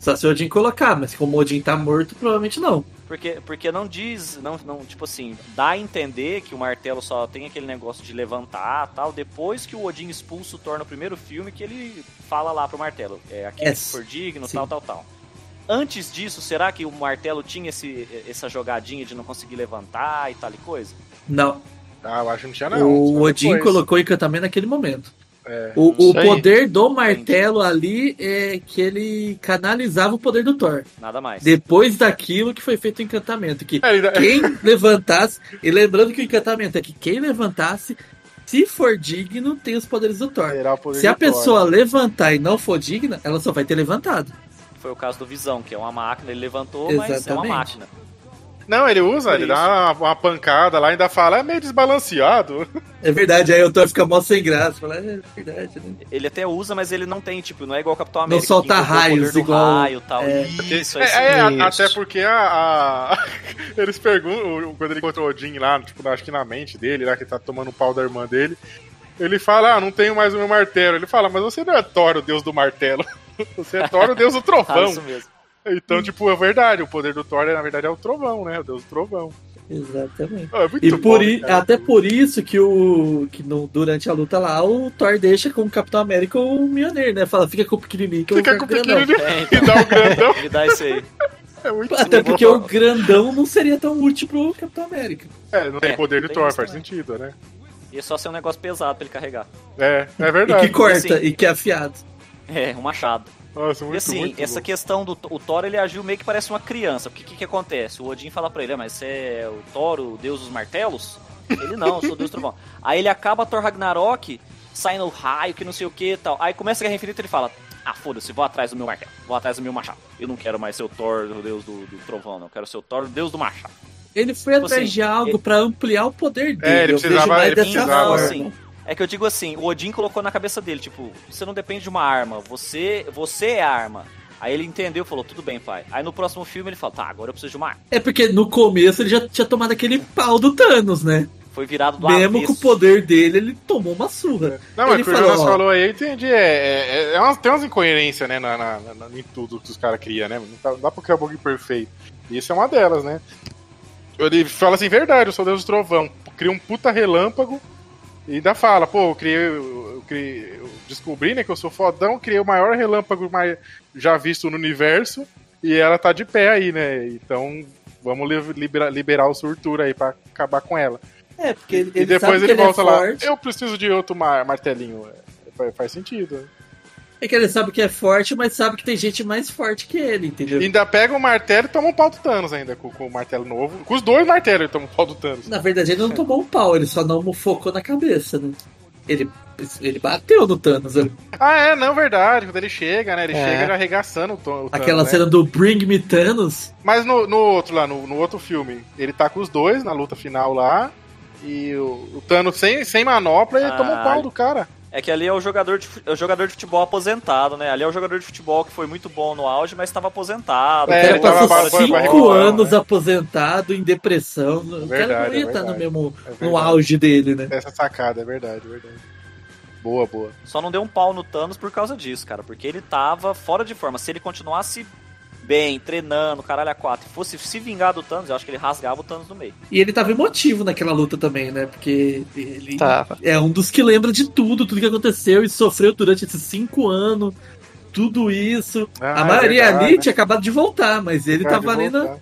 Speaker 5: Só se o Odin colocar, mas como o Odin tá morto, provavelmente não.
Speaker 6: Porque, porque não diz, não, não, tipo assim, dá a entender que o martelo só tem aquele negócio de levantar tal, depois que o Odin expulso torna o primeiro filme que ele fala lá pro martelo, é aqui
Speaker 5: É,
Speaker 6: for digno,
Speaker 5: sim.
Speaker 6: tal, tal, tal. Antes disso, será que o martelo tinha esse, essa jogadinha de não conseguir levantar e tal e coisa?
Speaker 5: Não.
Speaker 3: Ah, eu acho que não tinha não.
Speaker 5: o
Speaker 3: só
Speaker 5: Odin
Speaker 3: depois.
Speaker 5: colocou o encantamento naquele momento.
Speaker 3: É.
Speaker 5: O, o
Speaker 4: Isso aí.
Speaker 5: poder do martelo ali é que ele canalizava o poder do Thor.
Speaker 6: Nada mais.
Speaker 5: Depois daquilo que foi feito o encantamento. Que
Speaker 3: É, ele dá-
Speaker 5: quem levantasse. E lembrando que o encantamento é que quem levantasse, se for digno, tem os poderes do Thor.
Speaker 3: Terá É, o poder
Speaker 5: Se a
Speaker 3: de Thor.
Speaker 5: pessoa levantar e não for digna, ela só vai ter levantado.
Speaker 6: Foi o caso do Visão, que é uma máquina, ele levantou, mas é uma
Speaker 5: Exatamente.
Speaker 6: máquina.
Speaker 3: Não, ele usa,
Speaker 6: Por
Speaker 3: ele
Speaker 6: isso.
Speaker 3: dá uma, uma pancada lá e ainda fala, é meio desbalanceado.
Speaker 5: É verdade, aí eu tô ficando mal sem graça. Falar, é verdade, né?
Speaker 6: Ele até usa, mas ele não tem, tipo, não é igual o Capitão
Speaker 5: Não
Speaker 6: América. que
Speaker 5: solta
Speaker 6: invocou o poder
Speaker 5: raios
Speaker 6: do
Speaker 5: igual-
Speaker 6: Raio, tal.
Speaker 5: é.
Speaker 6: Isso,
Speaker 3: é,
Speaker 6: é,
Speaker 3: é, a-
Speaker 4: isso.
Speaker 3: até porque a, a- eles perguntam, o- quando ele encontrou o Odin lá, tipo, acho que na mente dele, lá que tá tomando o pau da irmã dele, ele fala, ah, não tenho mais o meu martelo. Ele fala, mas você não é Thor, o deus do martelo. Você é Thor, o deus do
Speaker 6: ah,
Speaker 3: trovão.
Speaker 6: isso mesmo.
Speaker 3: Então, tipo, é verdade, o poder do Thor, na verdade, é o trovão, né? O deus do trovão.
Speaker 5: Exatamente.
Speaker 3: Ah, é muito
Speaker 5: E por
Speaker 3: bom,
Speaker 5: i-
Speaker 3: cara.
Speaker 5: até por isso que o que no- durante a luta lá o Thor deixa com o Capitão América o Mjolnir, né? Fala, fica com o pequenininho. Que eu
Speaker 3: Fica
Speaker 5: quero
Speaker 3: com o
Speaker 5: grandão."
Speaker 3: pequenininho
Speaker 6: É,
Speaker 3: e
Speaker 6: então,
Speaker 3: dá o grandão.
Speaker 6: ele dá isso aí.
Speaker 3: É muito
Speaker 5: Até
Speaker 3: bom.
Speaker 5: porque o grandão não seria tão útil pro Capitão América.
Speaker 3: É, não tem
Speaker 6: É,
Speaker 3: poder de
Speaker 6: tem
Speaker 3: Thor,
Speaker 6: isso
Speaker 3: faz
Speaker 6: também.
Speaker 3: sentido, né?
Speaker 6: E é só ser um negócio pesado pra ele carregar.
Speaker 3: É, é
Speaker 5: E
Speaker 3: verdade.
Speaker 5: que corta,
Speaker 6: assim-
Speaker 5: e que é afiado.
Speaker 6: É, um machado.
Speaker 3: Nossa, muito,
Speaker 6: e assim,
Speaker 3: muito
Speaker 6: essa
Speaker 3: bom.
Speaker 6: questão do o Thor, ele agiu meio que parece uma criança. Porque o que, que acontece? O Odin fala pra ele, "Ah, mas você é o Thor, o deus dos martelos? Ele não, eu sou o deus do trovão. Aí ele acaba Thor Ragnarok, sai no raio, que não sei o que e tal. Aí começa a Guerra Infinita e ele fala, ah, foda-se, vou atrás do meu martelo, vou atrás do meu machado. Eu não quero mais ser o Thor, o deus do, do trovão, não. Eu quero ser o Thor, o deus do machado.
Speaker 5: Ele foi
Speaker 6: Tipo
Speaker 5: atrás
Speaker 6: assim,
Speaker 5: de algo
Speaker 6: ele-
Speaker 5: pra ampliar o poder dele.
Speaker 3: É, ele
Speaker 5: eu vejo
Speaker 3: precisava-
Speaker 5: mais
Speaker 3: ele
Speaker 5: dessa
Speaker 3: precisava,
Speaker 5: forma.
Speaker 3: né?
Speaker 6: Assim, É que eu digo assim, o Odin colocou na cabeça dele, tipo, você não depende de uma arma, você, você é a arma. Aí ele entendeu, falou, tudo bem, pai. Aí no próximo filme ele fala, tá, agora eu preciso de uma arma.
Speaker 5: É porque no começo ele já tinha tomado aquele pau do Thanos, né?
Speaker 6: Foi virado do
Speaker 5: Mesmo
Speaker 6: avesso.
Speaker 5: com o poder dele, ele tomou uma surra.
Speaker 3: Não, mas
Speaker 5: Ele
Speaker 3: o que o
Speaker 5: falou,
Speaker 3: Jonas
Speaker 5: ó.
Speaker 3: falou aí, eu entendi. É, é- é- é umas- tem umas incoerências, né, na, na- na- em tudo que os caras criam, né? Não dá, não dá pra criar um bug perfeito. E isso é uma delas, né? Ele fala assim, verdade, eu sou Deus do Trovão. Cria um puta relâmpago e ainda fala, pô, eu criei, eu criei- eu descobri, né, que eu sou fodão, criei o maior relâmpago mai- já visto no universo e ela tá de pé aí, né? Então vamos li- libera- liberar o Surtura aí pra acabar com ela
Speaker 5: É, porque ele,
Speaker 3: e depois
Speaker 5: sabe
Speaker 3: ele,
Speaker 5: que é
Speaker 3: volta lá.
Speaker 5: forte,
Speaker 3: Eu preciso de outro mar- martelinho. É, fa- Faz sentido. né?
Speaker 5: É que ele sabe que é forte, mas sabe que tem gente mais forte que ele, entendeu?
Speaker 3: Ainda pega o martelo e toma um pau do Thanos ainda com, com o martelo novo. Com os dois martelos ele toma um pau do Thanos.
Speaker 5: Na verdade, ele não tomou um pau, ele só não focou na cabeça, né? Ele, ele bateu no Thanos. né?
Speaker 3: Ah, é, não, verdade. Quando ele chega, né? Ele
Speaker 4: É.
Speaker 3: chega já arregaçando o, Thanos.
Speaker 5: Aquela
Speaker 3: né?
Speaker 5: cena do Bring Me Thanos.
Speaker 3: Mas no, no outro lá, no, no outro filme, ele tá com os dois na luta final lá. E o, o Thanos sem, sem manopla ele
Speaker 6: Ah.
Speaker 3: toma um pau do cara.
Speaker 6: É que ali é o jogador de, fu- é o jogador de futebol aposentado, né? Ali é o jogador de futebol que foi muito bom no auge, mas estava aposentado. Então,
Speaker 3: É,
Speaker 5: o cara
Speaker 3: ele tava
Speaker 5: passou
Speaker 3: barba-
Speaker 5: cinco
Speaker 3: barrigudão,
Speaker 5: anos
Speaker 3: né?
Speaker 5: aposentado, em depressão. o cara não
Speaker 3: Verdade,
Speaker 5: ia
Speaker 3: é
Speaker 5: estar no
Speaker 3: verdade.
Speaker 5: mesmo
Speaker 3: É verdade.
Speaker 5: no auge dele, né?
Speaker 3: Essa sacada, é verdade, é verdade. Boa, boa.
Speaker 6: Só não deu um pau no Thanos por causa disso, cara. Porque ele tava fora de forma. Se ele continuasse bem, treinando, caralho a quatro, e fosse se vingar do Thanos, eu acho que ele rasgava o Thanos no meio.
Speaker 5: E ele tava emotivo naquela luta também, né? Porque
Speaker 3: assim.
Speaker 5: ele
Speaker 3: Tá.
Speaker 4: Tava.
Speaker 5: é um dos que lembra de tudo, tudo que aconteceu e sofreu durante esses cinco anos. Tudo isso.
Speaker 3: Ah,
Speaker 5: a
Speaker 3: é
Speaker 5: maioria
Speaker 3: verdade,
Speaker 5: ali
Speaker 3: né?
Speaker 5: tinha acabado de voltar, mas ele tá
Speaker 3: Acaba de
Speaker 5: tava ali na,
Speaker 3: voltar.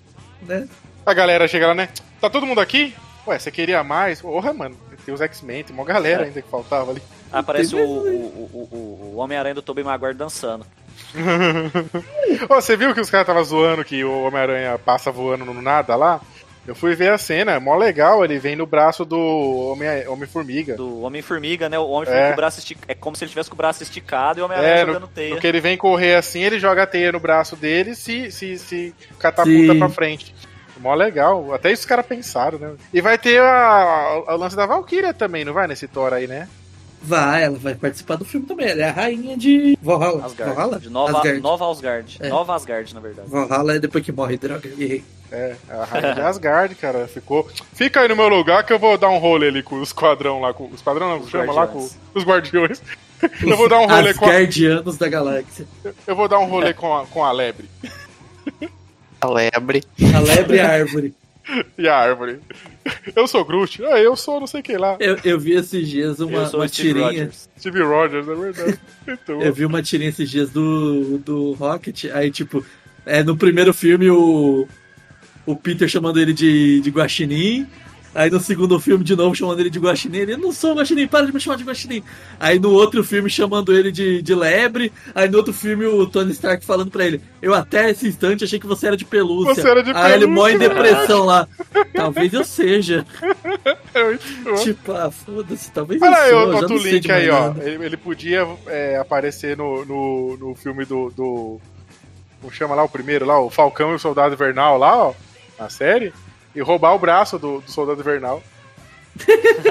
Speaker 5: né?
Speaker 3: A galera chega lá, né? Tá todo mundo aqui? Ué, você queria mais? Porra, mano, tem os X-Men, tem uma
Speaker 5: É.
Speaker 3: galera ainda que faltava ali.
Speaker 6: Aí aparece Ah, o, o, o, o- o Homem-Aranha do Tobey Maguire dançando.
Speaker 3: Ô, você viu que os caras estavam zoando que o Homem-Aranha passa voando no nada lá? Eu fui ver a cena, é mó legal, ele vem no braço do Homem- Homem-Formiga.
Speaker 6: Do Homem-Formiga, né? O Homem-Formiga
Speaker 3: É.
Speaker 6: com o braço esticado. É como se ele tivesse com o braço esticado e o Homem-Aranha
Speaker 3: É,
Speaker 6: jogando teia.
Speaker 3: porque ele vem correr assim, ele joga a teia no braço dele e se, se, se catapulta
Speaker 5: Sim.
Speaker 3: pra frente. Mó legal, até isso os caras pensaram, né? E vai ter a, a- o lance da Valkyria também, não vai? Nesse Thor aí, né?
Speaker 5: Vai, ela vai participar do filme também. Ela é a rainha de Valhalla.
Speaker 6: Asgard.
Speaker 5: Valhalla?
Speaker 6: De Nova
Speaker 5: Asgard.
Speaker 6: Asgard. Nova Asgard.
Speaker 5: É.
Speaker 6: Nova Asgard, na verdade.
Speaker 5: Valhalla é depois que morre, droga. errei.
Speaker 3: É, a rainha de Asgard, cara, ficou. Fica aí no meu lugar que eu vou dar um rolê ali com os quadrão lá, com os quadrão não,
Speaker 6: Os
Speaker 3: chama
Speaker 6: guardiões.
Speaker 3: lá com os guardiões. Eu vou dar um rolê
Speaker 5: Os
Speaker 3: com a,
Speaker 5: Asgardianos da galáxia.
Speaker 3: eu vou dar um rolê com a, com a lebre
Speaker 4: A lebre.
Speaker 5: A lebre e a árvore.
Speaker 3: e a árvore. Eu sou Groot, ah, eu sou não sei quem lá,
Speaker 5: Eu, eu vi esses dias
Speaker 6: eu
Speaker 5: uma,
Speaker 6: sou
Speaker 5: uma
Speaker 6: o Steve
Speaker 5: tirinha.
Speaker 6: Rogers.
Speaker 3: Steve Rogers, é verdade. Então,
Speaker 5: Eu vi uma tirinha esses dias do, do Rocket, aí tipo, é no primeiro filme o, o Peter chamando ele de, de Guaxinim, aí no segundo filme de novo chamando ele de Guaxinim, ele, eu não sou Guaxinim, para de me chamar de Guaxinim. Aí no outro filme chamando ele de, de Lebre, aí no outro filme o Tony Stark falando pra ele, eu até esse instante achei que você era de pelúcia.
Speaker 3: Você era de
Speaker 5: aí ele mó em
Speaker 3: pelúcia,
Speaker 5: depressão lá, talvez eu seja.
Speaker 3: é muito bom.
Speaker 5: Tipo, ah, foda-se, talvez
Speaker 3: Olha aí,
Speaker 5: eu
Speaker 3: eu
Speaker 5: sou, já
Speaker 3: boto o
Speaker 5: não sei de
Speaker 3: link
Speaker 5: mais
Speaker 3: aí, ó.
Speaker 5: nada.
Speaker 3: Ele, ele podia é, aparecer no, no, no filme do, do. Como chama lá o primeiro lá? O Falcão e o Soldado Invernal lá, ó. Na série. e roubar o braço do, do soldado invernal.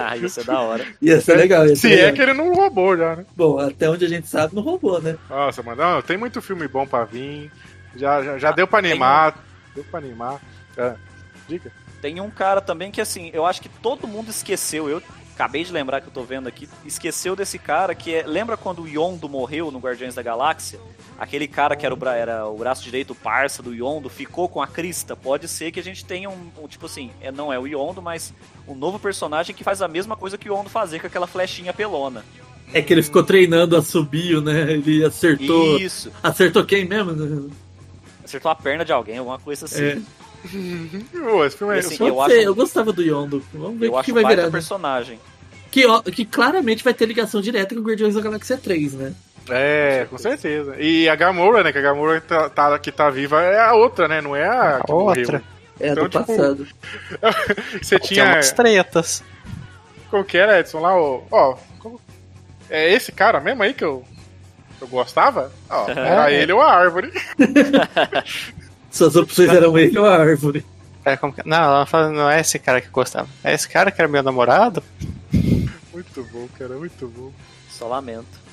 Speaker 6: ah, isso é da hora.
Speaker 5: Ia ser legal, ia ser
Speaker 3: Se é
Speaker 5: legal.
Speaker 3: que ele não roubou já, né?
Speaker 5: Bom, até onde a gente sabe, não roubou, né?
Speaker 3: Nossa, mano, não, tem muito filme bom pra vir. Já, já, já deu pra
Speaker 6: Ah, tem né?
Speaker 3: animar. Deu pra animar. Ah, dica.
Speaker 6: Tem um cara também que, assim, eu acho que todo mundo esqueceu. Eu acabei de lembrar que eu tô vendo aqui. Esqueceu desse cara que é. Lembra quando o Yondo morreu no Guardiões da Galáxia? Aquele cara que era o, bra- era o braço direito parça do Yondo ficou com a crista. Pode ser que a gente tenha um. um tipo assim, é, não é o Yondo, mas um novo personagem que faz a mesma coisa que o Yondo fazia com aquela flechinha pelona.
Speaker 5: É que ele ficou treinando assobio, né? Ele acertou.
Speaker 6: Isso.
Speaker 5: Acertou quem mesmo?
Speaker 6: Acertou a perna de alguém, alguma coisa assim.
Speaker 5: É.
Speaker 3: Ô, esse filme é.
Speaker 6: E assim,
Speaker 3: esse filme-
Speaker 5: Eu,
Speaker 6: Eu
Speaker 5: sei,
Speaker 6: acho-
Speaker 5: eu gostava do Yondo. Vamos ver
Speaker 6: Eu
Speaker 5: o que,
Speaker 6: acho
Speaker 5: vai
Speaker 6: um baita
Speaker 5: virar. né?
Speaker 6: personagem.
Speaker 5: Que, ó- que claramente vai ter ligação direta com o Guardiões da Galáxia 3, né?
Speaker 3: É, com certeza. E a Gamora, né? Que a Gamora tá- tá- que tá viva é a outra, né? Não é a,
Speaker 4: A
Speaker 3: que
Speaker 4: outra.
Speaker 3: morreu.
Speaker 5: É,
Speaker 3: Então,
Speaker 5: do
Speaker 3: tipo,
Speaker 5: passado.
Speaker 3: Você
Speaker 4: Tem
Speaker 3: tinha.
Speaker 4: umas tretas.
Speaker 3: Como que era, Edson? Lá, ó. ó, como- É esse cara mesmo aí que eu, que eu gostava? Ó, era ele ou a árvore.
Speaker 5: Suas opções eram ele ou a árvore.
Speaker 4: É, como que- Não, ela fala, não é esse cara que eu gostava. É esse cara que era meu namorado?
Speaker 3: Muito bom, cara, muito bom.
Speaker 6: Só lamento.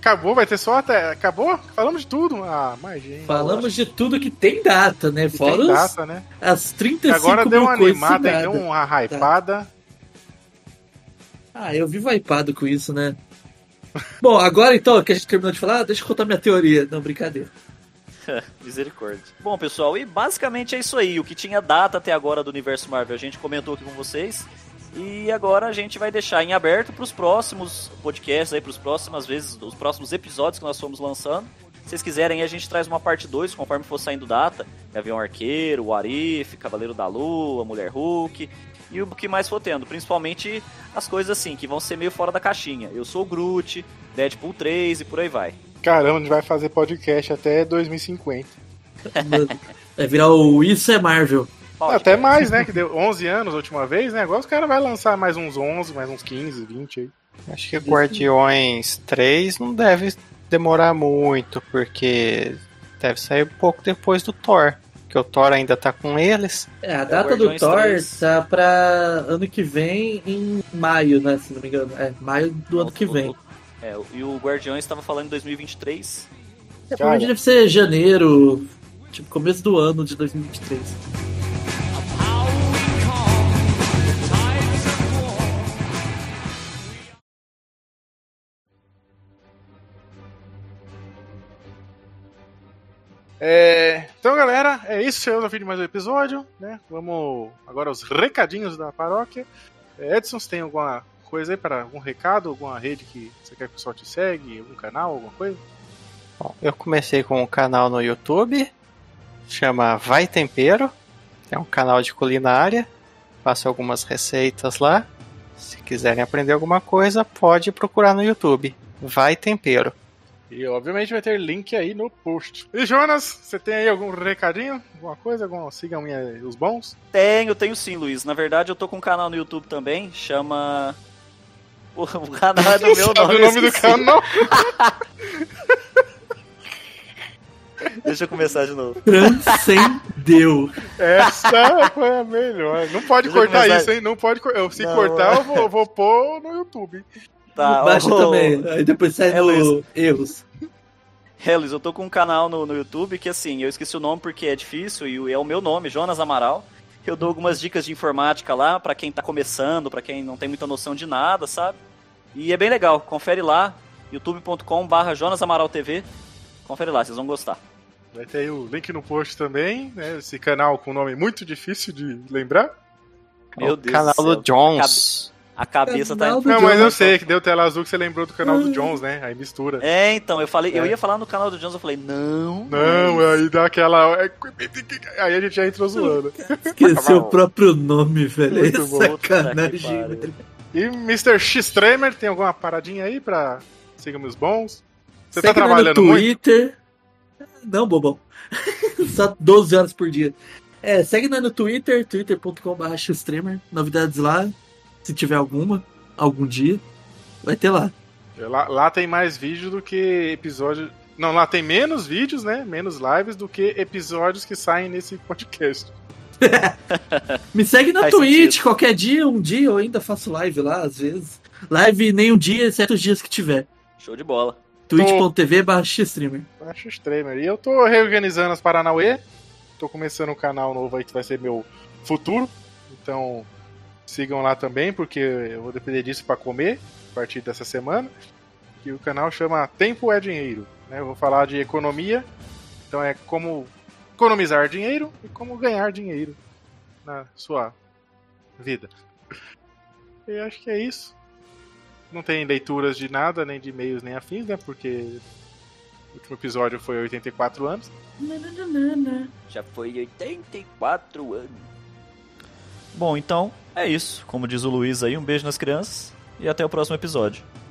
Speaker 3: Acabou, vai ter só até. Acabou? Falamos de tudo. Ah, mais gente.
Speaker 5: Falamos de tudo que tem data, né?
Speaker 3: E
Speaker 5: Fora
Speaker 3: tem
Speaker 5: os-
Speaker 3: data, né?
Speaker 5: as 35
Speaker 3: Agora
Speaker 5: mil
Speaker 3: deu uma
Speaker 5: coisas
Speaker 3: animada,
Speaker 5: sem
Speaker 3: aí deu um-
Speaker 5: nada.
Speaker 3: uma hypada.
Speaker 5: Ah, eu vivo hypado com isso, né? Bom, agora então que a gente terminou de falar, deixa eu contar minha teoria. Não, brincadeira.
Speaker 6: Misericórdia. Bom, pessoal, e basicamente é isso aí. O que tinha data até agora do universo Marvel, a gente comentou aqui com vocês. E agora a gente vai deixar em aberto para os próximos podcasts aí, para os próximas vezes, os próximos episódios que nós fomos lançando. Se vocês quiserem, a gente traz uma parte 2, conforme for saindo data. Gavião Arqueiro, o Arif, Cavaleiro da Lua, Mulher Hulk. E o que mais for tendo, principalmente as coisas assim, que vão ser meio fora da caixinha. Eu sou o Groot, Deadpool 3 e por aí vai.
Speaker 3: Caramba, a gente vai fazer podcast até 2050.
Speaker 5: Mano, Vai virar o Isso é Marvel.
Speaker 6: é.
Speaker 3: até mais, né? Que deu 11 anos a última vez, né? Agora os caras vão lançar mais uns 11, mais uns 15, 20 aí.
Speaker 4: Acho que Guardiões 3 não deve demorar muito, porque deve sair um pouco depois do Thor. Que o Thor ainda tá com eles.
Speaker 5: É, a data do
Speaker 6: Guardiões
Speaker 5: Thor
Speaker 6: 3.
Speaker 5: tá pra ano que vem em maio, né? Se não me engano. É, maio do ano que vem.
Speaker 6: É, e o Guardiões estava falando em 2023.
Speaker 5: É, provavelmente deve ser janeiro, tipo, começo do ano de 2023.
Speaker 3: É, então, galera, é isso. Chegamos ao fim de mais um episódio, né? Vamos agora aos recadinhos da paróquia. É, Edson, você tem alguma coisa aí para algum recado, alguma rede que você quer que o pessoal te segue, algum canal, alguma coisa?
Speaker 4: Bom, eu comecei com um canal no YouTube, chama Vai Tempero. É um canal de culinária. Faço algumas receitas lá. Se quiserem aprender alguma coisa, pode procurar no YouTube. Vai Tempero.
Speaker 3: E obviamente vai ter link aí no post. E Jonas, você tem aí algum recadinho? Alguma coisa? Alguma... Sigam minha- os bons?
Speaker 6: Tenho, tenho sim, Luiz. Na verdade, eu tô com um canal no YouTube também, chama. Pô, O canal é do meu
Speaker 3: Sabe
Speaker 6: nome.
Speaker 3: o
Speaker 6: eu
Speaker 3: nome do
Speaker 6: esqueci.
Speaker 3: canal?
Speaker 6: Deixa eu começar de novo.
Speaker 5: Transcendeu.
Speaker 3: Essa foi a melhor. Não pode
Speaker 6: Deixa eu
Speaker 3: cortar
Speaker 6: começar.
Speaker 3: isso, hein? Não é. pode. cor- eu- Se
Speaker 6: Não,
Speaker 3: cortar, eu vou, eu vou pôr no YouTube.
Speaker 6: Tá,
Speaker 5: Baixa
Speaker 6: ó,
Speaker 5: também. Aí depois sai
Speaker 6: É,
Speaker 5: no
Speaker 6: Luiz.
Speaker 5: erros.
Speaker 6: É, Luiz, eu tô com um canal no, no YouTube que, assim, eu esqueci o nome porque é difícil e o- é o meu nome, Jonas Amaral. Eu dou algumas dicas de informática lá pra quem tá começando, pra quem não tem muita noção de nada, sabe? E é bem legal, confere lá, youtube.com/barra Jonas Amaral TV. Confere lá, vocês vão gostar.
Speaker 3: Vai ter aí o link no post também, né? Esse canal com nome muito difícil de lembrar.
Speaker 6: Meu
Speaker 4: É o
Speaker 6: Deus
Speaker 4: canal
Speaker 6: do céu.
Speaker 4: Jones.
Speaker 6: A cabeça tá
Speaker 5: Canal
Speaker 6: indo
Speaker 5: Do
Speaker 3: Não, mas eu
Speaker 5: Jonas,
Speaker 3: sei que deu tela azul que você lembrou do canal do Jones, né? Aí mistura.
Speaker 6: É, então, eu falei, eu
Speaker 3: É.
Speaker 6: ia falar no canal do Jones, eu falei, não.
Speaker 3: Não, aí dá aquela. é, Aí a gente já entrou zoando.
Speaker 5: Esqueceu o próprio nome, velho.
Speaker 3: Muito
Speaker 5: É
Speaker 6: tá
Speaker 3: bom.
Speaker 5: sacanagem.
Speaker 6: Puta que pariu.
Speaker 5: velho.
Speaker 3: E Mr. X Tremer, tem alguma paradinha aí pra sigam os bons? Você tá
Speaker 5: Segue lá
Speaker 3: trabalhando
Speaker 5: no
Speaker 3: muito?
Speaker 5: Twitter. Não, bobão. Só 12 horas por dia. É, segue nós no Twitter, twitter.com.br streamer. Novidades lá, se tiver alguma, algum dia, vai ter lá.
Speaker 3: É, Lá, lá tem mais vídeo do que episódio. Não, lá tem menos vídeos, né? Menos lives do que episódios que saem nesse podcast.
Speaker 5: Me segue na
Speaker 6: Faz
Speaker 5: Twitch,
Speaker 6: sentido.
Speaker 5: qualquer dia, um dia eu ainda faço live lá, às vezes. Live nem um dia, exceto os dias que tiver.
Speaker 6: Show de bola.
Speaker 5: twitch.tv barra xstreamer.
Speaker 3: Acho streamer. E eu tô reorganizando as Paranauê. Tô começando um canal novo aí que vai ser meu futuro. Então sigam lá também, porque eu vou depender disso pra comer a partir dessa semana. E o canal chama Tempo é Dinheiro. Né? Eu vou falar de economia. Então é como economizar dinheiro e como ganhar dinheiro na sua vida. E acho que é isso. Não tem leituras de nada, nem de e-mails, nem afins, né? Porque o último episódio foi 84 anos.
Speaker 6: Já foi 84 anos. Bom, então é isso. Como diz o Luiz aí, um beijo nas crianças e até o próximo episódio.